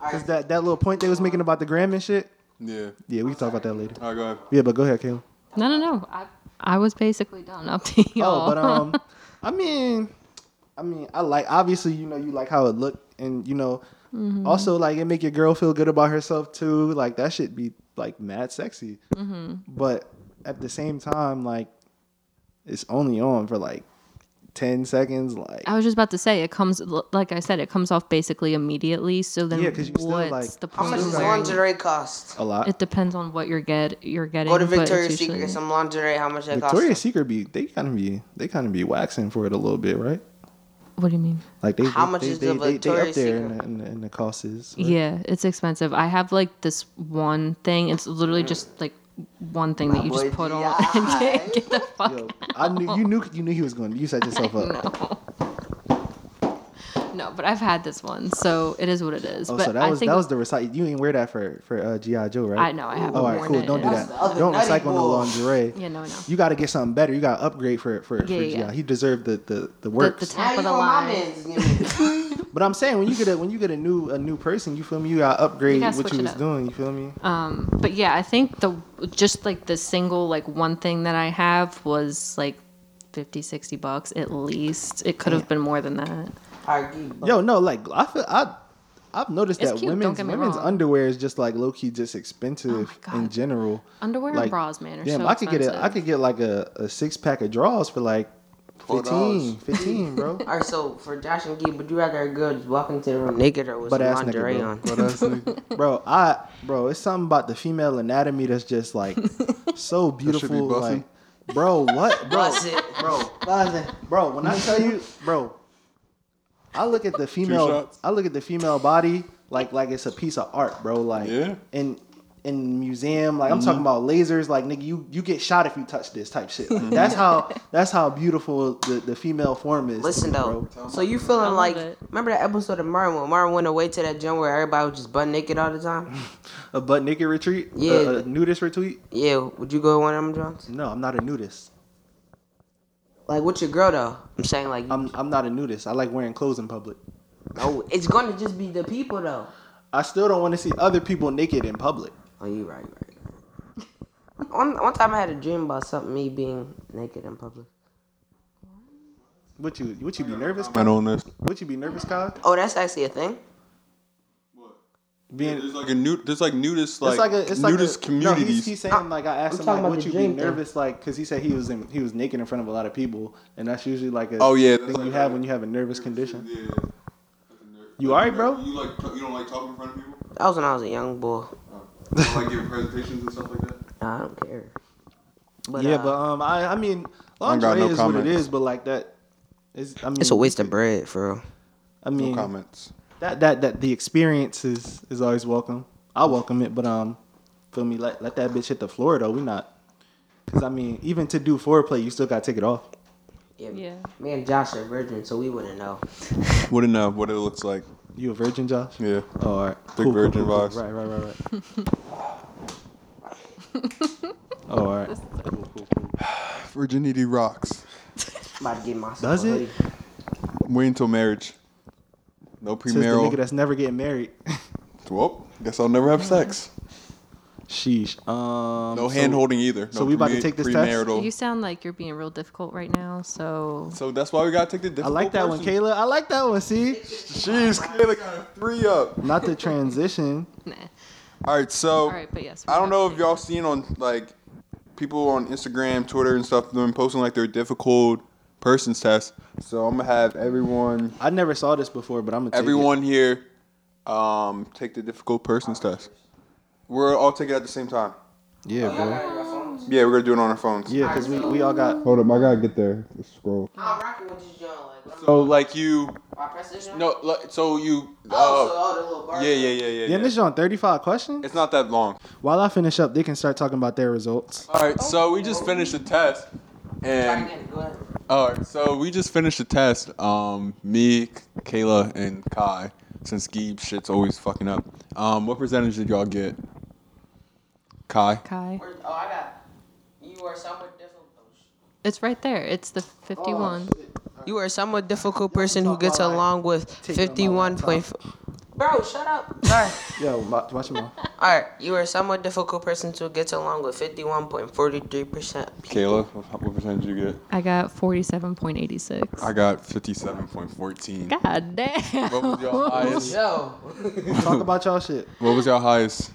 [SPEAKER 1] Cause
[SPEAKER 4] Alright.
[SPEAKER 1] that that little point they was making about the gram and shit.
[SPEAKER 3] Yeah.
[SPEAKER 1] Yeah, we can talk about that later.
[SPEAKER 3] All right, go ahead.
[SPEAKER 1] Yeah, but go ahead, Caleb.
[SPEAKER 2] No, no, no. I, I was basically done. Up to y'all.
[SPEAKER 1] Oh, but um, I mean, I mean, I like obviously you know you like how it looked, and you know, also like it make your girl feel good about herself too. Like that should be like mad sexy, but at the same time, like it's only on for like ten seconds. Like
[SPEAKER 2] I was just about to say it comes like I said it comes off basically immediately. So then
[SPEAKER 1] Yeah, 'cause you still,
[SPEAKER 2] what's
[SPEAKER 1] like-
[SPEAKER 2] the
[SPEAKER 4] How
[SPEAKER 2] point?
[SPEAKER 4] much
[SPEAKER 2] of
[SPEAKER 4] does
[SPEAKER 2] wearing it?
[SPEAKER 4] lingerie cost?
[SPEAKER 1] a lot.
[SPEAKER 2] It depends on what you're get you're getting.
[SPEAKER 4] Go to
[SPEAKER 2] but it's
[SPEAKER 4] Victoria's Secret,
[SPEAKER 2] usually-
[SPEAKER 4] get some lingerie. How much that
[SPEAKER 1] Victoria's
[SPEAKER 4] cost?
[SPEAKER 1] Secret be they kind of be they kind of be waxing for it a little bit, right?
[SPEAKER 2] What do you mean?
[SPEAKER 1] Like they
[SPEAKER 4] How
[SPEAKER 1] they,
[SPEAKER 4] much
[SPEAKER 1] they,
[SPEAKER 4] is
[SPEAKER 1] they,
[SPEAKER 4] the
[SPEAKER 1] they, they up
[SPEAKER 4] Victoria's
[SPEAKER 1] there in
[SPEAKER 4] Secret?
[SPEAKER 1] the, in the, in the costs. right?
[SPEAKER 2] Yeah, it's expensive. I have like this one thing. It's
[SPEAKER 4] Mm.
[SPEAKER 2] literally just like one thing that you just
[SPEAKER 4] boy
[SPEAKER 2] put on and
[SPEAKER 4] DI.
[SPEAKER 2] get, get the fuck.
[SPEAKER 1] Yo, I knew you knew you knew he was going. to You set yourself up.
[SPEAKER 2] No, but I've had this one, so it is what it is.
[SPEAKER 1] Oh,
[SPEAKER 2] but
[SPEAKER 1] so that
[SPEAKER 2] I
[SPEAKER 1] was
[SPEAKER 2] think
[SPEAKER 1] that was the recycle. You ain't wear that for for uh, GI Joe, right?
[SPEAKER 2] I know I haven't
[SPEAKER 1] All right,
[SPEAKER 2] worn
[SPEAKER 1] cool.
[SPEAKER 2] it.
[SPEAKER 1] Don't do
[SPEAKER 2] It's-
[SPEAKER 1] that.
[SPEAKER 4] That's the other
[SPEAKER 1] Don't
[SPEAKER 4] nutty
[SPEAKER 1] recycle no
[SPEAKER 4] bull.
[SPEAKER 1] lingerie.
[SPEAKER 2] Yeah, no, I know.
[SPEAKER 1] You got to get something better. You got to upgrade for for, for
[SPEAKER 2] Yeah,
[SPEAKER 1] GI.
[SPEAKER 2] yeah.
[SPEAKER 1] He deserved the the the work.
[SPEAKER 2] the
[SPEAKER 4] Now
[SPEAKER 2] top
[SPEAKER 4] you
[SPEAKER 2] of the
[SPEAKER 4] on my
[SPEAKER 2] line.
[SPEAKER 4] man's gimmick.
[SPEAKER 1] but I'm saying when you get a when you get a new a new person, you feel me? You got to upgrade
[SPEAKER 2] gotta
[SPEAKER 1] what
[SPEAKER 2] switch
[SPEAKER 1] you
[SPEAKER 2] it
[SPEAKER 1] was
[SPEAKER 2] up.
[SPEAKER 1] doing. You feel me?
[SPEAKER 2] but yeah, I think the just like the single like one thing that I have was like 50 60 bucks at least. It could have been more than that.
[SPEAKER 4] Alright, you-
[SPEAKER 1] Yo, no, like I feel I. I've noticed
[SPEAKER 2] It's
[SPEAKER 1] that
[SPEAKER 2] cute, don't
[SPEAKER 1] women's
[SPEAKER 2] get me
[SPEAKER 1] women's
[SPEAKER 2] wrong. Oh
[SPEAKER 1] underwear is just like low key just expensive
[SPEAKER 2] God.
[SPEAKER 1] in general.
[SPEAKER 2] Underwear
[SPEAKER 1] Like,
[SPEAKER 2] and bras, man, are
[SPEAKER 1] Damn,
[SPEAKER 2] so
[SPEAKER 1] I could
[SPEAKER 2] expensive.
[SPEAKER 1] get a I could get like a, a six pack of draws for like 15, 15 bro.
[SPEAKER 4] Alright, so for Josh and Gee, would you rather a girl just walk into the room naked or with
[SPEAKER 1] Butt
[SPEAKER 4] some
[SPEAKER 1] ass nigga,
[SPEAKER 4] lingerie
[SPEAKER 1] bro.
[SPEAKER 4] on?
[SPEAKER 3] But that's nigga.
[SPEAKER 1] bro i bro it's something about the female anatomy that's just like so
[SPEAKER 3] be
[SPEAKER 1] beautiful
[SPEAKER 3] bussin'.
[SPEAKER 1] like Bro, what? Bro,
[SPEAKER 4] Bust it.
[SPEAKER 1] bro, bro. When I tell you, bro, I look at the female.
[SPEAKER 3] shots.
[SPEAKER 1] I look at the female body like like it's a piece of art, bro. Like
[SPEAKER 3] Yeah. Mm-hmm.
[SPEAKER 1] in in museum, like I'm talking about lasers. Like nigga, you you get shot if you touch this type shit. Like, that's how that's how beautiful the, the female form is. to
[SPEAKER 4] Listen
[SPEAKER 1] me,
[SPEAKER 4] though,
[SPEAKER 1] bro.
[SPEAKER 4] so you feeling like
[SPEAKER 2] it.
[SPEAKER 4] remember that episode of Martin when Martin went away to that gym where everybody was just butt naked all the time?
[SPEAKER 1] Mm. a butt naked retreat.
[SPEAKER 4] Yeah.
[SPEAKER 1] a, a nudist retreat.
[SPEAKER 4] Yeah, would you go to one of them Johns?
[SPEAKER 1] No, I'm not a nudist.
[SPEAKER 4] Like with your girl though? I'm saying like
[SPEAKER 1] I'm I'm not a nudist. I like wearing clothes in public.
[SPEAKER 4] no, it's gonna just be the people though.
[SPEAKER 1] I still don't want to see other people naked in public.
[SPEAKER 4] Oh, you right, you right. One one time I had a dream about something me being naked in public.
[SPEAKER 1] Would you would you be nervous?
[SPEAKER 3] Comment on this.
[SPEAKER 1] Would you be nervous, Kyle?
[SPEAKER 4] Oh, that's actually a thing.
[SPEAKER 1] Being
[SPEAKER 3] There's like a nude. There's like nudist like,
[SPEAKER 1] it's like a it's like
[SPEAKER 3] nudist
[SPEAKER 1] a,
[SPEAKER 3] communities.
[SPEAKER 1] No, he's, he's saying like I asked
[SPEAKER 4] I'm
[SPEAKER 1] him
[SPEAKER 4] talking
[SPEAKER 1] like
[SPEAKER 4] about
[SPEAKER 1] would
[SPEAKER 4] the
[SPEAKER 1] you be
[SPEAKER 4] dream thing.
[SPEAKER 1] nervous like because he said he was in, he was naked in front of a lot of people and that's usually like a
[SPEAKER 3] Oh, yeah, that's
[SPEAKER 1] thing you
[SPEAKER 3] like
[SPEAKER 1] have
[SPEAKER 3] a-
[SPEAKER 1] when you have a nervous condition.
[SPEAKER 3] Yeah.
[SPEAKER 1] You alright, bro?
[SPEAKER 3] You like you don't like talking in front of people?
[SPEAKER 4] That was when I was a young boy.
[SPEAKER 3] like giving presentations and stuff like that?
[SPEAKER 4] Nah, I don't care.
[SPEAKER 1] yeah,
[SPEAKER 4] uh,
[SPEAKER 1] but um I I mean
[SPEAKER 3] ain't got
[SPEAKER 1] lingerie
[SPEAKER 3] no
[SPEAKER 1] is what
[SPEAKER 3] comment.
[SPEAKER 1] it is, but like that is I mean
[SPEAKER 4] it's a waste of bread for real.
[SPEAKER 1] I mean
[SPEAKER 3] No comments.
[SPEAKER 1] that that that the experience is is always welcome. I welcome it, but um feel me let let that bitch hit the floor though. We not because I mean even to do foreplay you still gotta take it off.
[SPEAKER 2] Yeah.
[SPEAKER 4] Me and Josh are virgin, so we wouldn't know.
[SPEAKER 3] Wouldn't know what it looks like.
[SPEAKER 1] You a virgin, Josh?
[SPEAKER 3] Yeah.
[SPEAKER 1] Oh, all right.
[SPEAKER 3] Big virgin vibes.
[SPEAKER 1] Right, right, right, right. oh, all right. Cool, cool, cool.
[SPEAKER 3] Virginity rocks.
[SPEAKER 4] I'm about to get myself.
[SPEAKER 1] Does
[SPEAKER 4] a
[SPEAKER 1] it?
[SPEAKER 4] hoodie.
[SPEAKER 3] I'm waiting till marriage. No
[SPEAKER 1] Since the nigga
[SPEAKER 3] premarital.
[SPEAKER 1] that's never getting married.
[SPEAKER 3] Well, guess I'll never have sex.
[SPEAKER 1] Sheesh. Um. so-
[SPEAKER 3] No hand holding either.
[SPEAKER 1] so
[SPEAKER 3] No
[SPEAKER 1] we about to
[SPEAKER 3] prema-
[SPEAKER 1] take this test?
[SPEAKER 3] premarital.
[SPEAKER 2] You sound like you're being real difficult right now. So
[SPEAKER 3] So that's why we gotta take the
[SPEAKER 1] I
[SPEAKER 3] difficult
[SPEAKER 1] like that one,
[SPEAKER 3] person.
[SPEAKER 1] Kayla. I like that one. See,
[SPEAKER 3] Jeez, Kayla got a three up.
[SPEAKER 1] not the transition.
[SPEAKER 2] nah.
[SPEAKER 3] All right, so
[SPEAKER 2] All right, but yes.
[SPEAKER 3] I don't know if y'all seen on like people on Instagram, Twitter, and stuff them posting like their difficult persons test. So I'm gonna have everyone,
[SPEAKER 1] I never saw this before, but I'm gonna.
[SPEAKER 3] everyone here, um, take the difficult persons test. We're all take it at the same time.
[SPEAKER 1] Take it. Yeah, bro.
[SPEAKER 3] Yeah, we're gonna do it on our phones.
[SPEAKER 1] Yeah, cause we, we all got.
[SPEAKER 3] Hold up, I gotta get there. Let's scroll.
[SPEAKER 4] I'm rocking with this joint. Like,
[SPEAKER 3] So like you,
[SPEAKER 4] I press this joint?
[SPEAKER 3] no, like, so you, uh,
[SPEAKER 4] Oh, so, oh, the little bar.
[SPEAKER 3] yeah, yeah, yeah, yeah.
[SPEAKER 1] Yeah,
[SPEAKER 3] yeah.
[SPEAKER 1] this is on 35 questions.
[SPEAKER 3] It's not that long.
[SPEAKER 1] While I finish up, they can start talking about their results.
[SPEAKER 3] All right, so we just finished the test, and.
[SPEAKER 4] Again, go ahead.
[SPEAKER 3] All right, so we just finished the test. Um, me, Kayla, and Kai. Since Geeb shit's always fucking up. Um, what percentage did y'all get? Kai.
[SPEAKER 2] Kai,
[SPEAKER 4] Where's- Oh, I got. You are somewhat difficult.
[SPEAKER 2] it's right there. It's the 51.
[SPEAKER 3] Oh.
[SPEAKER 4] You are a somewhat difficult person who gets along with fifty-one point. Bro, shut up. Sorry.
[SPEAKER 1] Yo, wa- watch them all.
[SPEAKER 4] All right. You are a somewhat difficult person who gets along with fifty-one point forty-three percent.
[SPEAKER 3] Kayla, what, what percentage did you get?
[SPEAKER 2] I got 47.86.
[SPEAKER 3] I got fifty-seven point fourteen.
[SPEAKER 2] God damn.
[SPEAKER 3] What was y'all highest?
[SPEAKER 4] Yo.
[SPEAKER 1] Talk about y'all shit.
[SPEAKER 3] What was y'all highest?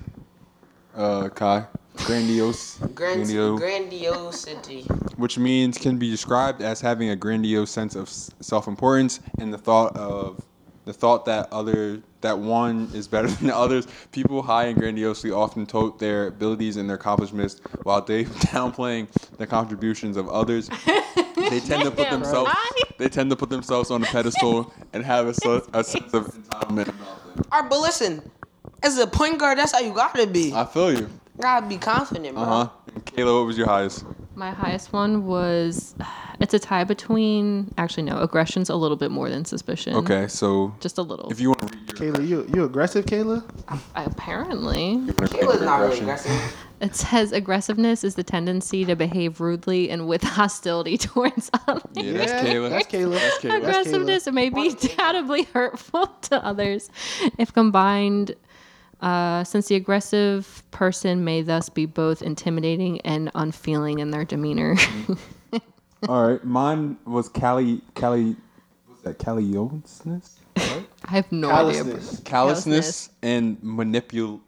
[SPEAKER 3] Uh, Kai. Grandiose.
[SPEAKER 4] Grand-
[SPEAKER 3] Grandio-
[SPEAKER 4] grandiosity.
[SPEAKER 3] which means can be described as having a grandiose sense of s- self-importance and the thought of the thought that other that one is better than the others. People high and grandiosely often tote their abilities and their accomplishments while they downplaying the contributions of others. They tend to put
[SPEAKER 2] Damn,
[SPEAKER 3] themselves
[SPEAKER 2] right.
[SPEAKER 3] they tend to put themselves on a pedestal and have a, so- a sense of entitlement. about them.
[SPEAKER 4] All right, but listen. As a point guard, that's how you gotta be.
[SPEAKER 3] I feel you.
[SPEAKER 4] You gotta be confident, bro.
[SPEAKER 3] Uh huh. Kayla, what was your highest?
[SPEAKER 4] Mm-hmm.
[SPEAKER 2] My highest one was it's a tie between actually no, aggression's a little bit more than suspicion.
[SPEAKER 3] Okay, so
[SPEAKER 2] Just a little.
[SPEAKER 3] if you want to read your
[SPEAKER 1] Kayla, you you aggressive, Kayla?
[SPEAKER 2] Apparently.
[SPEAKER 4] Kayla's not really aggressive.
[SPEAKER 2] It says aggressiveness is the tendency to behave rudely and with hostility towards others.
[SPEAKER 3] Yeah, that's Kayla.
[SPEAKER 1] That's Kayla.
[SPEAKER 3] That's Kayla.
[SPEAKER 1] That's Kayla.
[SPEAKER 2] Aggressiveness may be doubtably hurtful to others if combined, uh, since the aggressive person may thus be both intimidating and unfeeling in their demeanor.
[SPEAKER 3] All right, mine was Cali Cali. What's that? Callousness.
[SPEAKER 2] I have no idea.
[SPEAKER 1] Callousness.
[SPEAKER 3] Callousness and manipul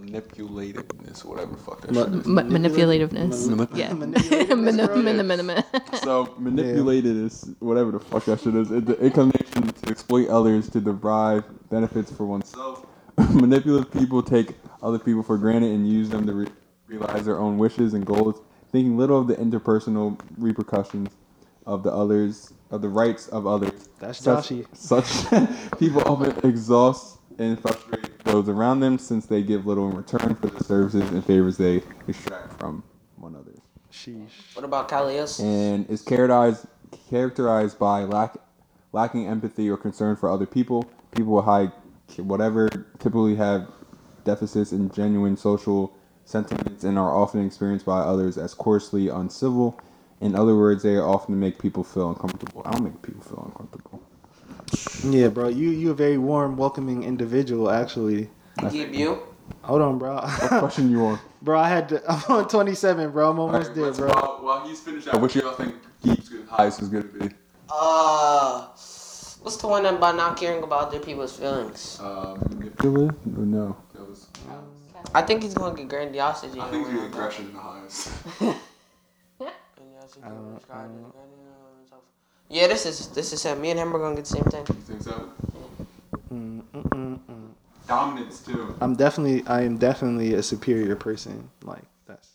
[SPEAKER 3] manipulativeness, whatever the fuck that shit. is.
[SPEAKER 2] Ma- manipulativeness.
[SPEAKER 3] Manip-
[SPEAKER 2] yeah.
[SPEAKER 1] Manipulativeness, bro.
[SPEAKER 3] So manipulatedness, whatever the fuck that shit is, it, it comes in to exploit others to derive benefits for oneself. Manipulative people take other people for granted and use them to re- realize their own wishes and goals. thinking little of the interpersonal repercussions of the others, of the rights of others.
[SPEAKER 1] That's
[SPEAKER 3] such,
[SPEAKER 1] Joshy.
[SPEAKER 3] Such people often exhaust and frustrate those around them since they give little in return for the services and favors they extract from one another
[SPEAKER 1] Sheesh.
[SPEAKER 4] What about Callias?
[SPEAKER 3] and is characterized characterized by lack lacking empathy or concern for other people. People with high whatever typically have deficits in genuine social sentiments and are often experienced by others as coarsely uncivil. In other words, they often make people feel uncomfortable. I don't make people feel uncomfortable.
[SPEAKER 1] Yeah, bro. You you a very warm, welcoming individual, actually.
[SPEAKER 4] Give you.
[SPEAKER 1] Hold on, bro.
[SPEAKER 3] Question you on?
[SPEAKER 1] bro, I had to, I'm on 27, bro. I'm almost there, bro.
[SPEAKER 3] While, he's finished out, what y'all think Geek's highest is going to be?
[SPEAKER 4] Uh, what's the one about not caring about other people's feelings?
[SPEAKER 3] manipulative? No. That was,
[SPEAKER 4] I think he's gonna get grandiosity. I think he's
[SPEAKER 3] aggression the highest.
[SPEAKER 4] Yeah, this is this is him. Me and him are gonna get the same thing.
[SPEAKER 3] You think so? Dominance too.
[SPEAKER 1] I'm definitely I am definitely a superior person. Like that's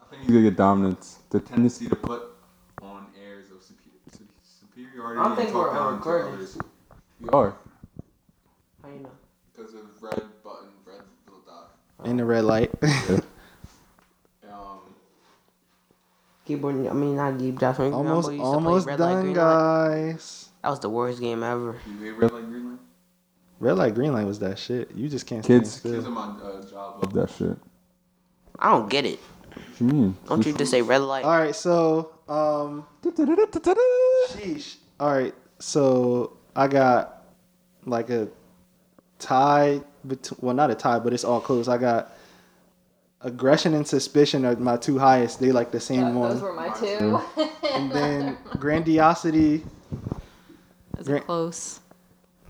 [SPEAKER 3] I think you get dominance. The tendency to put on airs of superior, superiority.
[SPEAKER 4] I don't think
[SPEAKER 3] and talk
[SPEAKER 4] we're
[SPEAKER 3] down to
[SPEAKER 4] recording.
[SPEAKER 3] others. We are
[SPEAKER 4] How you know?
[SPEAKER 3] because of red button, red little dot.
[SPEAKER 1] in the red light.
[SPEAKER 3] Um,
[SPEAKER 4] Keyboard, I mean not Geeb, Josh. Remember
[SPEAKER 1] almost
[SPEAKER 4] we used to play
[SPEAKER 1] almost
[SPEAKER 4] Red Light,
[SPEAKER 1] done,
[SPEAKER 4] Green Light?
[SPEAKER 1] guys.
[SPEAKER 4] That was the worst game ever.
[SPEAKER 3] you hate red light, green light.
[SPEAKER 1] Red light, green light was that shit. You just can't
[SPEAKER 3] Kids,
[SPEAKER 1] stand
[SPEAKER 3] kids
[SPEAKER 1] still.
[SPEAKER 3] on my uh, job love that shit.
[SPEAKER 4] I don't get it.
[SPEAKER 3] What you mean?
[SPEAKER 4] Don't you just say red light?
[SPEAKER 1] All right, so um, sheesh. All right, so I got like a tie between. Well, not a tie, but it's all close. I got aggression and suspicion are my two highest. They like the same one.
[SPEAKER 2] Those were my two.
[SPEAKER 1] and then grandiosity
[SPEAKER 2] That's
[SPEAKER 1] Great.
[SPEAKER 2] close.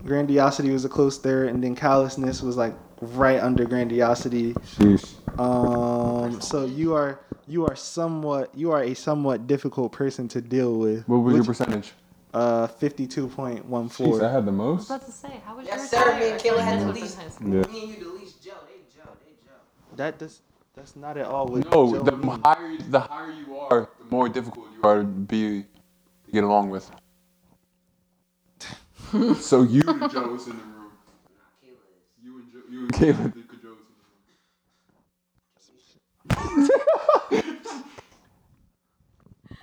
[SPEAKER 1] grandiosity was a close third and then callousness was like right under grandiosity
[SPEAKER 3] Sheesh.
[SPEAKER 1] um so you are you are somewhat you are a somewhat difficult person to deal with
[SPEAKER 3] What was your
[SPEAKER 1] Which-
[SPEAKER 3] percentage?
[SPEAKER 1] uh
[SPEAKER 3] Jeez, I
[SPEAKER 1] 52.14
[SPEAKER 3] had the most.
[SPEAKER 2] I was about to say, how was
[SPEAKER 4] Yes,
[SPEAKER 2] your
[SPEAKER 4] sir,
[SPEAKER 2] attire?
[SPEAKER 4] me and Kayla had
[SPEAKER 2] Yeah.
[SPEAKER 4] the least.
[SPEAKER 3] Yeah.
[SPEAKER 4] Me and you the least Joe. They Joe. They Joe.
[SPEAKER 1] that does that's not at all what
[SPEAKER 3] No,
[SPEAKER 1] Joe
[SPEAKER 3] the
[SPEAKER 1] means.
[SPEAKER 3] higher you- the higher you are, the more difficult you are to be to get along with. so you and Joe was in the room. You and Joe, you and Caleb.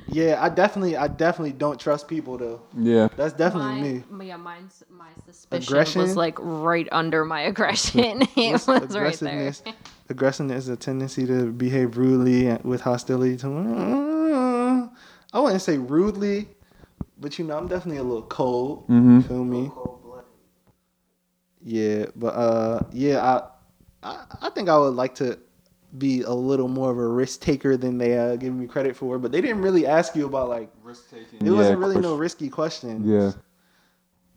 [SPEAKER 1] yeah i definitely i definitely don't trust people though
[SPEAKER 3] Yeah.
[SPEAKER 1] that's definitely
[SPEAKER 2] My-
[SPEAKER 1] me
[SPEAKER 2] Yeah, mine's my suspicion
[SPEAKER 1] Aggression?
[SPEAKER 2] was like right under my aggression. it was right there.
[SPEAKER 1] aggressiveness aggressiveness is a tendency to behave rudely and with hostility to i wouldn't say rudely but you know i'm definitely a little cold
[SPEAKER 3] Mhm.
[SPEAKER 1] feel me
[SPEAKER 4] Cold blooded.
[SPEAKER 1] yeah but uh yeah I, I i think i would like to be a little more of a risk taker than they uh, give me credit for but they didn't really ask you about like
[SPEAKER 3] Risk taking.
[SPEAKER 1] it wasn't really no risky question
[SPEAKER 3] Yeah.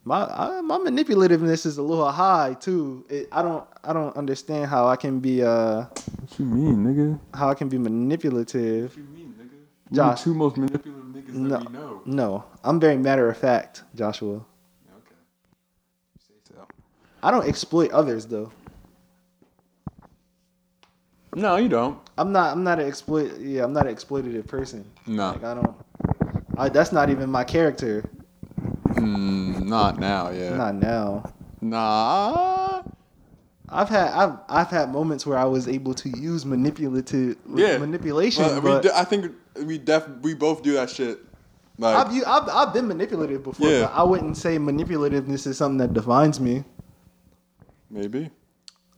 [SPEAKER 1] my I, my manipulativeness is a little high too it, i don't i don't understand how i can be uh
[SPEAKER 3] What you mean, nigga?
[SPEAKER 1] how I can be manipulative.
[SPEAKER 3] you mean, nigga?
[SPEAKER 1] the Josh.
[SPEAKER 3] two most manipulative niggas
[SPEAKER 1] No. No, I'm very matter of fact, Joshua.
[SPEAKER 3] Okay.
[SPEAKER 1] I don't exploit others though.
[SPEAKER 3] No, you don't.
[SPEAKER 1] I'm not. I'm not an exploit. Yeah, I'm not an exploitative person.
[SPEAKER 3] No.
[SPEAKER 1] Like I don't. I, that's not even my character.
[SPEAKER 3] Mm, not now, yeah.
[SPEAKER 1] Not now.
[SPEAKER 3] Nah.
[SPEAKER 1] I've had I've I've had moments where I was able to use manipulative
[SPEAKER 3] Yeah.
[SPEAKER 1] manipulation,
[SPEAKER 3] Well, we
[SPEAKER 1] but
[SPEAKER 3] d- I think we def we both do that shit. Like,
[SPEAKER 1] I've, u- I've I've been manipulative before.
[SPEAKER 3] Yeah.
[SPEAKER 1] But I wouldn't say manipulativeness is something that defines me.
[SPEAKER 3] maybe.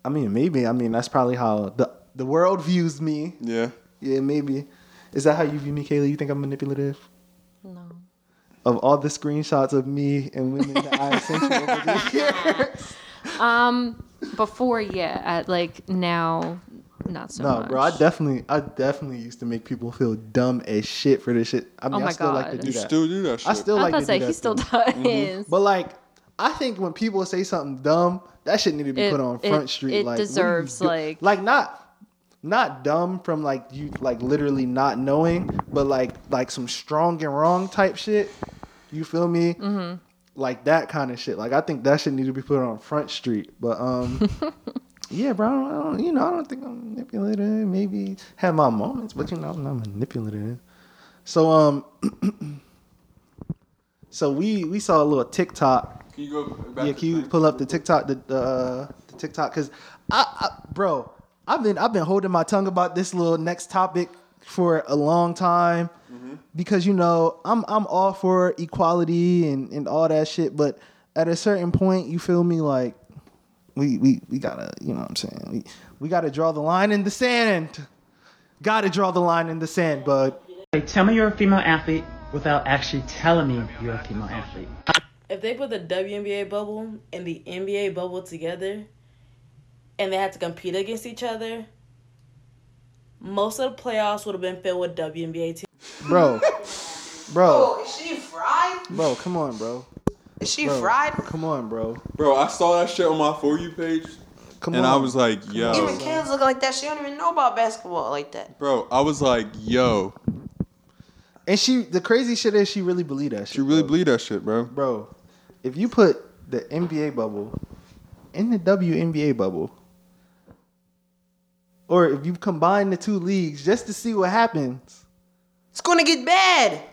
[SPEAKER 1] I mean, maybe. I mean, that's probably how the the world views me.
[SPEAKER 3] Yeah.
[SPEAKER 1] Yeah, maybe. Is that how you view me, Kayla? You think I'm manipulative?
[SPEAKER 2] No.
[SPEAKER 1] Of all the screenshots of me and women that I have sent you over the years.
[SPEAKER 2] Um, before, yeah, at like now, not so
[SPEAKER 1] No,
[SPEAKER 2] much.
[SPEAKER 1] bro, I definitely, I definitely used to make people feel dumb as shit for this shit. I mean,
[SPEAKER 2] Oh my
[SPEAKER 1] I still like to
[SPEAKER 2] God.
[SPEAKER 1] do
[SPEAKER 3] You
[SPEAKER 1] that.
[SPEAKER 3] still do that shit.
[SPEAKER 1] I still
[SPEAKER 2] I was
[SPEAKER 1] like
[SPEAKER 2] about
[SPEAKER 1] to
[SPEAKER 2] to
[SPEAKER 1] do
[SPEAKER 2] say
[SPEAKER 1] that
[SPEAKER 2] he still
[SPEAKER 1] though. Mm-hmm.
[SPEAKER 2] does.
[SPEAKER 1] But like, I think when people say something dumb, that shit need to be
[SPEAKER 2] It-
[SPEAKER 1] put on
[SPEAKER 2] it-
[SPEAKER 1] Front Street. like,
[SPEAKER 2] it
[SPEAKER 1] what are you
[SPEAKER 2] deserves,
[SPEAKER 1] do-
[SPEAKER 2] like-
[SPEAKER 1] like not. Not dumb from like you like literally not knowing, but like like some strong and wrong type shit. You feel me?
[SPEAKER 2] Mm-hmm.
[SPEAKER 1] Like that kind of shit. Like I think that shit need to be put on Front Street. But um, yeah, bro. I don't, I don't- you know, I don't think I'm manipulative. Maybe have my moments, but you know, I'm not manipulative. So um, so we we saw a little TikTok.
[SPEAKER 3] Can you go back
[SPEAKER 1] Yeah,
[SPEAKER 3] to
[SPEAKER 1] can you
[SPEAKER 3] the
[SPEAKER 1] pull up the TikTok, the the, uh, the TikTok? Cause I, I, bro, I've been I've been holding my tongue about this little next topic for a long time
[SPEAKER 3] Mm-hmm.
[SPEAKER 1] because you know I'm I'm all for equality and and all that shit, but at a certain point, you feel me, like we we we gotta, you know what I'm saying? We we gotta draw the line in the sand. Gotta draw the line in the sand, bud.
[SPEAKER 6] Like, tell me you're a female athlete without actually telling me you're a female athlete.
[SPEAKER 7] if they put the WNBA bubble and the NBA bubble together and they had to compete against each other, most of the playoffs would have been filled with WNBA teams.
[SPEAKER 1] Bro. Bro,
[SPEAKER 4] Oh, is she fried?
[SPEAKER 1] bro, come on, bro.
[SPEAKER 4] Is she
[SPEAKER 1] Bro,
[SPEAKER 4] fried?
[SPEAKER 1] Come on, bro.
[SPEAKER 3] Bro, I saw that shit on my for you page,
[SPEAKER 1] Come
[SPEAKER 3] and
[SPEAKER 1] on.
[SPEAKER 3] I was like,
[SPEAKER 4] Even
[SPEAKER 3] yo,
[SPEAKER 4] kids look like that. She don't even know about basketball like that.
[SPEAKER 3] bro. I was like, yo,
[SPEAKER 1] And she, the crazy shit is, she really believed that shit.
[SPEAKER 3] you really
[SPEAKER 1] bro.
[SPEAKER 3] believe that shit, bro?
[SPEAKER 1] bro. If you put the NBA bubble in the WNBA bubble, or if you combine the two leagues just to see what happens,
[SPEAKER 4] It's gonna get bad.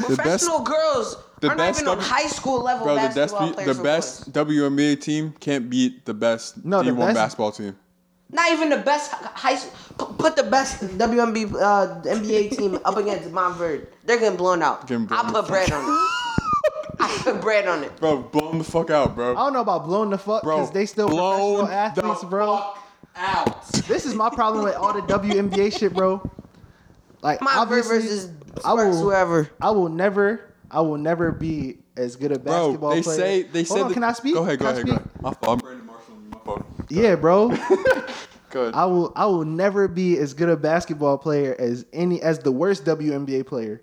[SPEAKER 3] The best,
[SPEAKER 4] Professional girls
[SPEAKER 3] the
[SPEAKER 4] are not
[SPEAKER 3] best
[SPEAKER 4] even on
[SPEAKER 3] W-
[SPEAKER 4] high school level
[SPEAKER 3] bro. The best,
[SPEAKER 4] basketball players.
[SPEAKER 3] the
[SPEAKER 4] or
[SPEAKER 3] best
[SPEAKER 4] players.
[SPEAKER 3] WNBA team can't beat the best
[SPEAKER 1] No, the
[SPEAKER 3] D1
[SPEAKER 1] best-
[SPEAKER 3] basketball team.
[SPEAKER 4] Not even the best hi- high school. Put the best WNBA uh, NBA team up against Montverde. They're getting blown out.
[SPEAKER 3] Getting blown
[SPEAKER 4] I
[SPEAKER 3] the
[SPEAKER 4] put bread on it. I put bread on it.
[SPEAKER 3] Bro, blow them the fuck out, bro.
[SPEAKER 1] I don't know about blown the fuck
[SPEAKER 3] Bro,
[SPEAKER 1] because they still
[SPEAKER 3] blown
[SPEAKER 1] professional athletes,
[SPEAKER 3] the
[SPEAKER 1] bro.
[SPEAKER 3] fuck out.
[SPEAKER 1] This is my problem with all the WNBA shit, bro. Like
[SPEAKER 4] Montverde
[SPEAKER 1] obviously,
[SPEAKER 4] versus
[SPEAKER 1] I will-
[SPEAKER 4] whoever.
[SPEAKER 1] I will never, I will never be as good a
[SPEAKER 3] Bro,
[SPEAKER 1] basketball
[SPEAKER 3] they
[SPEAKER 1] player.
[SPEAKER 3] say they
[SPEAKER 1] Hold
[SPEAKER 3] say.
[SPEAKER 1] on,
[SPEAKER 3] that-
[SPEAKER 1] can I speak?
[SPEAKER 3] Go ahead, go
[SPEAKER 1] Can I
[SPEAKER 3] ahead, go
[SPEAKER 1] speak?
[SPEAKER 3] ahead. My fault. I'm Brandon Marshall. My fault.
[SPEAKER 1] Yeah, bro.
[SPEAKER 3] Go ahead.
[SPEAKER 1] I will I will never be as good a basketball player as any as the worst WNBA player.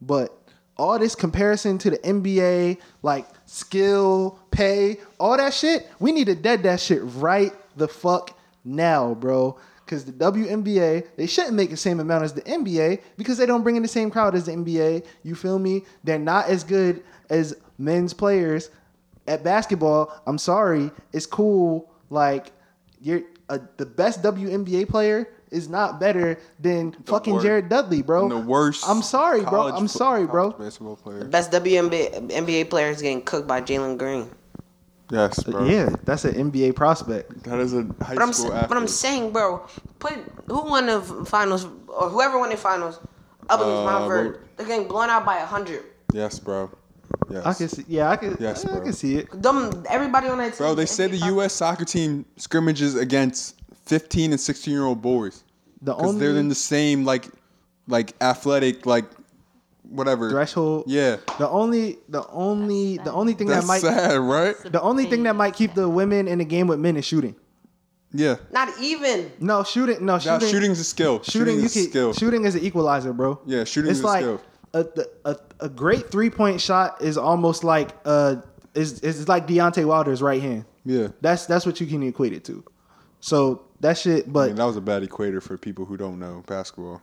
[SPEAKER 1] But all this comparison to the NBA, like skill, pay, all that shit, we need to dead that shit right the fuck now, bro. Cause the WNBA, they shouldn't make the same amount as the NBA because they don't bring in the same crowd as the NBA. You feel me? They're not as good as men's players at basketball. I'm sorry. It's cool. Like you're uh, the best WNBA player is not better than fucking
[SPEAKER 3] wor-
[SPEAKER 1] Jared Dudley, bro.
[SPEAKER 3] And the worst.
[SPEAKER 1] Oh, I'm sorry, bro.
[SPEAKER 3] college
[SPEAKER 1] I'm
[SPEAKER 3] fo-
[SPEAKER 1] sorry,
[SPEAKER 3] college
[SPEAKER 1] bro.
[SPEAKER 3] Basketball player.
[SPEAKER 4] Best WNBA NBA player is getting cooked by Jalen Green.
[SPEAKER 3] Yes, bro.
[SPEAKER 1] Yeah, that's an NBA prospect.
[SPEAKER 3] That is a high
[SPEAKER 4] But I'm
[SPEAKER 3] school
[SPEAKER 4] but I'm
[SPEAKER 3] athlete.
[SPEAKER 4] saying, bro, put who won the finals or whoever won the finals up against
[SPEAKER 3] Uh,
[SPEAKER 4] Montverde.
[SPEAKER 3] what-
[SPEAKER 4] They're getting blown out by hundred.
[SPEAKER 3] yes, bro. Yes.
[SPEAKER 1] I can see. Yeah, I can.
[SPEAKER 3] Yes,
[SPEAKER 1] I,
[SPEAKER 3] bro.
[SPEAKER 1] can see it.
[SPEAKER 4] Them everybody on that team.
[SPEAKER 3] Bro, they
[SPEAKER 4] is
[SPEAKER 3] say the
[SPEAKER 4] NBA
[SPEAKER 3] U.S. soccer team scrimmages against 15 and 16 year old boys
[SPEAKER 1] The
[SPEAKER 3] because
[SPEAKER 1] only
[SPEAKER 3] they're in the same like, like athletic like, whatever
[SPEAKER 1] threshold.
[SPEAKER 3] Yeah,
[SPEAKER 1] The only, the only, the only thing
[SPEAKER 3] that's
[SPEAKER 1] that might,
[SPEAKER 3] sad, right?
[SPEAKER 1] the only thing that might keep the women in the game with men is shooting.
[SPEAKER 3] Yeah,
[SPEAKER 4] Not even.
[SPEAKER 1] No shooting. No
[SPEAKER 3] now
[SPEAKER 1] shooting.
[SPEAKER 3] shooting's a skill.
[SPEAKER 1] shooting,
[SPEAKER 3] Shooting,
[SPEAKER 1] you
[SPEAKER 3] is a
[SPEAKER 1] can,
[SPEAKER 3] skill.
[SPEAKER 1] shooting is an equalizer, bro.
[SPEAKER 3] Yeah, shooting
[SPEAKER 1] it's
[SPEAKER 3] is a
[SPEAKER 1] like
[SPEAKER 3] skill.
[SPEAKER 1] A, the- a a great three point shot is almost like uh is is like Deontay Wilder's right hand.
[SPEAKER 3] Yeah.
[SPEAKER 1] that's that's what you can equate it to. So that shit,
[SPEAKER 3] I
[SPEAKER 1] but
[SPEAKER 3] mean, that was a bad equator for people who don't know basketball.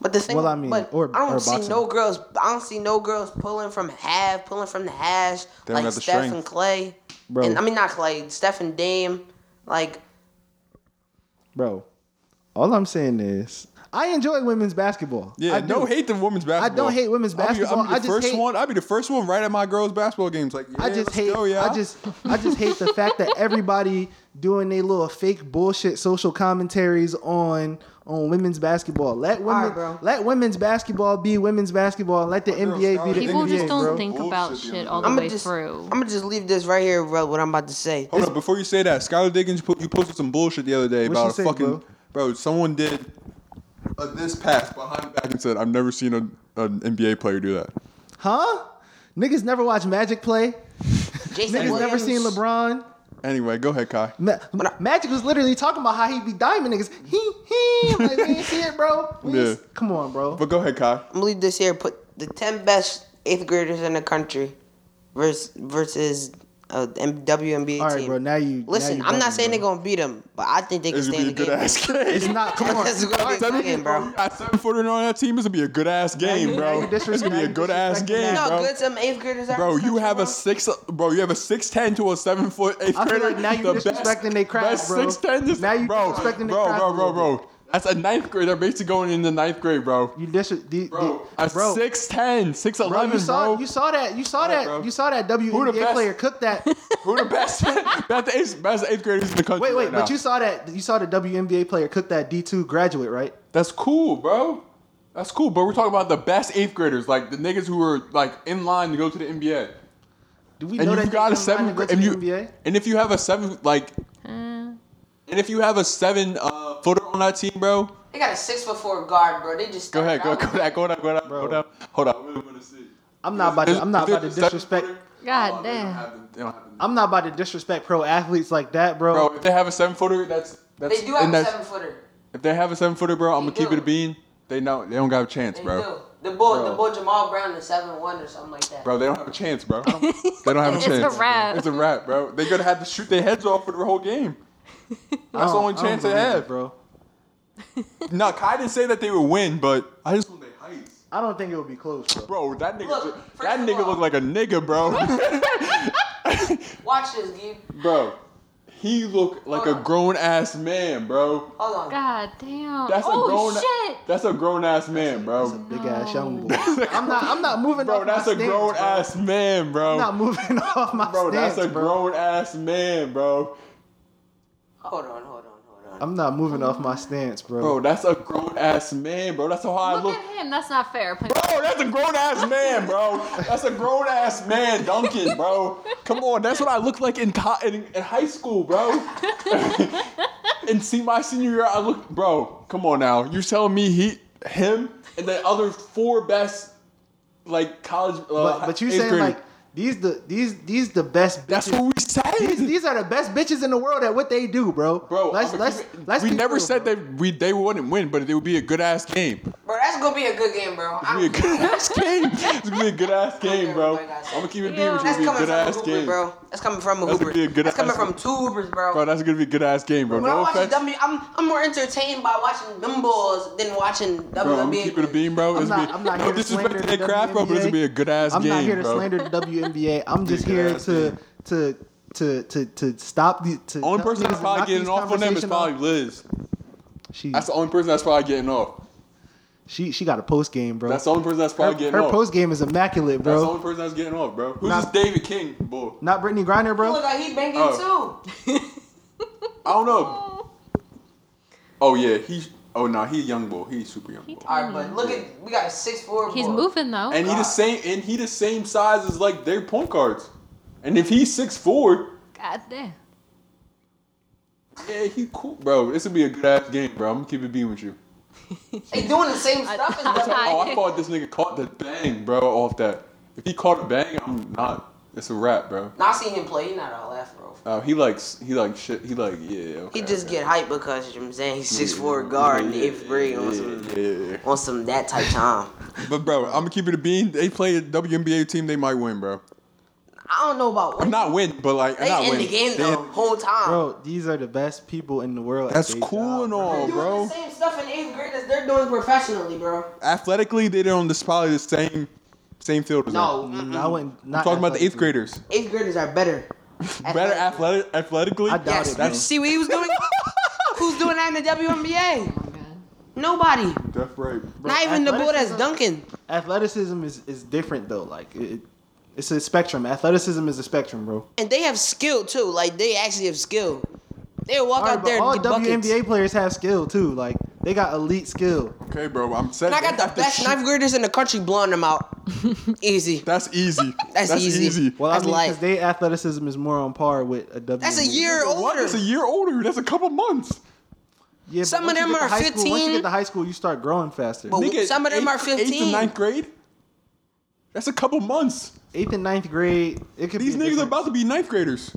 [SPEAKER 4] But the thing,
[SPEAKER 1] Well, I mean,
[SPEAKER 4] but
[SPEAKER 1] or-
[SPEAKER 4] I don't
[SPEAKER 1] or
[SPEAKER 4] see
[SPEAKER 1] boxing.
[SPEAKER 4] no girls. I don't see no girls pulling from half, pulling from the hash,
[SPEAKER 3] They don't
[SPEAKER 4] like
[SPEAKER 3] got the
[SPEAKER 4] Steph and
[SPEAKER 3] strength.
[SPEAKER 4] Clay.
[SPEAKER 1] Bro.
[SPEAKER 4] And I mean, not Clay, Steph and Dame. Like,
[SPEAKER 1] bro, all I'm saying is I enjoy women's basketball.
[SPEAKER 3] Yeah,
[SPEAKER 1] I
[SPEAKER 3] do. not
[SPEAKER 1] do.
[SPEAKER 3] hate the women's basketball.
[SPEAKER 1] hate women's
[SPEAKER 3] I'll be- I'll
[SPEAKER 1] basketball.
[SPEAKER 3] be,
[SPEAKER 1] I just
[SPEAKER 3] the first
[SPEAKER 1] hate-
[SPEAKER 3] one. I'll be the first one right at my girls' basketball games. Like, yeah,
[SPEAKER 1] I just
[SPEAKER 3] let's
[SPEAKER 1] hate.
[SPEAKER 3] Go, yeah.
[SPEAKER 1] I just, I just hate the fact that everybody doing their little fake bullshit social commentaries on on women's basketball. Let women,
[SPEAKER 4] right, bro.
[SPEAKER 1] let women's basketball be women's basketball. and Let the NBA be the
[SPEAKER 3] They
[SPEAKER 1] NBA,
[SPEAKER 2] People
[SPEAKER 3] can
[SPEAKER 2] just
[SPEAKER 3] be
[SPEAKER 2] don't
[SPEAKER 1] bro.
[SPEAKER 2] think
[SPEAKER 3] Bullshit
[SPEAKER 2] about
[SPEAKER 3] the
[SPEAKER 2] shit
[SPEAKER 3] other
[SPEAKER 2] all the
[SPEAKER 4] I'm
[SPEAKER 2] way
[SPEAKER 4] gonna just,
[SPEAKER 2] through.
[SPEAKER 4] I'm gonna just leave this right here, bro. What I'm about to say.
[SPEAKER 3] Hold up, before you say that, Skylar Diggins put you posted some bullshit the other day
[SPEAKER 1] What
[SPEAKER 3] about
[SPEAKER 1] she
[SPEAKER 3] a
[SPEAKER 1] say,
[SPEAKER 3] fucking
[SPEAKER 1] bro?
[SPEAKER 3] bro? Someone did a this pass behind the back and said, "I've never seen a, an NBA player do that."
[SPEAKER 1] Huh? Niggas never watch Magic play.
[SPEAKER 4] Jason
[SPEAKER 1] Niggas never
[SPEAKER 4] Williams.
[SPEAKER 1] seen LeBron.
[SPEAKER 3] Anyway, go ahead, Kai.
[SPEAKER 1] Ma- Magic was literally talking about how he be diamond niggas. He he. I'm like we ain't see it, bro. We ain't
[SPEAKER 3] Yeah.
[SPEAKER 1] s- Come on, bro.
[SPEAKER 3] But go ahead, Kai.
[SPEAKER 4] I'm gonna leave this here. Put the ten best eighth graders in the country versus versus uh, M- WNBA
[SPEAKER 1] All right,
[SPEAKER 4] team.
[SPEAKER 1] bro. Now you now
[SPEAKER 4] Listen,
[SPEAKER 1] you
[SPEAKER 4] I'm
[SPEAKER 1] bugging,
[SPEAKER 4] not saying
[SPEAKER 1] bro.
[SPEAKER 4] they're gonna beat them, but I think they can
[SPEAKER 3] It's
[SPEAKER 4] stay
[SPEAKER 3] gonna
[SPEAKER 4] in
[SPEAKER 3] be
[SPEAKER 4] the
[SPEAKER 3] a good
[SPEAKER 4] game.
[SPEAKER 3] ass game.
[SPEAKER 1] It's not. Come on.
[SPEAKER 4] It's gonna be a good game, bro.
[SPEAKER 3] I seven footer on that team. This would be a good ass game, bro.
[SPEAKER 1] you
[SPEAKER 3] This
[SPEAKER 1] disres-
[SPEAKER 3] would be
[SPEAKER 1] now
[SPEAKER 3] a
[SPEAKER 1] you
[SPEAKER 3] good ass
[SPEAKER 1] disrespecting
[SPEAKER 3] game,
[SPEAKER 1] that.
[SPEAKER 4] No,
[SPEAKER 3] bro.
[SPEAKER 4] good. Some eighth graders are.
[SPEAKER 3] Bro, you have
[SPEAKER 4] bro.
[SPEAKER 3] a six. Bro, you have a six ten to a seven foot eight
[SPEAKER 1] I feel
[SPEAKER 3] grader.
[SPEAKER 1] like now you
[SPEAKER 3] The best-
[SPEAKER 1] disrespecting they craft,
[SPEAKER 3] best
[SPEAKER 1] bro.
[SPEAKER 3] 6'10" is-
[SPEAKER 1] Now you
[SPEAKER 3] bro,
[SPEAKER 1] disrespecting they
[SPEAKER 3] bro,
[SPEAKER 1] craft
[SPEAKER 3] bro,
[SPEAKER 1] a
[SPEAKER 3] bro,
[SPEAKER 1] little
[SPEAKER 3] bro, That's a ninth grade. They're basically going into ninth grade, bro.
[SPEAKER 1] You dis- the,
[SPEAKER 3] Bro,
[SPEAKER 1] the,
[SPEAKER 3] a
[SPEAKER 1] bro,
[SPEAKER 3] 6'10",
[SPEAKER 1] bro,
[SPEAKER 3] 6'11", bro.
[SPEAKER 1] you saw you saw that you saw
[SPEAKER 3] All right,
[SPEAKER 1] that
[SPEAKER 3] bro.
[SPEAKER 1] you saw that
[SPEAKER 3] Who the
[SPEAKER 1] WNBA
[SPEAKER 3] best-
[SPEAKER 1] player cook that.
[SPEAKER 3] Who the best? best eighth, best eighth graders in the country.
[SPEAKER 1] Wait, wait,
[SPEAKER 3] right
[SPEAKER 1] but
[SPEAKER 3] now.
[SPEAKER 1] you saw that you saw the WNBA player cook that D two graduate, right?
[SPEAKER 3] That's cool, bro. That's cool, but we're talking about the best eighth graders, like the niggas who were like in line to go to the NBA.
[SPEAKER 1] Do we
[SPEAKER 3] And
[SPEAKER 1] know
[SPEAKER 3] you
[SPEAKER 1] that
[SPEAKER 3] got
[SPEAKER 1] they
[SPEAKER 3] a
[SPEAKER 1] combined
[SPEAKER 3] seven,
[SPEAKER 1] to go to
[SPEAKER 3] and
[SPEAKER 1] the
[SPEAKER 3] you,
[SPEAKER 1] NBA?
[SPEAKER 3] and if you have a seven, like,
[SPEAKER 4] Hmm.
[SPEAKER 3] and if you have a seven uh, footer on that team, bro,
[SPEAKER 4] They got a six foot four guard, bro. They just
[SPEAKER 3] Go ahead, go
[SPEAKER 4] started
[SPEAKER 3] go
[SPEAKER 4] out-
[SPEAKER 3] down, go down, go down, go
[SPEAKER 1] Bro.
[SPEAKER 3] down. Hold on, I really want to see.
[SPEAKER 1] I'm not about to, I'm not
[SPEAKER 3] If
[SPEAKER 1] about to
[SPEAKER 3] it's seven
[SPEAKER 1] disrespect.
[SPEAKER 3] footer,
[SPEAKER 2] God
[SPEAKER 3] oh, they don't
[SPEAKER 2] damn.
[SPEAKER 3] have the- they don't have the-
[SPEAKER 1] I'm not about to disrespect pro athletes like that, bro.
[SPEAKER 3] Bro, if they have a seven footer, that's that's.
[SPEAKER 4] They do have
[SPEAKER 3] and
[SPEAKER 4] a
[SPEAKER 3] that's-
[SPEAKER 4] seven footer.
[SPEAKER 3] If they have a seven footer, bro, I'm gonna
[SPEAKER 4] They
[SPEAKER 3] keep it a
[SPEAKER 4] do.
[SPEAKER 3] bean. They know they don't got a chance,
[SPEAKER 4] They
[SPEAKER 3] bro.
[SPEAKER 4] do. The boy, the boy Jamal Brown is seven one or something like that.
[SPEAKER 3] Bro, they don't have a chance, bro. they don't have a
[SPEAKER 2] It's a
[SPEAKER 3] chance.
[SPEAKER 2] wrap.
[SPEAKER 3] It's a wrap, bro. They're gonna have to shoot their heads off for the whole game.
[SPEAKER 1] I
[SPEAKER 3] That's the
[SPEAKER 1] don't-
[SPEAKER 3] only
[SPEAKER 1] I don't
[SPEAKER 3] chance they
[SPEAKER 1] believe it,
[SPEAKER 3] have.
[SPEAKER 1] bro.
[SPEAKER 3] No, Kai didn't say that they would win, but I just want their heights.
[SPEAKER 1] I don't think it would be close, bro.
[SPEAKER 3] Bro, that nigga,
[SPEAKER 4] Look,
[SPEAKER 3] ju-
[SPEAKER 4] first
[SPEAKER 3] that
[SPEAKER 4] of
[SPEAKER 3] nigga
[SPEAKER 4] all-
[SPEAKER 3] looked like a nigga, bro.
[SPEAKER 4] Watch this, Gabe.
[SPEAKER 3] bro, he looked like
[SPEAKER 4] Hold
[SPEAKER 3] a
[SPEAKER 4] on.
[SPEAKER 3] grown ass man, bro.
[SPEAKER 4] Hold on.
[SPEAKER 2] God damn.
[SPEAKER 3] That's a grown.
[SPEAKER 2] oh shit.
[SPEAKER 3] That's a grown ass man,
[SPEAKER 1] That's a
[SPEAKER 3] bro.
[SPEAKER 1] big ass young boy. I'm not. I'm not moving.
[SPEAKER 3] Bro,
[SPEAKER 1] off
[SPEAKER 3] that's
[SPEAKER 1] my
[SPEAKER 3] a
[SPEAKER 1] stance,
[SPEAKER 3] grown
[SPEAKER 1] bro.
[SPEAKER 3] ass man, bro.
[SPEAKER 1] I'm not moving off my
[SPEAKER 3] bro,
[SPEAKER 1] stance,
[SPEAKER 3] that's a
[SPEAKER 1] bro.
[SPEAKER 3] grown ass man, bro.
[SPEAKER 4] Hold on, hold on, hold on.
[SPEAKER 1] I'm not moving off my stance, bro.
[SPEAKER 3] Bro, that's a grown ass man, bro. That's how I
[SPEAKER 2] Look,
[SPEAKER 3] look.
[SPEAKER 2] at him. That's not fair. Put-
[SPEAKER 3] Bro, that's a grown ass man, bro. That's a grown ass man, Duncan, bro. Come on, that's what I looked like in co- in, in high school, bro. and see my senior year, I look, bro. Come on now, you're telling me he, him, and the other four best, like college. Uh,
[SPEAKER 1] but, but you
[SPEAKER 3] eighth
[SPEAKER 1] saying
[SPEAKER 3] graders.
[SPEAKER 1] like these the these these the best bitches.
[SPEAKER 3] that's what we said.
[SPEAKER 1] these, these are the best bitches in the world at what they do, bro.
[SPEAKER 3] Bro,
[SPEAKER 1] let's
[SPEAKER 3] I'm a-
[SPEAKER 1] let's let's
[SPEAKER 3] we
[SPEAKER 1] be
[SPEAKER 3] never
[SPEAKER 1] real,
[SPEAKER 3] said
[SPEAKER 1] bro.
[SPEAKER 3] that we they wouldn't win, but it would be a good ass game.
[SPEAKER 4] Bro, that's gonna be a good game, bro.
[SPEAKER 3] It'd be a
[SPEAKER 4] I'm,
[SPEAKER 3] good ass game. It's gonna be a good ass game, bro. I'm gonna keep it being with you. It's
[SPEAKER 4] that's
[SPEAKER 3] gonna be a
[SPEAKER 4] coming
[SPEAKER 3] good
[SPEAKER 4] from a
[SPEAKER 3] ass
[SPEAKER 4] Hooper,
[SPEAKER 3] game,
[SPEAKER 4] bro. That's coming from a
[SPEAKER 3] That's
[SPEAKER 4] Hooper.
[SPEAKER 3] gonna be a good
[SPEAKER 4] That's coming
[SPEAKER 3] ass-
[SPEAKER 4] from two Hoopers, bro.
[SPEAKER 3] Bro, that's gonna be a good ass game, bro.
[SPEAKER 4] when I
[SPEAKER 3] No
[SPEAKER 4] watch
[SPEAKER 3] offense, bro.
[SPEAKER 4] W, I'm I'm more entertained by watching them balls than watching WWE.
[SPEAKER 3] I'm gonna keep it a beam, bro. It's
[SPEAKER 1] not-
[SPEAKER 3] be,
[SPEAKER 1] I'm not
[SPEAKER 3] no
[SPEAKER 1] here to
[SPEAKER 3] disrespect
[SPEAKER 1] slander
[SPEAKER 3] to their
[SPEAKER 1] the
[SPEAKER 3] craft, bro, but it's gonna be a good ass
[SPEAKER 1] I'm
[SPEAKER 3] game,
[SPEAKER 1] not here to
[SPEAKER 3] bro.
[SPEAKER 1] slander the WNBA. I'm just
[SPEAKER 3] Big
[SPEAKER 1] here
[SPEAKER 3] ass
[SPEAKER 1] to
[SPEAKER 3] game.
[SPEAKER 1] to to to to stop the to
[SPEAKER 3] Only
[SPEAKER 1] tell
[SPEAKER 3] person
[SPEAKER 1] niggas
[SPEAKER 3] that's
[SPEAKER 1] to
[SPEAKER 3] probably
[SPEAKER 1] knock
[SPEAKER 3] getting
[SPEAKER 1] these
[SPEAKER 3] off on them is
[SPEAKER 1] conversations
[SPEAKER 3] probably
[SPEAKER 1] off.
[SPEAKER 3] Liz.
[SPEAKER 1] she
[SPEAKER 3] That's the only person that's probably getting off.
[SPEAKER 1] she she got a post game, bro.
[SPEAKER 3] That's the only person that's
[SPEAKER 1] her
[SPEAKER 3] probably getting
[SPEAKER 1] her
[SPEAKER 3] off.
[SPEAKER 1] post game is immaculate,
[SPEAKER 3] that's the
[SPEAKER 1] bro.
[SPEAKER 3] only person that's getting off, bro. Who's
[SPEAKER 1] Not-
[SPEAKER 3] this David King, boy?
[SPEAKER 1] Not Brittany Griner,
[SPEAKER 4] Look,
[SPEAKER 1] bro.
[SPEAKER 4] like he banging
[SPEAKER 3] Oh.
[SPEAKER 4] too.
[SPEAKER 3] I don't know. Oh yeah, he. Oh no, he a young boy. He's super young. Boy.
[SPEAKER 4] All right, but look at we got a six four.
[SPEAKER 2] He's moving though.
[SPEAKER 3] And he the same. And he the same size as like their point guards. And if he's six four,
[SPEAKER 2] God damn.
[SPEAKER 3] yeah, he cool, bro. This would be a good ass game, bro. I'm gonna keep it being with you.
[SPEAKER 4] They doing the same stuff as
[SPEAKER 2] I-
[SPEAKER 4] WWE.
[SPEAKER 3] Oh, I thought this nigga caught the bang, bro, off that. If he caught a bang, I'm not. It's a wrap, bro.
[SPEAKER 4] Now I seen him play. He not all that, bro.
[SPEAKER 3] Uh, he likes he like shit. He like yeah. Okay,
[SPEAKER 4] He just
[SPEAKER 3] okay.
[SPEAKER 4] get hyped because you know what I'm saying he's six four
[SPEAKER 3] Yeah,
[SPEAKER 4] guard
[SPEAKER 3] yeah,
[SPEAKER 4] in the eighth grade on
[SPEAKER 3] yeah,
[SPEAKER 4] some
[SPEAKER 3] yeah, yeah.
[SPEAKER 4] on some that type time.
[SPEAKER 3] But bro, I'm gonna keep it a bean. They play a WNBA team. They might win, bro.
[SPEAKER 4] I don't know about what
[SPEAKER 3] Not win, but like
[SPEAKER 4] they
[SPEAKER 3] not
[SPEAKER 4] in
[SPEAKER 3] win.
[SPEAKER 4] the game
[SPEAKER 3] They-
[SPEAKER 4] though whole time.
[SPEAKER 1] Bro, these are the best people in the world. at
[SPEAKER 3] That's
[SPEAKER 1] their
[SPEAKER 3] cool
[SPEAKER 1] job,
[SPEAKER 3] and
[SPEAKER 1] bro.
[SPEAKER 3] all,
[SPEAKER 4] doing
[SPEAKER 3] bro.
[SPEAKER 4] the same stuff in eighth grade as they're doing professionally, bro.
[SPEAKER 3] Athletically, they're on this probably the same same field. As them.
[SPEAKER 4] No,
[SPEAKER 1] Mm, I wouldn't.
[SPEAKER 3] I'm
[SPEAKER 4] Uh-uh.
[SPEAKER 1] Not
[SPEAKER 3] talking about the eighth
[SPEAKER 1] athletically.
[SPEAKER 3] graders.
[SPEAKER 4] eighth graders are better.
[SPEAKER 3] Better athletic athletically.
[SPEAKER 1] I doubt
[SPEAKER 4] Yes,
[SPEAKER 1] it. bro.
[SPEAKER 4] you see what he was doing? Who's doing that in the WNBA? Nobody.
[SPEAKER 3] That's right. Bro.
[SPEAKER 4] Not even the boy that's
[SPEAKER 1] athleticism-
[SPEAKER 4] dunking.
[SPEAKER 1] athleticism is, is different though. Like it, it's a spectrum. Athleticism is a spectrum, bro.
[SPEAKER 4] And they have skill too. Like they actually have skill. They walk
[SPEAKER 1] All, right,
[SPEAKER 4] out there
[SPEAKER 1] but all
[SPEAKER 4] and get
[SPEAKER 1] WNBA
[SPEAKER 4] buckets.
[SPEAKER 1] players have skill too. Like they got elite skill.
[SPEAKER 3] Okay, bro. I'm saying
[SPEAKER 4] And I got
[SPEAKER 3] they have
[SPEAKER 4] the
[SPEAKER 3] to
[SPEAKER 4] best
[SPEAKER 3] shoot.
[SPEAKER 4] ninth graders in the country blowing them out. Easy.
[SPEAKER 3] That's easy.
[SPEAKER 4] That's easy.
[SPEAKER 1] Well,
[SPEAKER 4] That's
[SPEAKER 1] I mean, because
[SPEAKER 4] light.
[SPEAKER 1] they athleticism is more on par with a WNBA.
[SPEAKER 4] That's a year
[SPEAKER 3] What?
[SPEAKER 4] older.
[SPEAKER 3] That's a year older. That's a couple months.
[SPEAKER 1] Yeah, but
[SPEAKER 4] Some of
[SPEAKER 1] once you
[SPEAKER 4] them
[SPEAKER 1] get to
[SPEAKER 4] are
[SPEAKER 1] high School, once you
[SPEAKER 4] 15.
[SPEAKER 1] get to high school, you start growing faster.
[SPEAKER 4] But- Some of them
[SPEAKER 3] eighth-
[SPEAKER 4] are
[SPEAKER 3] Eighth and
[SPEAKER 4] 15.
[SPEAKER 3] ninth grade. That's a couple months.
[SPEAKER 1] Eighth and ninth grade, it could
[SPEAKER 3] These
[SPEAKER 1] be a
[SPEAKER 3] niggas are
[SPEAKER 1] difference.
[SPEAKER 3] about to be ninth graders.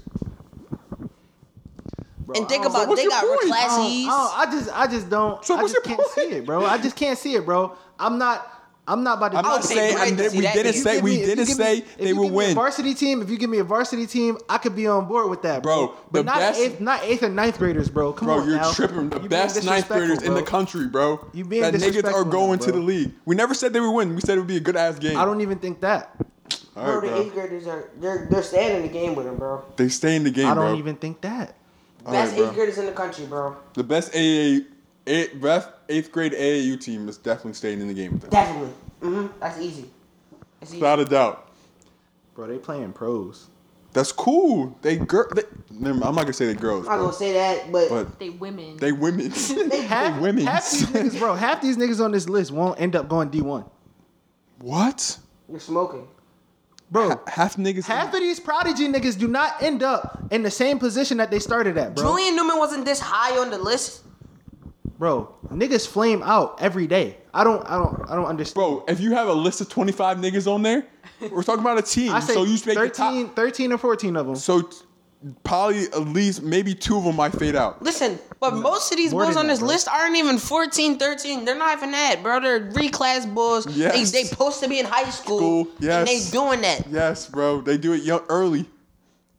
[SPEAKER 4] and think
[SPEAKER 3] So
[SPEAKER 4] about
[SPEAKER 3] what's
[SPEAKER 4] they
[SPEAKER 3] your
[SPEAKER 4] got
[SPEAKER 3] point? Oh,
[SPEAKER 1] I don't- I,
[SPEAKER 4] classes.
[SPEAKER 1] don't- I just, I just don't.
[SPEAKER 3] So
[SPEAKER 1] I
[SPEAKER 3] what's
[SPEAKER 1] just
[SPEAKER 3] your
[SPEAKER 1] can't
[SPEAKER 3] point?
[SPEAKER 1] see it, bro. I just can't see it, bro. I'm not. I'm not about to.
[SPEAKER 3] I'm not
[SPEAKER 4] would say
[SPEAKER 3] saying I
[SPEAKER 4] Brandon
[SPEAKER 3] did,
[SPEAKER 4] see
[SPEAKER 3] we
[SPEAKER 4] that
[SPEAKER 3] didn't
[SPEAKER 4] nigga.
[SPEAKER 3] say
[SPEAKER 1] give
[SPEAKER 3] we
[SPEAKER 1] me- if
[SPEAKER 3] didn't
[SPEAKER 1] give me-
[SPEAKER 3] say
[SPEAKER 1] if
[SPEAKER 3] they
[SPEAKER 1] you
[SPEAKER 3] would
[SPEAKER 1] give me a
[SPEAKER 3] win.
[SPEAKER 1] varsity team, if you give me a varsity team, I could be on board with that,
[SPEAKER 3] Bro, the
[SPEAKER 1] But not
[SPEAKER 3] best-
[SPEAKER 1] eighth, not eighth and ninth graders, bro. Come
[SPEAKER 3] Bro,
[SPEAKER 1] on,
[SPEAKER 3] you're
[SPEAKER 1] Al.
[SPEAKER 3] tripping. The
[SPEAKER 1] You being
[SPEAKER 3] best ninth
[SPEAKER 1] disrespectful,
[SPEAKER 3] graders in
[SPEAKER 1] bro.
[SPEAKER 3] the country, bro.
[SPEAKER 1] You being
[SPEAKER 3] that niggas
[SPEAKER 1] disrespectful
[SPEAKER 3] are going
[SPEAKER 1] now,
[SPEAKER 3] to the
[SPEAKER 1] bro.
[SPEAKER 3] league. We never said they would win. We said it would be a good ass game.
[SPEAKER 1] I don't even think that.
[SPEAKER 3] All
[SPEAKER 4] Bro,
[SPEAKER 3] right,
[SPEAKER 4] the
[SPEAKER 3] bro.
[SPEAKER 4] eighth graders are they're they're staying in the game with him, bro.
[SPEAKER 3] They stay in the game,
[SPEAKER 1] I don't
[SPEAKER 3] bro.
[SPEAKER 1] even think that.
[SPEAKER 3] All right,
[SPEAKER 4] Best
[SPEAKER 3] bro.
[SPEAKER 4] eighth graders in the country, bro.
[SPEAKER 3] The best AA, eight, best eighth grade AAU team is definitely staying in the game. With them.
[SPEAKER 4] Definitely. Mm-hmm. That's easy. That's easy.
[SPEAKER 3] Without a doubt.
[SPEAKER 1] Bro, they playing pros.
[SPEAKER 3] That's cool. They girl. They, never mind, I'm not gonna say they girls,
[SPEAKER 4] I'm not
[SPEAKER 3] bro,
[SPEAKER 4] gonna say that, but,
[SPEAKER 3] but
[SPEAKER 2] They women.
[SPEAKER 3] they women. they
[SPEAKER 1] Half,
[SPEAKER 3] women.
[SPEAKER 1] half these niggas, bro. Half these niggas on this list won't end up going D one,
[SPEAKER 3] what?
[SPEAKER 4] you're smoking.
[SPEAKER 1] bro.
[SPEAKER 3] Half niggas.
[SPEAKER 1] Half of these prodigy niggas do not end up in the same position that they started at, bro.
[SPEAKER 4] Julian Newman wasn't this high on the list.
[SPEAKER 1] Bro, niggas flame out every day. I don't, I don't, I don't understand.
[SPEAKER 3] Bro, if you have a list of 25 niggas on there, we're talking about a team.
[SPEAKER 1] I say
[SPEAKER 3] so you speak the
[SPEAKER 1] 13,
[SPEAKER 3] top.
[SPEAKER 1] 13 or fourteen of them.
[SPEAKER 3] So t- probably at least maybe two of them might fade out.
[SPEAKER 4] Listen, but most of these
[SPEAKER 1] More
[SPEAKER 4] bulls
[SPEAKER 1] than
[SPEAKER 4] on
[SPEAKER 1] that,
[SPEAKER 4] this
[SPEAKER 1] bro.
[SPEAKER 4] list aren't even 14, 13. They're not even that, bro. They're reclass bulls.
[SPEAKER 3] Yes.
[SPEAKER 4] They they supposed to be in high school.
[SPEAKER 3] School, yes.
[SPEAKER 4] And they doing that.
[SPEAKER 3] Yes, bro. They do it young, early.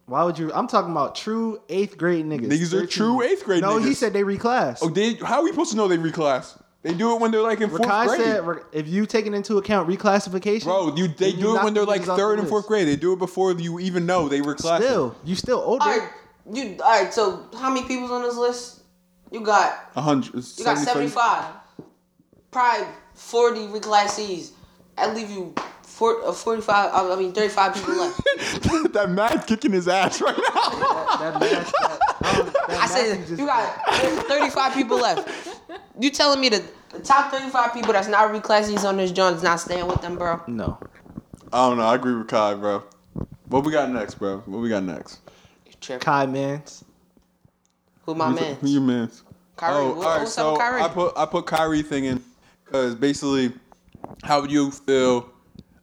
[SPEAKER 1] Why would you? I'm talking about true eighth grade niggas.
[SPEAKER 3] Niggas are
[SPEAKER 1] 13.
[SPEAKER 3] true eighth grade
[SPEAKER 1] No, he
[SPEAKER 3] niggas.
[SPEAKER 1] said they reclass.
[SPEAKER 3] Oh, they, how are we supposed to know they reclass? They do it when they're like in fourth
[SPEAKER 1] Rakai
[SPEAKER 3] grade.
[SPEAKER 1] said re- if you taking into account reclassification,
[SPEAKER 3] Bro, you they
[SPEAKER 1] then
[SPEAKER 3] do it
[SPEAKER 1] knock
[SPEAKER 3] when they're
[SPEAKER 1] niggas
[SPEAKER 3] like
[SPEAKER 1] off the
[SPEAKER 3] third and
[SPEAKER 1] list.
[SPEAKER 3] fourth grade. They do it before you even know they were classic.
[SPEAKER 1] Still, you still older.
[SPEAKER 4] All right, you. All right. So how many people's on this list? You got
[SPEAKER 3] a hundred.
[SPEAKER 4] you got seventy five. Probably forty reclassees. I leave you four, uh, forty five. I mean thirty five people left.
[SPEAKER 3] that math kicking his ass right now.
[SPEAKER 1] That math- that- I don't- that
[SPEAKER 4] I
[SPEAKER 1] math
[SPEAKER 4] said
[SPEAKER 1] just-
[SPEAKER 4] you got thirty five people left. You telling me the, the top thirty five people that's not reclassees on this joint is not staying with them, bro?
[SPEAKER 1] no.
[SPEAKER 3] I don't know. I agree with Kai, bro. What we got next, bro? What we got next?
[SPEAKER 4] Trip.
[SPEAKER 1] Kai Mans.
[SPEAKER 4] Who my man?
[SPEAKER 3] Who you man?
[SPEAKER 4] Kyrie.
[SPEAKER 3] Oh,
[SPEAKER 4] What-
[SPEAKER 3] all right.
[SPEAKER 4] what's up
[SPEAKER 3] So
[SPEAKER 4] with Kyrie?
[SPEAKER 3] I put I put Kyrie thing in because basically, how would you feel?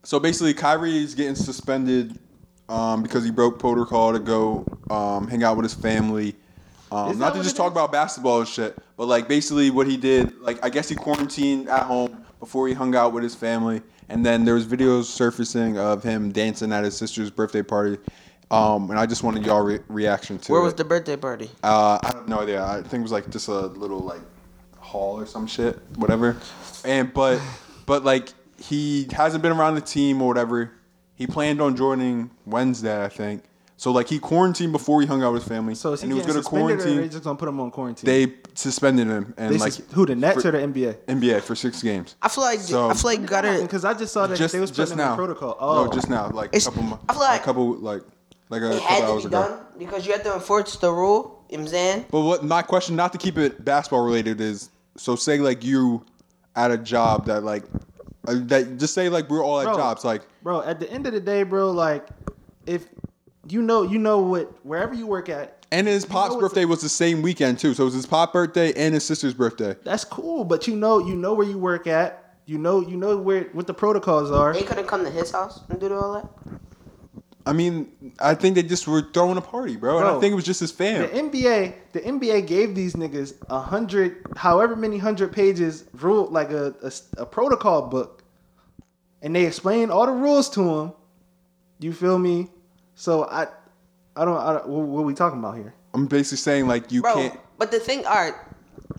[SPEAKER 3] So basically, Kyrie is getting suspended um, because he broke protocol to go um, hang out with his family. Um,
[SPEAKER 1] Is
[SPEAKER 3] not
[SPEAKER 1] that
[SPEAKER 3] to
[SPEAKER 1] what
[SPEAKER 3] just
[SPEAKER 1] it
[SPEAKER 3] talk
[SPEAKER 1] is?
[SPEAKER 3] about basketball and shit, but like basically what he did, like I guess he quarantined at home before he hung out with his family, and then there was videos surfacing of him dancing at his sister's birthday party. Um, and I just wanted y'all re- reaction to
[SPEAKER 4] Where
[SPEAKER 3] it.
[SPEAKER 4] was the birthday party?
[SPEAKER 3] Uh, I have no idea. I think it was like just a little like hall or some shit, whatever. And but but like he hasn't been around the team or whatever. He planned on joining Wednesday, I think. So like he quarantined before he hung out with his family.
[SPEAKER 1] So is he,
[SPEAKER 3] and he was
[SPEAKER 1] getting
[SPEAKER 3] gonna
[SPEAKER 1] suspended or they
[SPEAKER 3] quarantine.
[SPEAKER 1] just gonna put him on quarantine?
[SPEAKER 3] They suspended him and
[SPEAKER 1] They
[SPEAKER 3] like
[SPEAKER 1] sus- who the Nets
[SPEAKER 3] for-
[SPEAKER 1] or the NBA?
[SPEAKER 3] NBA for six games.
[SPEAKER 4] I feel like
[SPEAKER 3] So-
[SPEAKER 4] I feel like you gotta.
[SPEAKER 1] Because I just saw that
[SPEAKER 3] just
[SPEAKER 1] they was putting
[SPEAKER 3] just
[SPEAKER 1] him
[SPEAKER 3] now.
[SPEAKER 1] on protocol. Oh,
[SPEAKER 3] No, just now, like a
[SPEAKER 4] It's-
[SPEAKER 3] couple. mo-
[SPEAKER 4] I feel like
[SPEAKER 3] a couple like like a
[SPEAKER 4] It
[SPEAKER 3] couple
[SPEAKER 4] had to
[SPEAKER 3] hours
[SPEAKER 4] be
[SPEAKER 3] ago.
[SPEAKER 4] done because you have to enforce the rule. You know what I'm saying?
[SPEAKER 3] But what my question, not to keep it basketball related, is so say like you at a job that like uh, that just say like we're all at
[SPEAKER 1] Bro.
[SPEAKER 3] jobs like
[SPEAKER 1] bro. At the end of the day, bro, like if you know, you know what, wherever you work at,
[SPEAKER 3] and his
[SPEAKER 1] You
[SPEAKER 3] pop's
[SPEAKER 1] know it's a-
[SPEAKER 3] birthday was the same weekend too. So it was his pop birthday and his sister's birthday.
[SPEAKER 1] that's cool. But you know, you know where you work at. You know, you know where what the protocols are.
[SPEAKER 4] They couldn't come to his house and do all that.
[SPEAKER 3] I mean, I think they just were throwing a party, bro. And I
[SPEAKER 1] Bro.
[SPEAKER 3] think it was just his fam.
[SPEAKER 1] The NBA, the NBA gave these niggas a hundred, however many hundred pages rule, like a, a s- a protocol book, and they explained all the rules to him. You feel me? So I, I don't, I don't what, what we talking about here?
[SPEAKER 3] I'm basically saying like you
[SPEAKER 4] Bro,
[SPEAKER 3] can't.
[SPEAKER 4] but the thing, all right,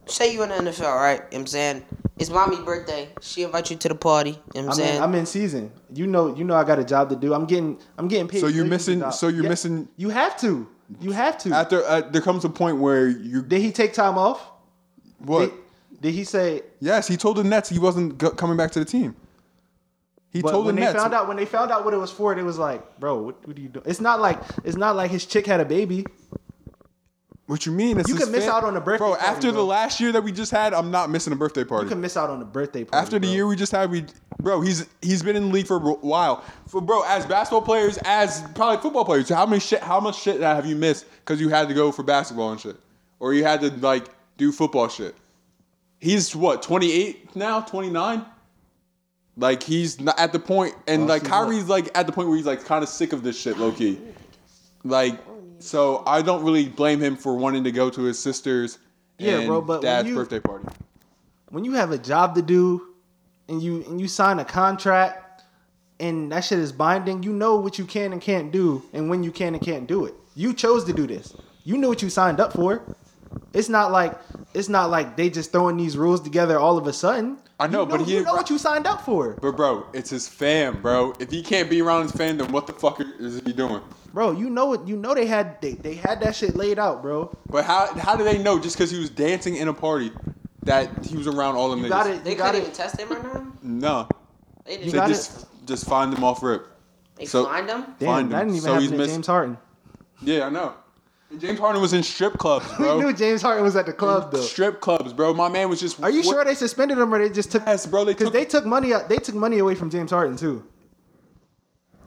[SPEAKER 4] say you in the NFL, right? You know what I'm saying? It's mommy birthday. She invite you to the party. You know what I'm
[SPEAKER 1] I'm,
[SPEAKER 4] saying?
[SPEAKER 1] in, I'm in season. You know, you know, I got a job to do. I'm getting, I'm getting paid.
[SPEAKER 3] So you're
[SPEAKER 1] millions of
[SPEAKER 3] missing-
[SPEAKER 1] dollars.
[SPEAKER 3] so you're missing-
[SPEAKER 1] You have to. You have to.
[SPEAKER 3] After uh, there comes a point where you
[SPEAKER 1] did he take time off?
[SPEAKER 3] what?
[SPEAKER 1] Did, did he say?
[SPEAKER 3] yes, he told the Nets he wasn't go- coming back to the team. He
[SPEAKER 1] But
[SPEAKER 3] told the
[SPEAKER 1] when they
[SPEAKER 3] Nets.
[SPEAKER 1] found out when they found out what it was for, it was like, bro, what, what are you doing? It's not like it's not like his chick had a baby.
[SPEAKER 3] What you mean? It's
[SPEAKER 1] You
[SPEAKER 3] his
[SPEAKER 1] could miss out on the birthday
[SPEAKER 3] Bro,
[SPEAKER 1] party,
[SPEAKER 3] after the
[SPEAKER 1] bro.
[SPEAKER 3] last year that we just had, I'm not missing a birthday party.
[SPEAKER 1] You can miss out on the birthday party.
[SPEAKER 3] after the
[SPEAKER 1] bro.
[SPEAKER 3] year we just had, we bro, he's he's been in the league for a while. For, bro, as basketball players, as probably football players, how many shit, how much shit have you missed because you had to go for basketball and shit, or you had to like do football shit. He's what 28 now, 29. Like he's not at the point, and like
[SPEAKER 1] she's not.
[SPEAKER 3] Kyrie's like at the point where he's like kind of sick of this shit, low key. Like, so I don't really blame him for wanting to go to his sister's
[SPEAKER 1] Yeah,
[SPEAKER 3] and
[SPEAKER 1] bro, but when
[SPEAKER 3] dad's
[SPEAKER 1] you-
[SPEAKER 3] birthday party.
[SPEAKER 1] when you have a job to do, and you and you sign a contract and that shit is binding, you know what you can and can't do and when you can and can't do it. You chose to do this. You knew what you signed up for. It's not like it's not like they just throwing these rules together all of a sudden.
[SPEAKER 3] I know,
[SPEAKER 1] You
[SPEAKER 3] but he-
[SPEAKER 1] you know what you signed up for,
[SPEAKER 3] But bro, it's his fam, bro. If he can't be around his fam, then what the fuck is he doing?
[SPEAKER 1] bro. You know it. You know they had they, they had that shit laid out, bro.
[SPEAKER 3] But how how do they know just because he was dancing in a party that he was around all them
[SPEAKER 1] You
[SPEAKER 3] niggas?
[SPEAKER 1] got it.
[SPEAKER 4] They
[SPEAKER 1] You got
[SPEAKER 4] couldn't even
[SPEAKER 1] it.
[SPEAKER 4] test him right now.
[SPEAKER 3] No,
[SPEAKER 4] They
[SPEAKER 3] they
[SPEAKER 4] didn't.
[SPEAKER 1] got
[SPEAKER 3] just just find him off rip.
[SPEAKER 4] They
[SPEAKER 3] so-
[SPEAKER 4] find him.
[SPEAKER 1] Damn,
[SPEAKER 3] Find
[SPEAKER 1] that
[SPEAKER 3] him.
[SPEAKER 1] didn't even
[SPEAKER 3] So he's
[SPEAKER 1] happen to
[SPEAKER 3] missed-
[SPEAKER 1] James Harden.
[SPEAKER 3] Yeah, I know. And James Harden was in strip clubs,
[SPEAKER 1] We knew
[SPEAKER 3] bro.
[SPEAKER 1] James Harden was at the club though.
[SPEAKER 3] strip clubs, bro. My man was just.
[SPEAKER 1] Are you
[SPEAKER 3] what-
[SPEAKER 1] sure they suspended him or they just took?
[SPEAKER 3] Yes, bro. They
[SPEAKER 1] Because
[SPEAKER 3] took,
[SPEAKER 1] they
[SPEAKER 3] they
[SPEAKER 1] took money. They took money away from James Harden too.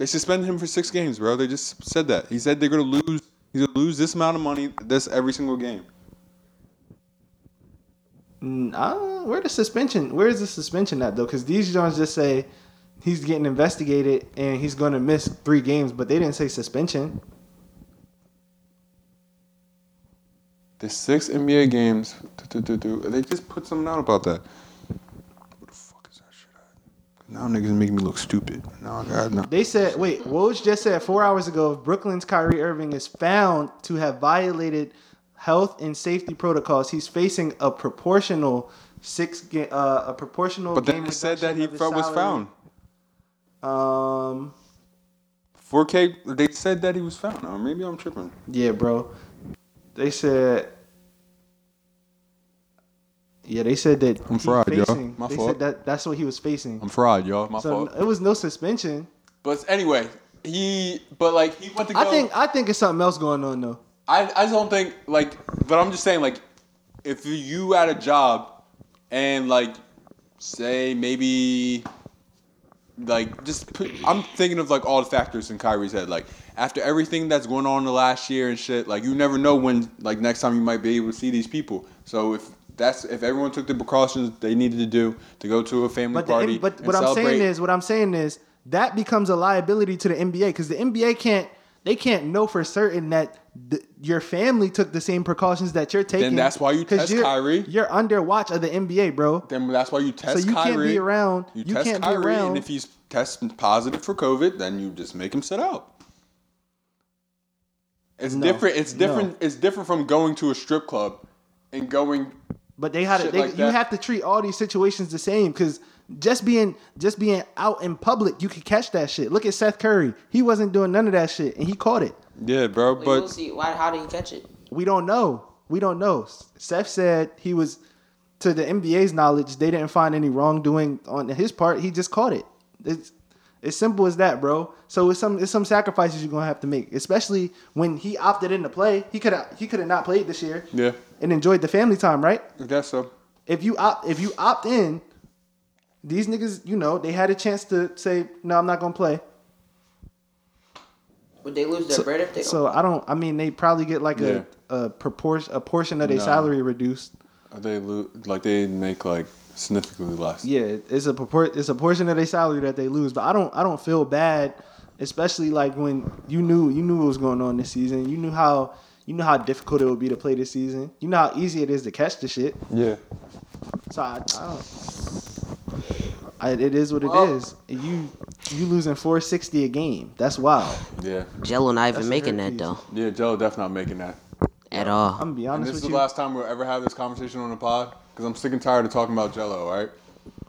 [SPEAKER 3] suspended him for six games, bro. They just said that. He said they're gonna lose. He's gonna lose this amount of money. This every single game.
[SPEAKER 1] Nah, uh, where the suspension? Where is the suspension at though? Because these Johns just say he's getting investigated and he's going to miss three games, but they didn't say suspension.
[SPEAKER 3] The six NBA games. do-do-do-do, They just put something out about that. What the fuck is that shit at? Now niggas make me look stupid. No, God, no.
[SPEAKER 1] They said, wait, Woj just said four hours ago, Brooklyn's Kyrie Irving is found to have violated health and safety protocols. He's facing a proportional six, ga- uh, a proportional.
[SPEAKER 3] But then
[SPEAKER 1] game
[SPEAKER 3] they said that
[SPEAKER 1] reduction
[SPEAKER 3] he
[SPEAKER 1] of his
[SPEAKER 3] fro- was
[SPEAKER 1] salary.
[SPEAKER 3] found.
[SPEAKER 1] Um,
[SPEAKER 3] 4K. They said that he was found. Now maybe I'm tripping.
[SPEAKER 1] Yeah, bro. They said. Yeah, they said that. he
[SPEAKER 3] I'm fried, y'all.
[SPEAKER 1] facing-
[SPEAKER 3] My
[SPEAKER 1] they
[SPEAKER 3] fault.
[SPEAKER 1] said that that's what he was facing.
[SPEAKER 3] I'm fried, y'all. My
[SPEAKER 1] so
[SPEAKER 3] fault.
[SPEAKER 1] it was no suspension.
[SPEAKER 3] But anyway, he. But like he went to go.
[SPEAKER 1] I think I think it's something else going on though.
[SPEAKER 3] I, I just don't think like but I'm just saying like if you at a job and like say maybe like just put, I'm thinking of like all the factors in Kyrie's head like after everything that's going on the last year and shit like you never know when like next time you might be able to see these people so if that's if everyone took the precautions they needed to do to go to a family
[SPEAKER 1] But
[SPEAKER 3] party
[SPEAKER 1] the, but
[SPEAKER 3] and
[SPEAKER 1] what I'm saying
[SPEAKER 3] celebrate-
[SPEAKER 1] is what I'm saying is that becomes a liability to the NBA because the NBA can't they can't know for certain that th- your family took the same precautions that you're taking.
[SPEAKER 3] that's why you
[SPEAKER 1] 'cause
[SPEAKER 3] test
[SPEAKER 1] you're,
[SPEAKER 3] Kyrie.
[SPEAKER 1] You're under watch of the NBA, bro.
[SPEAKER 3] then that's why you test
[SPEAKER 1] you can't be
[SPEAKER 3] Kyrie.
[SPEAKER 1] around- you
[SPEAKER 3] test
[SPEAKER 1] can't be
[SPEAKER 3] Kyrie,
[SPEAKER 1] around-
[SPEAKER 3] and if he's testing positive for COVID, then you just make him sit out. It's
[SPEAKER 1] No.
[SPEAKER 3] different. It's
[SPEAKER 1] No.
[SPEAKER 3] different. It's different from going to a strip club and going.
[SPEAKER 1] But they had to,
[SPEAKER 3] Shit
[SPEAKER 1] they,
[SPEAKER 3] like
[SPEAKER 1] you
[SPEAKER 3] that.
[SPEAKER 1] have to treat all these situations the same because just being just being out in public, you could catch that shit. Look at Seth Curry; he wasn't doing none of that shit, and he caught it.
[SPEAKER 3] Yeah, bro.
[SPEAKER 4] Wait, we'll
[SPEAKER 3] but
[SPEAKER 4] see. Why? How did he catch it?
[SPEAKER 1] We don't know. We don't know. Seth said he was, to the NBA's knowledge, they didn't find any wrongdoing on his part. He just caught it. It's as simple as that, bro. So it's some it's some sacrifices you're gonna have to make, especially when he opted in to play. He could have he could have not played this year.
[SPEAKER 3] Yeah.
[SPEAKER 1] and enjoyed the family time, right?
[SPEAKER 3] I guess so.
[SPEAKER 1] if you opt if you opt in, these niggas, you know, they had a chance to say, No, I'm not gonna play.
[SPEAKER 4] Would they lose their bread if they?
[SPEAKER 1] So I don't I mean they probably get like
[SPEAKER 3] Yeah.
[SPEAKER 1] a, a proportion a portion of their
[SPEAKER 3] No.
[SPEAKER 1] salary reduced.
[SPEAKER 3] Are they lo- like they make like significantly less?
[SPEAKER 1] Yeah, it's a purport it's a portion of their salary that they lose. But I don't I don't feel bad, especially like when you knew you knew what was going on this season. You knew how you knew how difficult it would be to play this season. You know how easy it is to catch the shit.
[SPEAKER 3] Yeah.
[SPEAKER 1] So I, I don't. I, it is what it is.
[SPEAKER 4] Well-
[SPEAKER 1] You you losing four sixty a game. That's wild.
[SPEAKER 3] Yeah.
[SPEAKER 4] Jello not even
[SPEAKER 1] That's a
[SPEAKER 4] making
[SPEAKER 1] hurt
[SPEAKER 4] that
[SPEAKER 1] piece.
[SPEAKER 4] though
[SPEAKER 3] Yeah. Joe def not making that.
[SPEAKER 4] at all.
[SPEAKER 1] I'm gonna be
[SPEAKER 3] And
[SPEAKER 1] honest
[SPEAKER 3] this is
[SPEAKER 1] with
[SPEAKER 3] the
[SPEAKER 1] you.
[SPEAKER 3] last time we'll ever have this conversation on the pod because I'm sick and tired of talking about Jello. All right.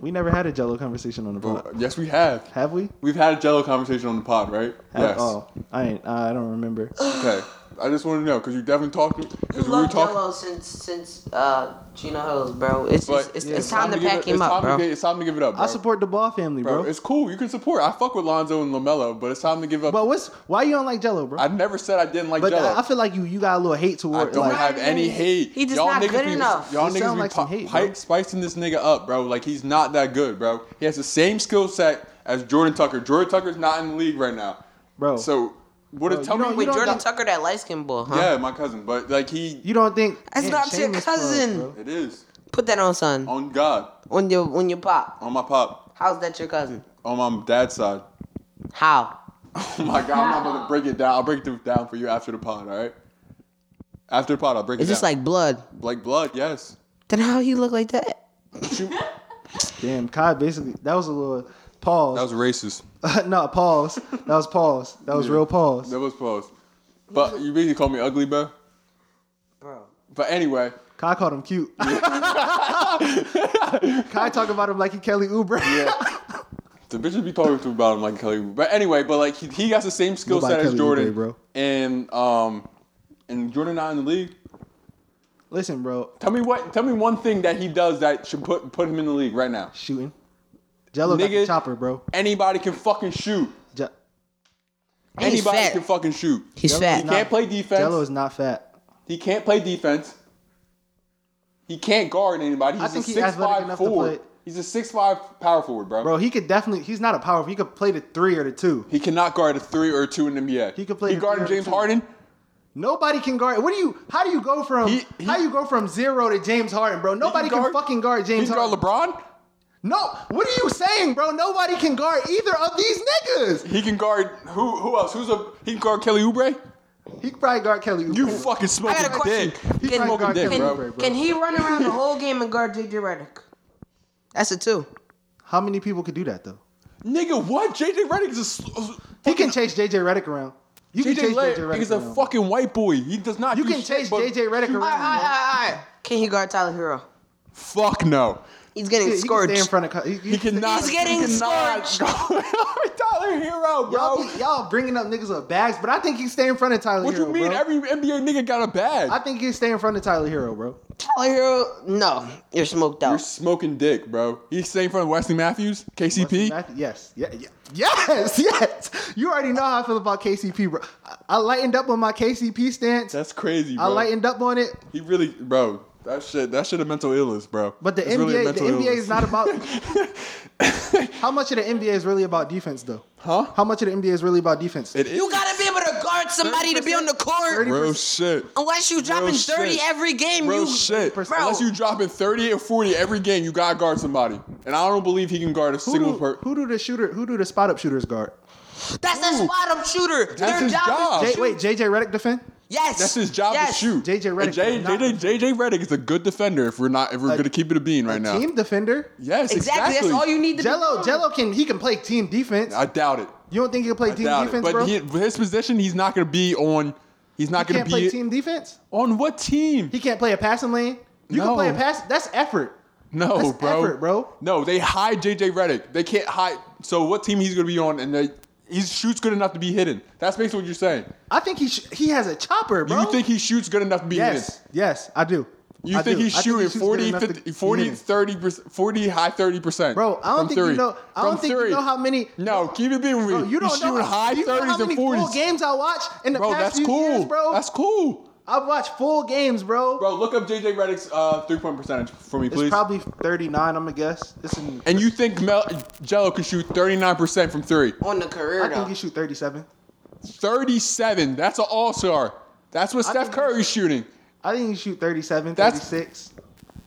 [SPEAKER 1] We never had a Jello conversation on the pod,
[SPEAKER 3] But yes, we have.
[SPEAKER 1] have we?
[SPEAKER 3] We've had a Jello conversation on the pod, right?
[SPEAKER 1] Have- Oh, I ain't. I don't remember.
[SPEAKER 3] Okay. I just want to know because you definitely talked
[SPEAKER 4] You
[SPEAKER 3] because we were
[SPEAKER 4] love
[SPEAKER 3] talking.
[SPEAKER 4] Jello since since uh, Gino Hills, bro. It's
[SPEAKER 3] But
[SPEAKER 4] it's, it's, it's time to
[SPEAKER 3] give
[SPEAKER 4] pack
[SPEAKER 3] it,
[SPEAKER 4] him
[SPEAKER 3] it's
[SPEAKER 4] up,
[SPEAKER 3] time
[SPEAKER 4] bro.
[SPEAKER 3] To get, it's time to give it up, bro.
[SPEAKER 1] I support the Ball family,
[SPEAKER 3] bro.
[SPEAKER 1] bro.
[SPEAKER 3] It's cool. You can support. I fuck with Lonzo and Lamelo, but it's time to give up.
[SPEAKER 1] But what's why you don't like Jello, bro?
[SPEAKER 3] I never said I didn't like
[SPEAKER 1] but
[SPEAKER 3] Jello.
[SPEAKER 1] I, I feel like you you got a little hate
[SPEAKER 3] I
[SPEAKER 1] toward
[SPEAKER 3] don't
[SPEAKER 1] like
[SPEAKER 3] have any hate.
[SPEAKER 4] He just
[SPEAKER 3] y'all
[SPEAKER 4] not
[SPEAKER 3] niggas
[SPEAKER 4] good
[SPEAKER 3] be,
[SPEAKER 4] enough.
[SPEAKER 3] Y'all
[SPEAKER 1] It
[SPEAKER 3] niggas
[SPEAKER 1] sound
[SPEAKER 3] be
[SPEAKER 1] like some
[SPEAKER 3] pi-
[SPEAKER 1] hate,
[SPEAKER 3] pi-
[SPEAKER 1] bro.
[SPEAKER 3] spicing this nigga up, bro. Like he's not that good, bro. He has the same skill set as Jordan Tucker. Jordan Tucker's not in the league right now,
[SPEAKER 1] bro.
[SPEAKER 3] So what?
[SPEAKER 1] Bro,
[SPEAKER 3] Bro, tell
[SPEAKER 1] you
[SPEAKER 3] me,
[SPEAKER 1] don't-
[SPEAKER 4] Wait,
[SPEAKER 1] you
[SPEAKER 4] Jordan
[SPEAKER 1] got-
[SPEAKER 4] Tucker, that light skinned boy, huh?
[SPEAKER 3] yeah, my cousin, but like he,
[SPEAKER 1] you don't think
[SPEAKER 4] That's
[SPEAKER 1] Damn,
[SPEAKER 4] not your
[SPEAKER 1] shameless plug,
[SPEAKER 4] cousin.
[SPEAKER 1] bro.
[SPEAKER 3] it is
[SPEAKER 4] Put that on, son.
[SPEAKER 3] on God,
[SPEAKER 4] On your on your pop.
[SPEAKER 3] on my pop,
[SPEAKER 4] How's that your cousin?
[SPEAKER 3] on my dad's side.
[SPEAKER 4] How?
[SPEAKER 3] Oh my god, I'm not about to break it down. I'll break it down for you after the pod, all right? After the pod, I'll break
[SPEAKER 4] It's
[SPEAKER 3] it
[SPEAKER 4] just
[SPEAKER 3] down.
[SPEAKER 4] like blood.
[SPEAKER 3] like like blood, yes.
[SPEAKER 4] Then how he look like that?
[SPEAKER 3] What you-
[SPEAKER 1] Damn, Kai basically that was a little pause.
[SPEAKER 3] That was racist.
[SPEAKER 1] no, pause. That was pause. That was real pause.
[SPEAKER 3] That was pause. But you basically called me ugly, bro.
[SPEAKER 4] bro.
[SPEAKER 3] But anyway,
[SPEAKER 1] Kai called him cute. Kai talk about him like he Kelly Oubre.
[SPEAKER 3] the bitches be talking to about him like Kelly. Oubre. But anyway, but like he, he has the same skill
[SPEAKER 1] Nobody
[SPEAKER 3] set as
[SPEAKER 1] Kelly
[SPEAKER 3] Jordan,
[SPEAKER 1] Oubre, bro.
[SPEAKER 3] And um, and Jordan not in the league.
[SPEAKER 1] Listen, bro,
[SPEAKER 3] Tell me what. Tell me one thing that he does that should put put him in the league right now.
[SPEAKER 1] shooting. Jello got the
[SPEAKER 3] Nigga.
[SPEAKER 1] chopper, bro.
[SPEAKER 3] Anybody can fucking shoot.
[SPEAKER 1] Je-
[SPEAKER 4] He's
[SPEAKER 3] Anybody
[SPEAKER 4] fat.
[SPEAKER 3] can fucking shoot.
[SPEAKER 4] He's
[SPEAKER 1] Jello's
[SPEAKER 4] fat.
[SPEAKER 1] not-
[SPEAKER 3] Can't play defense.
[SPEAKER 1] Jello is not fat.
[SPEAKER 3] He can't play defense. He can't guard anybody. He's
[SPEAKER 1] I think
[SPEAKER 3] a
[SPEAKER 1] he's
[SPEAKER 3] six
[SPEAKER 1] athletic
[SPEAKER 3] five
[SPEAKER 1] enough to
[SPEAKER 3] forward.
[SPEAKER 1] play-
[SPEAKER 3] He's a six five power forward, bro.
[SPEAKER 1] Bro, he could definitely. He's not a power. He could play the three or the two.
[SPEAKER 3] He cannot guard a three or a two in the NBA.
[SPEAKER 1] He could play
[SPEAKER 3] He
[SPEAKER 1] the
[SPEAKER 3] guarded
[SPEAKER 1] three or
[SPEAKER 3] James
[SPEAKER 1] two.
[SPEAKER 3] Harden.
[SPEAKER 1] Nobody can guard. What do you? How do you go from?
[SPEAKER 3] He- he-
[SPEAKER 1] how you go from zero to James Harden, bro? Nobody can,
[SPEAKER 3] guard-
[SPEAKER 1] fucking guard
[SPEAKER 3] He
[SPEAKER 1] James
[SPEAKER 3] guard
[SPEAKER 1] Harden.
[SPEAKER 3] LeBron.
[SPEAKER 1] No, what are you saying, bro? Nobody can guard either of these niggas.
[SPEAKER 3] He can guard who? Who else? Who's a? He can guard Kelly Oubre.
[SPEAKER 1] He could probably guard Kelly. Oubre.
[SPEAKER 3] You fucking smoking
[SPEAKER 4] I got a question.
[SPEAKER 3] dick.
[SPEAKER 1] He
[SPEAKER 3] You
[SPEAKER 1] probably
[SPEAKER 3] smoking
[SPEAKER 1] guard
[SPEAKER 3] dick,
[SPEAKER 1] Kelly
[SPEAKER 3] bro.
[SPEAKER 1] Oubre, bro.
[SPEAKER 4] Can he run around the whole game and guard JJ Redick? That's a two.
[SPEAKER 1] How many people could do that though?
[SPEAKER 3] Nigga, what? JJ Redick is a. sl-
[SPEAKER 1] He can chase JJ Redick around. You can
[SPEAKER 3] JJ
[SPEAKER 1] chase JJ
[SPEAKER 3] Redick
[SPEAKER 1] Redick
[SPEAKER 3] is a
[SPEAKER 1] around.
[SPEAKER 3] fucking white boy. He does not.
[SPEAKER 1] you
[SPEAKER 3] do
[SPEAKER 1] can
[SPEAKER 3] shit
[SPEAKER 1] chase
[SPEAKER 3] but-
[SPEAKER 1] JJ Redick around.
[SPEAKER 4] All right, all right, all
[SPEAKER 1] bro.
[SPEAKER 4] right, all right. Can he guard Tyler Hero?
[SPEAKER 3] Fuck no.
[SPEAKER 4] He's getting
[SPEAKER 1] Yeah, he can stay in
[SPEAKER 4] scorched.
[SPEAKER 1] front of. He,
[SPEAKER 3] He cannot.
[SPEAKER 4] He's getting
[SPEAKER 3] he cannot
[SPEAKER 4] scorched.
[SPEAKER 3] guard Tyler Hero, bro.
[SPEAKER 1] Y'all, be- y'all bringing up niggas with bags, but I think he stay in front of Tyler
[SPEAKER 3] What
[SPEAKER 1] Hero.
[SPEAKER 3] you mean?
[SPEAKER 1] bro.
[SPEAKER 3] Every NBA nigga got a bag.
[SPEAKER 1] I think he stay in front of Tyler Hero, bro.
[SPEAKER 4] Tyler Hero? No, you're smoked
[SPEAKER 3] You're
[SPEAKER 4] out.
[SPEAKER 3] smoking dick, bro. He's staying in front of Wesley Matthews,
[SPEAKER 1] Wesley
[SPEAKER 3] KCP.
[SPEAKER 1] Matthews- Yes. Yeah, yeah. Yes. Yes. You already know how I feel about KCP, bro. I, I lightened up on my KCP stance.
[SPEAKER 3] That's crazy, bro.
[SPEAKER 1] I lightened up on it,
[SPEAKER 3] He really, bro. That shit. That shit a mental illness, bro.
[SPEAKER 1] but the
[SPEAKER 3] It's
[SPEAKER 1] NBA,
[SPEAKER 3] really a
[SPEAKER 1] the
[SPEAKER 3] mental
[SPEAKER 1] NBA is
[SPEAKER 3] illness.
[SPEAKER 1] not about. how much of the NBA is really about defense, though?
[SPEAKER 3] Huh?
[SPEAKER 1] How much of the NBA is really about defense?
[SPEAKER 3] It is.
[SPEAKER 4] You gotta be able to guard somebody to be on the court.
[SPEAKER 3] Real shit.
[SPEAKER 4] Unless you dropping
[SPEAKER 3] Real
[SPEAKER 4] 30
[SPEAKER 3] shit.
[SPEAKER 4] every game,
[SPEAKER 3] Real
[SPEAKER 4] you
[SPEAKER 3] shit.
[SPEAKER 1] Bro.
[SPEAKER 3] Unless you dropping 38 or 40 every game, you gotta guard somebody. And I don't believe he can guard a
[SPEAKER 1] who
[SPEAKER 3] single
[SPEAKER 1] do,
[SPEAKER 3] person.
[SPEAKER 1] who do the shooter? Who do the spot up shooters guard?
[SPEAKER 4] that's that
[SPEAKER 3] Ooh.
[SPEAKER 4] spot up shooter. Their
[SPEAKER 3] his
[SPEAKER 4] job,
[SPEAKER 3] job.
[SPEAKER 4] is
[SPEAKER 1] J-
[SPEAKER 4] to shoot.
[SPEAKER 1] wait, JJ Redick defend?
[SPEAKER 4] Yes.
[SPEAKER 3] That's his job
[SPEAKER 4] yes.
[SPEAKER 3] to shoot.
[SPEAKER 1] J.J. Redick
[SPEAKER 3] And J-
[SPEAKER 1] is not-
[SPEAKER 3] JJ JJ Redick is a good defender. If we're not, if we're gonna keep it a bean right now.
[SPEAKER 1] Team defender.
[SPEAKER 3] Yes,
[SPEAKER 4] Exactly.
[SPEAKER 3] exactly.
[SPEAKER 4] That's all you need to be.
[SPEAKER 1] Jello,
[SPEAKER 4] doing.
[SPEAKER 1] Jello can he can play team defense.
[SPEAKER 3] I doubt it.
[SPEAKER 1] you don't think he can play
[SPEAKER 3] I
[SPEAKER 1] team
[SPEAKER 3] doubt
[SPEAKER 1] defense,
[SPEAKER 3] it.
[SPEAKER 1] bro?
[SPEAKER 3] But he, his position, he's not gonna be on. He's not
[SPEAKER 1] He
[SPEAKER 3] gonna
[SPEAKER 1] can't play
[SPEAKER 3] be
[SPEAKER 1] team defense.
[SPEAKER 3] on what team?
[SPEAKER 1] He can't play a passing lane. You can
[SPEAKER 3] No.
[SPEAKER 1] play a pass. That's effort.
[SPEAKER 3] No,
[SPEAKER 1] That's
[SPEAKER 3] bro.
[SPEAKER 1] effort, bro.
[SPEAKER 3] No, they hide JJ Redick. They can't hide. So what team he's gonna be on? And they, he shoots good enough to be hidden. That's basically what you're saying.
[SPEAKER 1] I think he sh- he has a chopper,
[SPEAKER 3] Do
[SPEAKER 1] bro.
[SPEAKER 3] You think he shoots good enough to be
[SPEAKER 1] Yes, yes, I do.
[SPEAKER 3] hidden? You
[SPEAKER 1] I
[SPEAKER 3] think
[SPEAKER 1] do.
[SPEAKER 3] he's
[SPEAKER 1] I he
[SPEAKER 3] shooting
[SPEAKER 1] shoots good
[SPEAKER 3] 40,
[SPEAKER 1] enough to
[SPEAKER 3] 50,
[SPEAKER 1] be
[SPEAKER 3] 40,
[SPEAKER 1] hidden.
[SPEAKER 3] 30 40, high 30%.
[SPEAKER 1] Bro, I don't
[SPEAKER 3] from
[SPEAKER 1] think you
[SPEAKER 3] three.
[SPEAKER 1] know- I
[SPEAKER 3] From
[SPEAKER 1] don't think you
[SPEAKER 3] three.
[SPEAKER 1] know how many-
[SPEAKER 3] No, keep it being with
[SPEAKER 1] Bro,
[SPEAKER 3] me.
[SPEAKER 1] you
[SPEAKER 3] He's
[SPEAKER 1] don't know
[SPEAKER 3] shooting high
[SPEAKER 1] you know
[SPEAKER 3] 30s
[SPEAKER 1] how many
[SPEAKER 3] and 40s.
[SPEAKER 1] Full games I watch in the
[SPEAKER 3] bro,
[SPEAKER 1] past
[SPEAKER 3] that's
[SPEAKER 1] few
[SPEAKER 3] cool.
[SPEAKER 1] years, bro.
[SPEAKER 3] That's cool.
[SPEAKER 1] I've watched full games, bro.
[SPEAKER 3] Bro, look up JJ Redick's uh, three point percentage for me,
[SPEAKER 1] it's
[SPEAKER 3] please.
[SPEAKER 1] probably 39. I'm gonna guess. It's in,
[SPEAKER 3] and you think Mel- Jello can shoot 39% from three?
[SPEAKER 4] on the career
[SPEAKER 1] I think
[SPEAKER 4] though.
[SPEAKER 1] he shoot 37.
[SPEAKER 3] 37. That's an all star. That's what Steph
[SPEAKER 1] think-
[SPEAKER 3] Curry's shooting.
[SPEAKER 1] I think he shoot 37,
[SPEAKER 3] That's-
[SPEAKER 1] 36.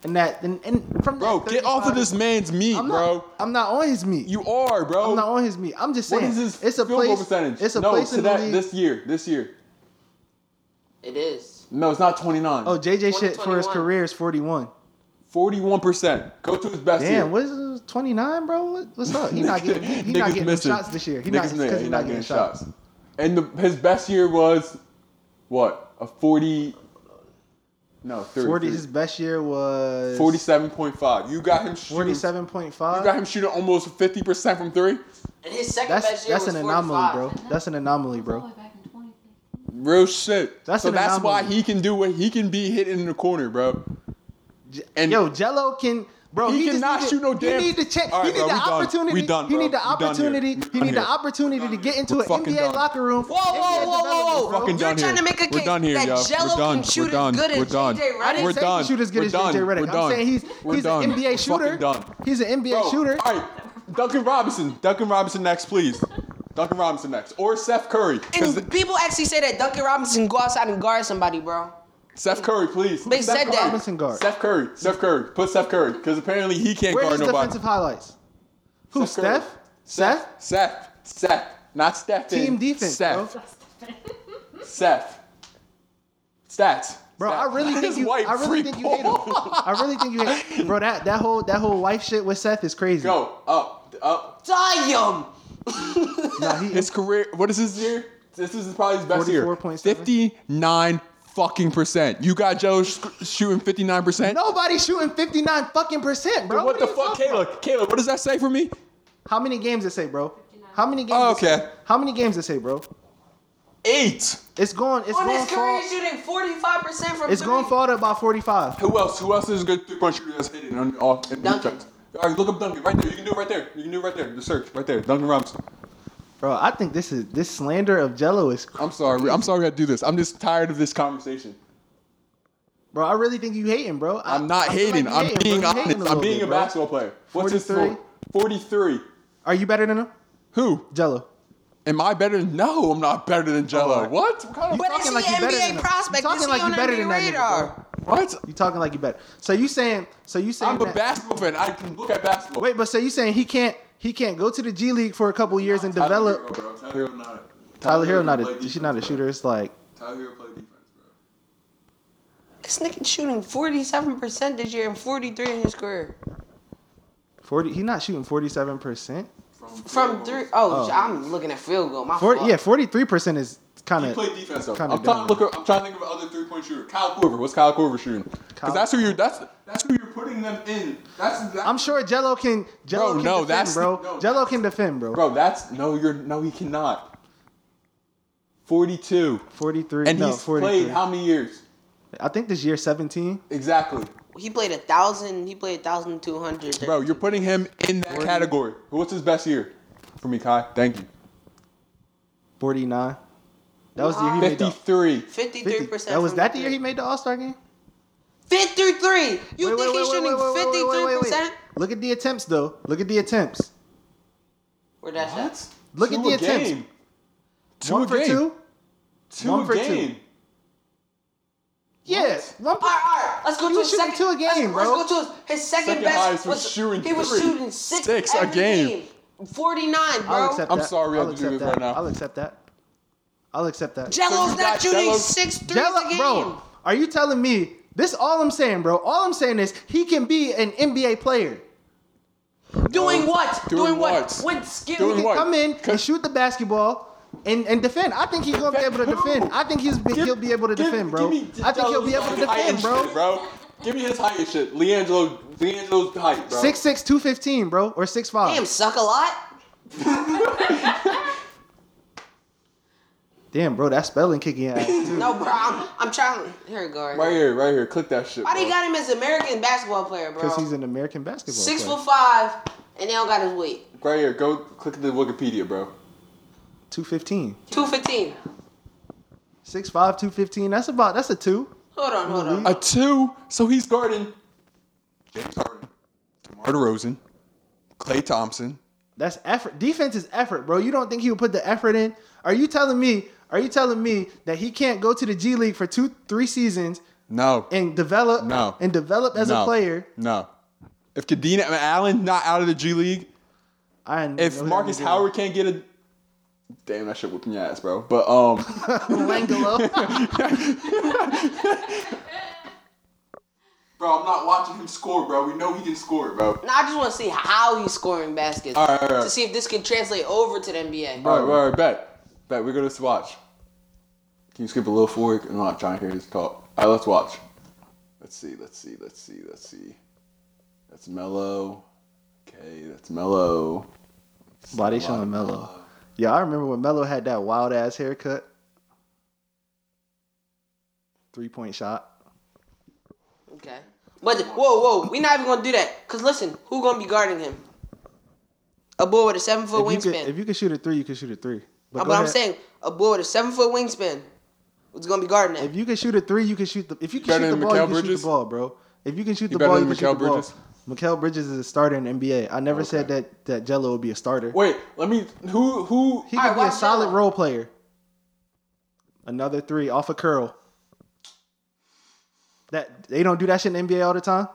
[SPEAKER 1] And that and, and from
[SPEAKER 3] Bro,
[SPEAKER 1] that
[SPEAKER 3] get off of
[SPEAKER 1] 35
[SPEAKER 3] this man's meat,
[SPEAKER 1] I'm
[SPEAKER 3] bro.
[SPEAKER 1] Not, I'm not on his meat.
[SPEAKER 3] you are, bro.
[SPEAKER 1] I'm not on his meat. I'm just
[SPEAKER 3] what
[SPEAKER 1] saying.
[SPEAKER 3] is his
[SPEAKER 1] it's a
[SPEAKER 3] field goal
[SPEAKER 1] place.
[SPEAKER 3] percentage?
[SPEAKER 1] It's a
[SPEAKER 3] no,
[SPEAKER 1] place
[SPEAKER 3] to
[SPEAKER 1] in
[SPEAKER 3] that
[SPEAKER 1] the league.
[SPEAKER 3] this year. This year.
[SPEAKER 4] It is.
[SPEAKER 3] No, it's not 29.
[SPEAKER 1] oh, JJ shit for his
[SPEAKER 4] 2021.
[SPEAKER 1] career is 41.
[SPEAKER 3] 41%. Go to his best
[SPEAKER 1] Damn,
[SPEAKER 3] year.
[SPEAKER 1] what is it, 29, bro? What, what's up? He's not getting he, he
[SPEAKER 3] Niggas
[SPEAKER 1] not getting
[SPEAKER 3] missing.
[SPEAKER 1] shots this year. He's
[SPEAKER 3] Niggas
[SPEAKER 1] not,
[SPEAKER 3] missing.
[SPEAKER 1] because he's not getting shots.
[SPEAKER 3] And the, his best year was what? A 40 No, 30.
[SPEAKER 1] 40, his best year was
[SPEAKER 3] 47.5. You got him shooting
[SPEAKER 1] 47.5.
[SPEAKER 3] You got him shooting almost 50% from 3?
[SPEAKER 4] And his second
[SPEAKER 1] that's
[SPEAKER 4] best year
[SPEAKER 1] that's
[SPEAKER 4] was Oh,
[SPEAKER 1] an anomaly,
[SPEAKER 4] 45.
[SPEAKER 1] bro. That's an anomaly, bro.
[SPEAKER 3] Real shit.
[SPEAKER 1] That's
[SPEAKER 3] so
[SPEAKER 1] an
[SPEAKER 3] that's why
[SPEAKER 1] anomaly.
[SPEAKER 3] he can do what he can be hitting in the corner, bro. And
[SPEAKER 1] Yo, Jello can. Bro,
[SPEAKER 3] He
[SPEAKER 1] he, just
[SPEAKER 3] cannot
[SPEAKER 1] need to-
[SPEAKER 3] shoot no damn-
[SPEAKER 1] He need the chance.
[SPEAKER 3] All right,
[SPEAKER 1] he need
[SPEAKER 3] bro,
[SPEAKER 1] the
[SPEAKER 3] we done.
[SPEAKER 1] opportunity.
[SPEAKER 3] We done,
[SPEAKER 1] he
[SPEAKER 3] bro.
[SPEAKER 1] need the
[SPEAKER 3] We done here.
[SPEAKER 1] opportunity.
[SPEAKER 3] We
[SPEAKER 1] He
[SPEAKER 3] done
[SPEAKER 1] need
[SPEAKER 3] here.
[SPEAKER 1] the opportunity to get into
[SPEAKER 3] We're
[SPEAKER 1] an
[SPEAKER 3] fucking
[SPEAKER 1] NBA
[SPEAKER 3] done.
[SPEAKER 1] locker room.
[SPEAKER 4] Whoa, whoa, whoa, whoa, whoa!
[SPEAKER 3] We're fucking
[SPEAKER 4] You're
[SPEAKER 3] done here.
[SPEAKER 4] trying to make a
[SPEAKER 3] We're
[SPEAKER 4] case
[SPEAKER 3] done here,
[SPEAKER 4] that
[SPEAKER 3] y'all.
[SPEAKER 4] Jello
[SPEAKER 3] We're done.
[SPEAKER 4] can shoot
[SPEAKER 3] We're done.
[SPEAKER 4] as good as
[SPEAKER 3] We're done.
[SPEAKER 4] JJ
[SPEAKER 1] I didn't
[SPEAKER 3] We're
[SPEAKER 1] say
[SPEAKER 4] Redick.
[SPEAKER 3] done.
[SPEAKER 1] he shoot as good
[SPEAKER 3] We're
[SPEAKER 1] as
[SPEAKER 3] done.
[SPEAKER 1] JJ Redick.
[SPEAKER 3] We're
[SPEAKER 1] I'm
[SPEAKER 3] done.
[SPEAKER 1] saying he's
[SPEAKER 3] We're
[SPEAKER 1] he's
[SPEAKER 3] done.
[SPEAKER 1] an NBA
[SPEAKER 3] We're
[SPEAKER 1] shooter.
[SPEAKER 3] fucking done.
[SPEAKER 1] He's an NBA
[SPEAKER 3] Bro,
[SPEAKER 1] shooter.
[SPEAKER 3] All right, Duncan Robinson. Duncan Robinson next, please. Duncan Robinson next, or Seth Curry. 'Cause
[SPEAKER 4] And people actually say that Duncan Robinson go outside and guard somebody, bro.
[SPEAKER 3] Seth Curry, please.
[SPEAKER 4] They
[SPEAKER 3] Seth
[SPEAKER 4] said
[SPEAKER 3] Curry.
[SPEAKER 4] that.
[SPEAKER 1] Robinson guard.
[SPEAKER 3] Seth Curry. Steph Curry. Put Steph Curry because apparently he can't
[SPEAKER 1] Where's
[SPEAKER 3] guard
[SPEAKER 1] his
[SPEAKER 3] nobody.
[SPEAKER 1] defensive highlights? Who?
[SPEAKER 3] Steph Curry.
[SPEAKER 1] Steph? Seth?
[SPEAKER 3] Seth. Seth. Not Steph.
[SPEAKER 1] Team defense,
[SPEAKER 3] Seth. Seth. Stats.
[SPEAKER 1] Bro, I really think
[SPEAKER 3] His
[SPEAKER 1] you.
[SPEAKER 3] wife,
[SPEAKER 1] I really
[SPEAKER 3] free
[SPEAKER 1] think you hate him. I really think you hate him. Bro, that, that whole that whole wife shit with Seth is crazy.
[SPEAKER 3] Go up, up.
[SPEAKER 4] Damn!
[SPEAKER 1] Nah, he,
[SPEAKER 3] His career. What is his year? This is probably his best year.
[SPEAKER 1] 44.7.
[SPEAKER 3] Fifty nine fucking percent. You got Jello sh- shooting fifty nine percent.
[SPEAKER 1] nobody shooting fifty nine fucking percent, bro.
[SPEAKER 3] What,
[SPEAKER 1] are
[SPEAKER 3] the
[SPEAKER 1] you
[SPEAKER 3] fuck,
[SPEAKER 1] talking about?
[SPEAKER 3] Caleb? Caleb, what does that say for me?
[SPEAKER 1] How many games it say, bro? How many games?
[SPEAKER 3] Oh,
[SPEAKER 1] it say?
[SPEAKER 3] okay.
[SPEAKER 1] How many games it say, bro?
[SPEAKER 3] Eight.
[SPEAKER 1] It's going. It's
[SPEAKER 4] On
[SPEAKER 1] going.
[SPEAKER 4] his career,
[SPEAKER 1] Fall,
[SPEAKER 4] he's shooting 45% from
[SPEAKER 1] it's
[SPEAKER 4] three.
[SPEAKER 1] going fall to about forty five.
[SPEAKER 3] Who else? Who else is a good three point shooter that's hitting on off? in the
[SPEAKER 4] Duncan.
[SPEAKER 3] shots? All right, look up Duncan right there. You can do it right there. You can do it right there. The search right there. Duncan Robinson.
[SPEAKER 1] Bro, I think this is this slander of Jello is.
[SPEAKER 3] I'm sorry. I'm sorry I do this. I'm just tired of this conversation.
[SPEAKER 1] Bro, I really think you hating, bro. I-
[SPEAKER 3] I'm not
[SPEAKER 1] I feel like
[SPEAKER 3] hating.
[SPEAKER 1] you
[SPEAKER 3] I'm
[SPEAKER 1] hating, bro.
[SPEAKER 3] being
[SPEAKER 1] You hating a
[SPEAKER 3] honest.
[SPEAKER 1] little
[SPEAKER 3] I'm being
[SPEAKER 1] bit,
[SPEAKER 3] a
[SPEAKER 1] bro.
[SPEAKER 3] basketball player. What's his
[SPEAKER 1] 43?
[SPEAKER 3] score? 43.
[SPEAKER 1] Are you better than him,
[SPEAKER 3] Who?
[SPEAKER 1] Jello?
[SPEAKER 3] Am I better than? No, I'm not better than Jello.
[SPEAKER 1] Oh.
[SPEAKER 3] What? What kind of
[SPEAKER 4] But is he
[SPEAKER 1] Talking like you
[SPEAKER 4] an
[SPEAKER 1] better than him.
[SPEAKER 4] NBA prospect?
[SPEAKER 1] Talking
[SPEAKER 4] Is he
[SPEAKER 1] like you
[SPEAKER 4] on
[SPEAKER 1] better than
[SPEAKER 4] NBA
[SPEAKER 1] that nigga, bro.
[SPEAKER 4] radar?
[SPEAKER 3] what?
[SPEAKER 1] You talking like you better. So you saying? So you saying?
[SPEAKER 3] I'm a
[SPEAKER 1] that-
[SPEAKER 3] basketball fan. I can look at basketball.
[SPEAKER 1] Wait, but so you saying he can't he can't go to the G League for a couple years and develop?
[SPEAKER 3] Tyler Hero not.
[SPEAKER 1] Tyler Hero not
[SPEAKER 3] play
[SPEAKER 1] a she's not a
[SPEAKER 3] defense,
[SPEAKER 1] shooter.
[SPEAKER 3] bro.
[SPEAKER 1] It's like
[SPEAKER 3] Tyler Hero play defense, bro.
[SPEAKER 4] This nigga shooting 47% this year and 43 in his career.
[SPEAKER 1] forty. He's not shooting forty seven percent.
[SPEAKER 4] From three oh, I'm looking at field goal. My
[SPEAKER 1] Forty
[SPEAKER 4] fault.
[SPEAKER 1] yeah, forty three percent is kind
[SPEAKER 3] He played
[SPEAKER 1] of.
[SPEAKER 3] defense though.
[SPEAKER 1] kinda
[SPEAKER 3] I'm
[SPEAKER 1] dumb.
[SPEAKER 3] trying to look. up- I'm trying to think of other three point shooter. Kyle Corver. What's Kyle Corver shooting?
[SPEAKER 1] Kyle-
[SPEAKER 3] Because that's who you're. That's that's who you're putting them in. That's. that's
[SPEAKER 1] I'm sure Jello can. Jello
[SPEAKER 3] Bro,
[SPEAKER 1] can
[SPEAKER 3] no,
[SPEAKER 1] defend,
[SPEAKER 3] that's-
[SPEAKER 1] bro.
[SPEAKER 3] no,
[SPEAKER 1] Jello can defend, bro.
[SPEAKER 3] Bro, that's no. You're no. He cannot. Forty-two.
[SPEAKER 1] Forty three.
[SPEAKER 3] And
[SPEAKER 1] No,
[SPEAKER 3] he's
[SPEAKER 1] forty
[SPEAKER 3] played
[SPEAKER 1] three.
[SPEAKER 3] how many years?
[SPEAKER 1] I think this year seventeen.
[SPEAKER 3] Exactly.
[SPEAKER 4] He played a thousand. He played a thousand two hundred.
[SPEAKER 3] Bro, you're putting him in that category. What's his best year? For me, Kai. Thank you.
[SPEAKER 1] 49. That was the year he made the.
[SPEAKER 3] Fifty-three.
[SPEAKER 4] fifty-three
[SPEAKER 1] 50.
[SPEAKER 4] percent.
[SPEAKER 1] That was that the year he made the All Star game.
[SPEAKER 4] fifty-three. You
[SPEAKER 1] Wait, wait, wait,
[SPEAKER 4] think he's
[SPEAKER 1] wait,
[SPEAKER 4] shooting
[SPEAKER 1] wait, wait, wait, wait, wait,
[SPEAKER 4] fifty-three
[SPEAKER 1] wait.
[SPEAKER 4] percent?
[SPEAKER 1] Look at the attempts though. Look at the attempts.
[SPEAKER 4] Where that's
[SPEAKER 3] What?
[SPEAKER 4] at?
[SPEAKER 1] Look at
[SPEAKER 3] Two
[SPEAKER 1] the
[SPEAKER 3] a
[SPEAKER 1] attempts.
[SPEAKER 3] game. Two
[SPEAKER 1] one
[SPEAKER 3] a
[SPEAKER 1] for
[SPEAKER 3] game.
[SPEAKER 1] two.
[SPEAKER 3] Two
[SPEAKER 1] One
[SPEAKER 3] a
[SPEAKER 1] for two.
[SPEAKER 3] game.
[SPEAKER 1] Yeah, one.
[SPEAKER 4] All right, all right. Let's go
[SPEAKER 1] He
[SPEAKER 4] to
[SPEAKER 1] was
[SPEAKER 4] his
[SPEAKER 1] shooting two a
[SPEAKER 4] second.
[SPEAKER 1] game,
[SPEAKER 4] let's,
[SPEAKER 1] bro.
[SPEAKER 4] Let's go to his, his second,
[SPEAKER 3] Second
[SPEAKER 4] best.
[SPEAKER 3] highest was shooting
[SPEAKER 4] he was
[SPEAKER 3] three.
[SPEAKER 4] shooting six,
[SPEAKER 3] Six a
[SPEAKER 4] every
[SPEAKER 3] game.
[SPEAKER 4] Forty-nine, bro.
[SPEAKER 1] I'll accept
[SPEAKER 3] I'm
[SPEAKER 1] that.
[SPEAKER 3] sorry, I
[SPEAKER 1] I'll
[SPEAKER 3] have to do
[SPEAKER 1] accept
[SPEAKER 3] this
[SPEAKER 1] that.
[SPEAKER 3] right now.
[SPEAKER 1] I'll accept that. I'll accept that.
[SPEAKER 3] So
[SPEAKER 4] Jello's
[SPEAKER 3] you
[SPEAKER 4] not
[SPEAKER 3] got
[SPEAKER 4] shooting
[SPEAKER 3] Jello's-
[SPEAKER 4] six threes a
[SPEAKER 1] Jello,
[SPEAKER 4] game.
[SPEAKER 1] bro, are you telling me this? All I'm saying, bro. All I'm saying is he can be an NBA player.
[SPEAKER 4] Doing what?
[SPEAKER 3] Doing
[SPEAKER 4] Doing what?
[SPEAKER 3] what?
[SPEAKER 4] With skill.
[SPEAKER 3] Doing
[SPEAKER 1] He
[SPEAKER 3] what?
[SPEAKER 1] can come in and
[SPEAKER 3] Cause-
[SPEAKER 1] shoot the basketball. And, and defend. I think he's gonna be able to
[SPEAKER 3] Defend who?
[SPEAKER 1] defend. I think he's
[SPEAKER 3] Give-
[SPEAKER 1] he'll be able to
[SPEAKER 3] give-
[SPEAKER 1] defend, bro.
[SPEAKER 3] give me
[SPEAKER 1] I think he'll be able
[SPEAKER 3] D'Angelo's
[SPEAKER 1] to
[SPEAKER 3] height
[SPEAKER 1] defend,
[SPEAKER 3] and
[SPEAKER 1] bro.
[SPEAKER 3] shit, bro. Give me his height and shit. Leandro, Leandro's height, bro.
[SPEAKER 1] Six six two fifteen, bro, or six five.
[SPEAKER 4] Damn, suck a lot.
[SPEAKER 1] Damn, bro, that spelling kicking ass too.
[SPEAKER 4] No, bro. I'm, I'm trying. Here we go. Right
[SPEAKER 3] Right
[SPEAKER 4] here.
[SPEAKER 3] here, right here. Click that shit.
[SPEAKER 4] Why
[SPEAKER 3] bro.
[SPEAKER 4] they got him as American basketball player, bro?
[SPEAKER 1] Because he's an American basketball
[SPEAKER 4] six
[SPEAKER 1] player.
[SPEAKER 4] foot five, and they don't got his weight.
[SPEAKER 3] Right here. Go click the Wikipedia, bro.
[SPEAKER 1] Two fifteen.
[SPEAKER 4] Two fifteen.
[SPEAKER 1] Six five, two fifteen. That's about that's a two.
[SPEAKER 4] Hold on, hold on.
[SPEAKER 3] A two. So he's guarding James Harden, DeMar DeRozan, Clay Thompson.
[SPEAKER 1] That's effort. Defense is effort, bro. You don't think he would put the effort in? Are you telling me? Are you telling me that he can't go to the G League for two, three seasons
[SPEAKER 3] No.
[SPEAKER 1] and develop?
[SPEAKER 3] No.
[SPEAKER 1] And develop as
[SPEAKER 3] no,
[SPEAKER 1] a player.
[SPEAKER 3] No. If Kadena Allen not out of the G League,
[SPEAKER 1] I didn't know
[SPEAKER 3] if
[SPEAKER 1] who that
[SPEAKER 3] Marcus
[SPEAKER 1] nigga
[SPEAKER 3] Howard can't get a Damn, that shit whooping your ass, bro. But um,
[SPEAKER 1] was. Langelo.
[SPEAKER 3] bro, I'm not watching him score, bro. We know he can score, bro.
[SPEAKER 4] Now I just want to see how he's scoring baskets
[SPEAKER 3] All right, all right.
[SPEAKER 4] to see if this can translate over to the NBA.
[SPEAKER 3] All right, all right, bet, bet. We're gonna watch. Can you skip a little forward? I'm not trying to hear his talk. All right, let's watch. Let's see, let's see, let's see, let's see. That's mellow. Okay, that's mellow.
[SPEAKER 1] Why they showing Melo? Yeah, I remember when Melo had that wild ass haircut. Three point shot.
[SPEAKER 4] Okay. But whoa, whoa, we not even gonna do that. Cause listen, who gonna be guarding him? A boy with a seven foot
[SPEAKER 1] If you, could,
[SPEAKER 4] wingspan.
[SPEAKER 1] if you could shoot a three, you could shoot a three.
[SPEAKER 4] Uh,
[SPEAKER 1] go
[SPEAKER 4] but I'm
[SPEAKER 1] ahead.
[SPEAKER 4] saying a boy with a seven foot wingspan is gonna be guarding him.
[SPEAKER 1] If you can shoot a three, you can shoot the. If you can
[SPEAKER 3] Better
[SPEAKER 1] shoot the
[SPEAKER 3] than
[SPEAKER 1] ball, you
[SPEAKER 3] Mikal
[SPEAKER 1] can shoot
[SPEAKER 3] Bridges?
[SPEAKER 1] the ball, bro. If you can shoot the
[SPEAKER 3] better
[SPEAKER 1] ball, you
[SPEAKER 3] than
[SPEAKER 1] can shoot the
[SPEAKER 3] Mikal
[SPEAKER 1] ball.
[SPEAKER 3] Bridges?
[SPEAKER 1] Mikal Bridges is a starter in the NBA. I never said that that Jello would be a starter.
[SPEAKER 3] Wait, let me. Who? Who?
[SPEAKER 1] he
[SPEAKER 4] All
[SPEAKER 1] could
[SPEAKER 4] right,
[SPEAKER 1] be a
[SPEAKER 4] watch
[SPEAKER 1] solid
[SPEAKER 4] Jello.
[SPEAKER 1] role player. Another three off a curl. That they don't do that shit in the NBA all the time.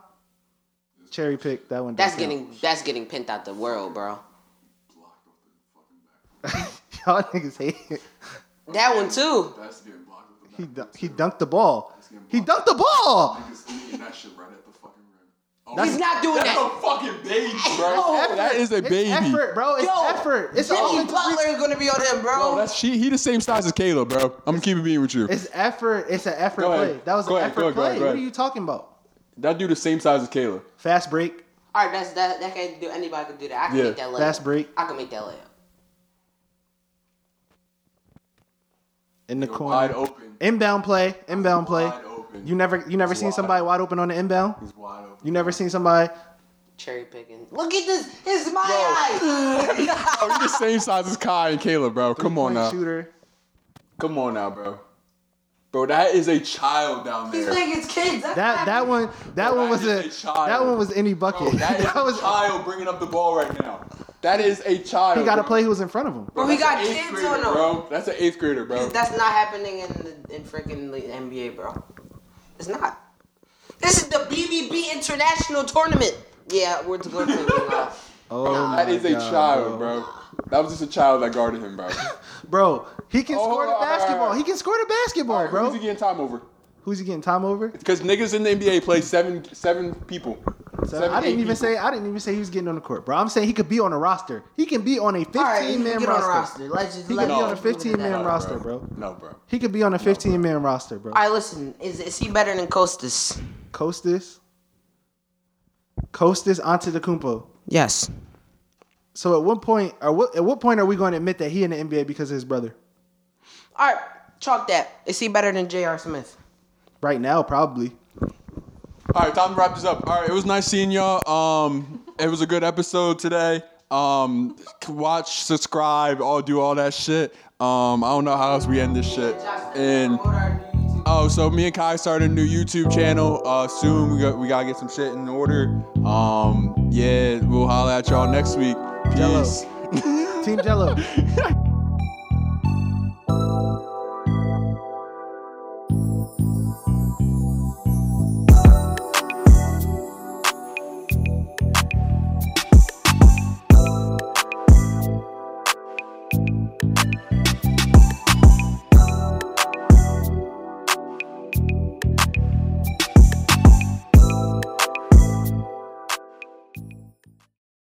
[SPEAKER 1] Cherry pick that one. don't
[SPEAKER 4] that's
[SPEAKER 1] count.
[SPEAKER 4] getting that's getting pinned out the world, bro.
[SPEAKER 1] y'all niggas hate. it.
[SPEAKER 4] That one too.
[SPEAKER 1] He dun- he dunked the ball. He dunked the ball.
[SPEAKER 3] that shit right at the fucking rim.
[SPEAKER 4] He's not doing
[SPEAKER 3] That's
[SPEAKER 4] that.
[SPEAKER 3] a fucking baby, bro.
[SPEAKER 4] Yo,
[SPEAKER 3] Oh, That is a
[SPEAKER 1] It's
[SPEAKER 3] baby.
[SPEAKER 1] effort, bro. It's
[SPEAKER 4] Yo,
[SPEAKER 1] effort. It's
[SPEAKER 4] Jimmy
[SPEAKER 1] offensive.
[SPEAKER 4] Butler is gonna be on him,
[SPEAKER 3] Bro,
[SPEAKER 4] bro.
[SPEAKER 3] that's she. He the same size as Caleb, bro. I'm gonna keep it being with you.
[SPEAKER 1] It's effort. It's an effort
[SPEAKER 3] Go ahead.
[SPEAKER 1] play. That was
[SPEAKER 3] Go
[SPEAKER 1] an
[SPEAKER 3] ahead,
[SPEAKER 1] effort
[SPEAKER 3] go ahead, go
[SPEAKER 1] play.
[SPEAKER 3] ahead, go
[SPEAKER 1] What are
[SPEAKER 3] ahead.
[SPEAKER 1] you talking about?
[SPEAKER 3] That dude the same size as Caleb.
[SPEAKER 1] Fast break.
[SPEAKER 4] All right, that's that. That can do. Anybody can do that. I can
[SPEAKER 3] Yeah.
[SPEAKER 4] make that layup.
[SPEAKER 1] Fast break.
[SPEAKER 4] I can make that layup.
[SPEAKER 1] in the
[SPEAKER 3] Wide
[SPEAKER 1] corner.
[SPEAKER 3] open.
[SPEAKER 1] Inbound play, inbound play.
[SPEAKER 3] Wide open.
[SPEAKER 1] You never, you never
[SPEAKER 3] He's
[SPEAKER 1] seen
[SPEAKER 3] wide.
[SPEAKER 1] somebody wide open on the inbound.
[SPEAKER 3] He's wide open.
[SPEAKER 1] You never seen somebody.
[SPEAKER 4] Cherry picking. Look at this. It's my
[SPEAKER 3] Bro,
[SPEAKER 4] eye.
[SPEAKER 3] he the same size as Kai and Caleb, bro. Come
[SPEAKER 1] Point
[SPEAKER 3] on now.
[SPEAKER 1] Shooter.
[SPEAKER 3] Come on now, bro. Bro, that is a child down
[SPEAKER 4] These
[SPEAKER 3] there.
[SPEAKER 4] niggas kids. That's
[SPEAKER 1] That that one, that
[SPEAKER 3] Bro,
[SPEAKER 1] one was
[SPEAKER 3] that
[SPEAKER 1] a,
[SPEAKER 3] is a child.
[SPEAKER 1] that one was any
[SPEAKER 3] Bro,
[SPEAKER 1] bucket.
[SPEAKER 3] that is
[SPEAKER 1] that was.
[SPEAKER 3] a child bringing up the ball right now. That is a child.
[SPEAKER 1] He got to
[SPEAKER 3] bro.
[SPEAKER 1] play who was in front of him.
[SPEAKER 4] Bro, we
[SPEAKER 3] That's
[SPEAKER 4] got
[SPEAKER 3] an eighth
[SPEAKER 4] kids
[SPEAKER 3] grader,
[SPEAKER 4] on him.
[SPEAKER 3] bro. That's an eighth grader, bro.
[SPEAKER 4] That's not happening in the in freaking the NBA, bro. It's not. This is the BBB International Tournament. Yeah, we're to go to. Uh,
[SPEAKER 1] Oh,
[SPEAKER 3] that
[SPEAKER 1] my
[SPEAKER 3] is a
[SPEAKER 1] God,
[SPEAKER 3] child, bro. That was just a child that guarded him, bro.
[SPEAKER 1] Bro, he can
[SPEAKER 3] Oh,
[SPEAKER 1] score the
[SPEAKER 3] all right, all
[SPEAKER 1] basketball.
[SPEAKER 3] right.
[SPEAKER 1] He can score the basketball,
[SPEAKER 3] Alright,
[SPEAKER 1] bro.
[SPEAKER 3] Who's he getting time over?
[SPEAKER 1] Who's he getting time over?
[SPEAKER 3] Because niggas in the NBA play seven seven people.
[SPEAKER 1] So
[SPEAKER 3] Seven,
[SPEAKER 1] I didn't even
[SPEAKER 3] eight people.
[SPEAKER 1] say I didn't even say he was getting on the court, bro. I'm saying he could be on a roster. He can be on a 15
[SPEAKER 4] all right,
[SPEAKER 1] man
[SPEAKER 4] get
[SPEAKER 1] roster.
[SPEAKER 4] on the roster. Let's just
[SPEAKER 1] He
[SPEAKER 4] let
[SPEAKER 1] could be on a
[SPEAKER 4] let's move to
[SPEAKER 1] 15
[SPEAKER 4] that.
[SPEAKER 1] man
[SPEAKER 3] No,
[SPEAKER 1] roster, bro.
[SPEAKER 3] No, bro.
[SPEAKER 1] He could be on a 15 man roster, bro.
[SPEAKER 4] All right, listen. Is, is he better than Costas?
[SPEAKER 1] Costas. Costas Antetokounmpo.
[SPEAKER 4] Yes.
[SPEAKER 1] So at what point or what at what point are we going to admit that he in the NBA because of his brother?
[SPEAKER 4] All right, chalk that. Is he better than J.R. Smith?
[SPEAKER 1] Right now, probably.
[SPEAKER 3] All right, time to wrap this up. All right, it was nice seeing y'all. Um, it was a good episode today. Um, watch, subscribe, all do all that shit. Um, I don't know how else we end this shit. And oh, so me and Kai started a new YouTube channel. Uh, soon we got we gotta get some shit in order. Um, yeah, we'll holla at y'all next week. Peace.
[SPEAKER 1] Jello. Team Jello.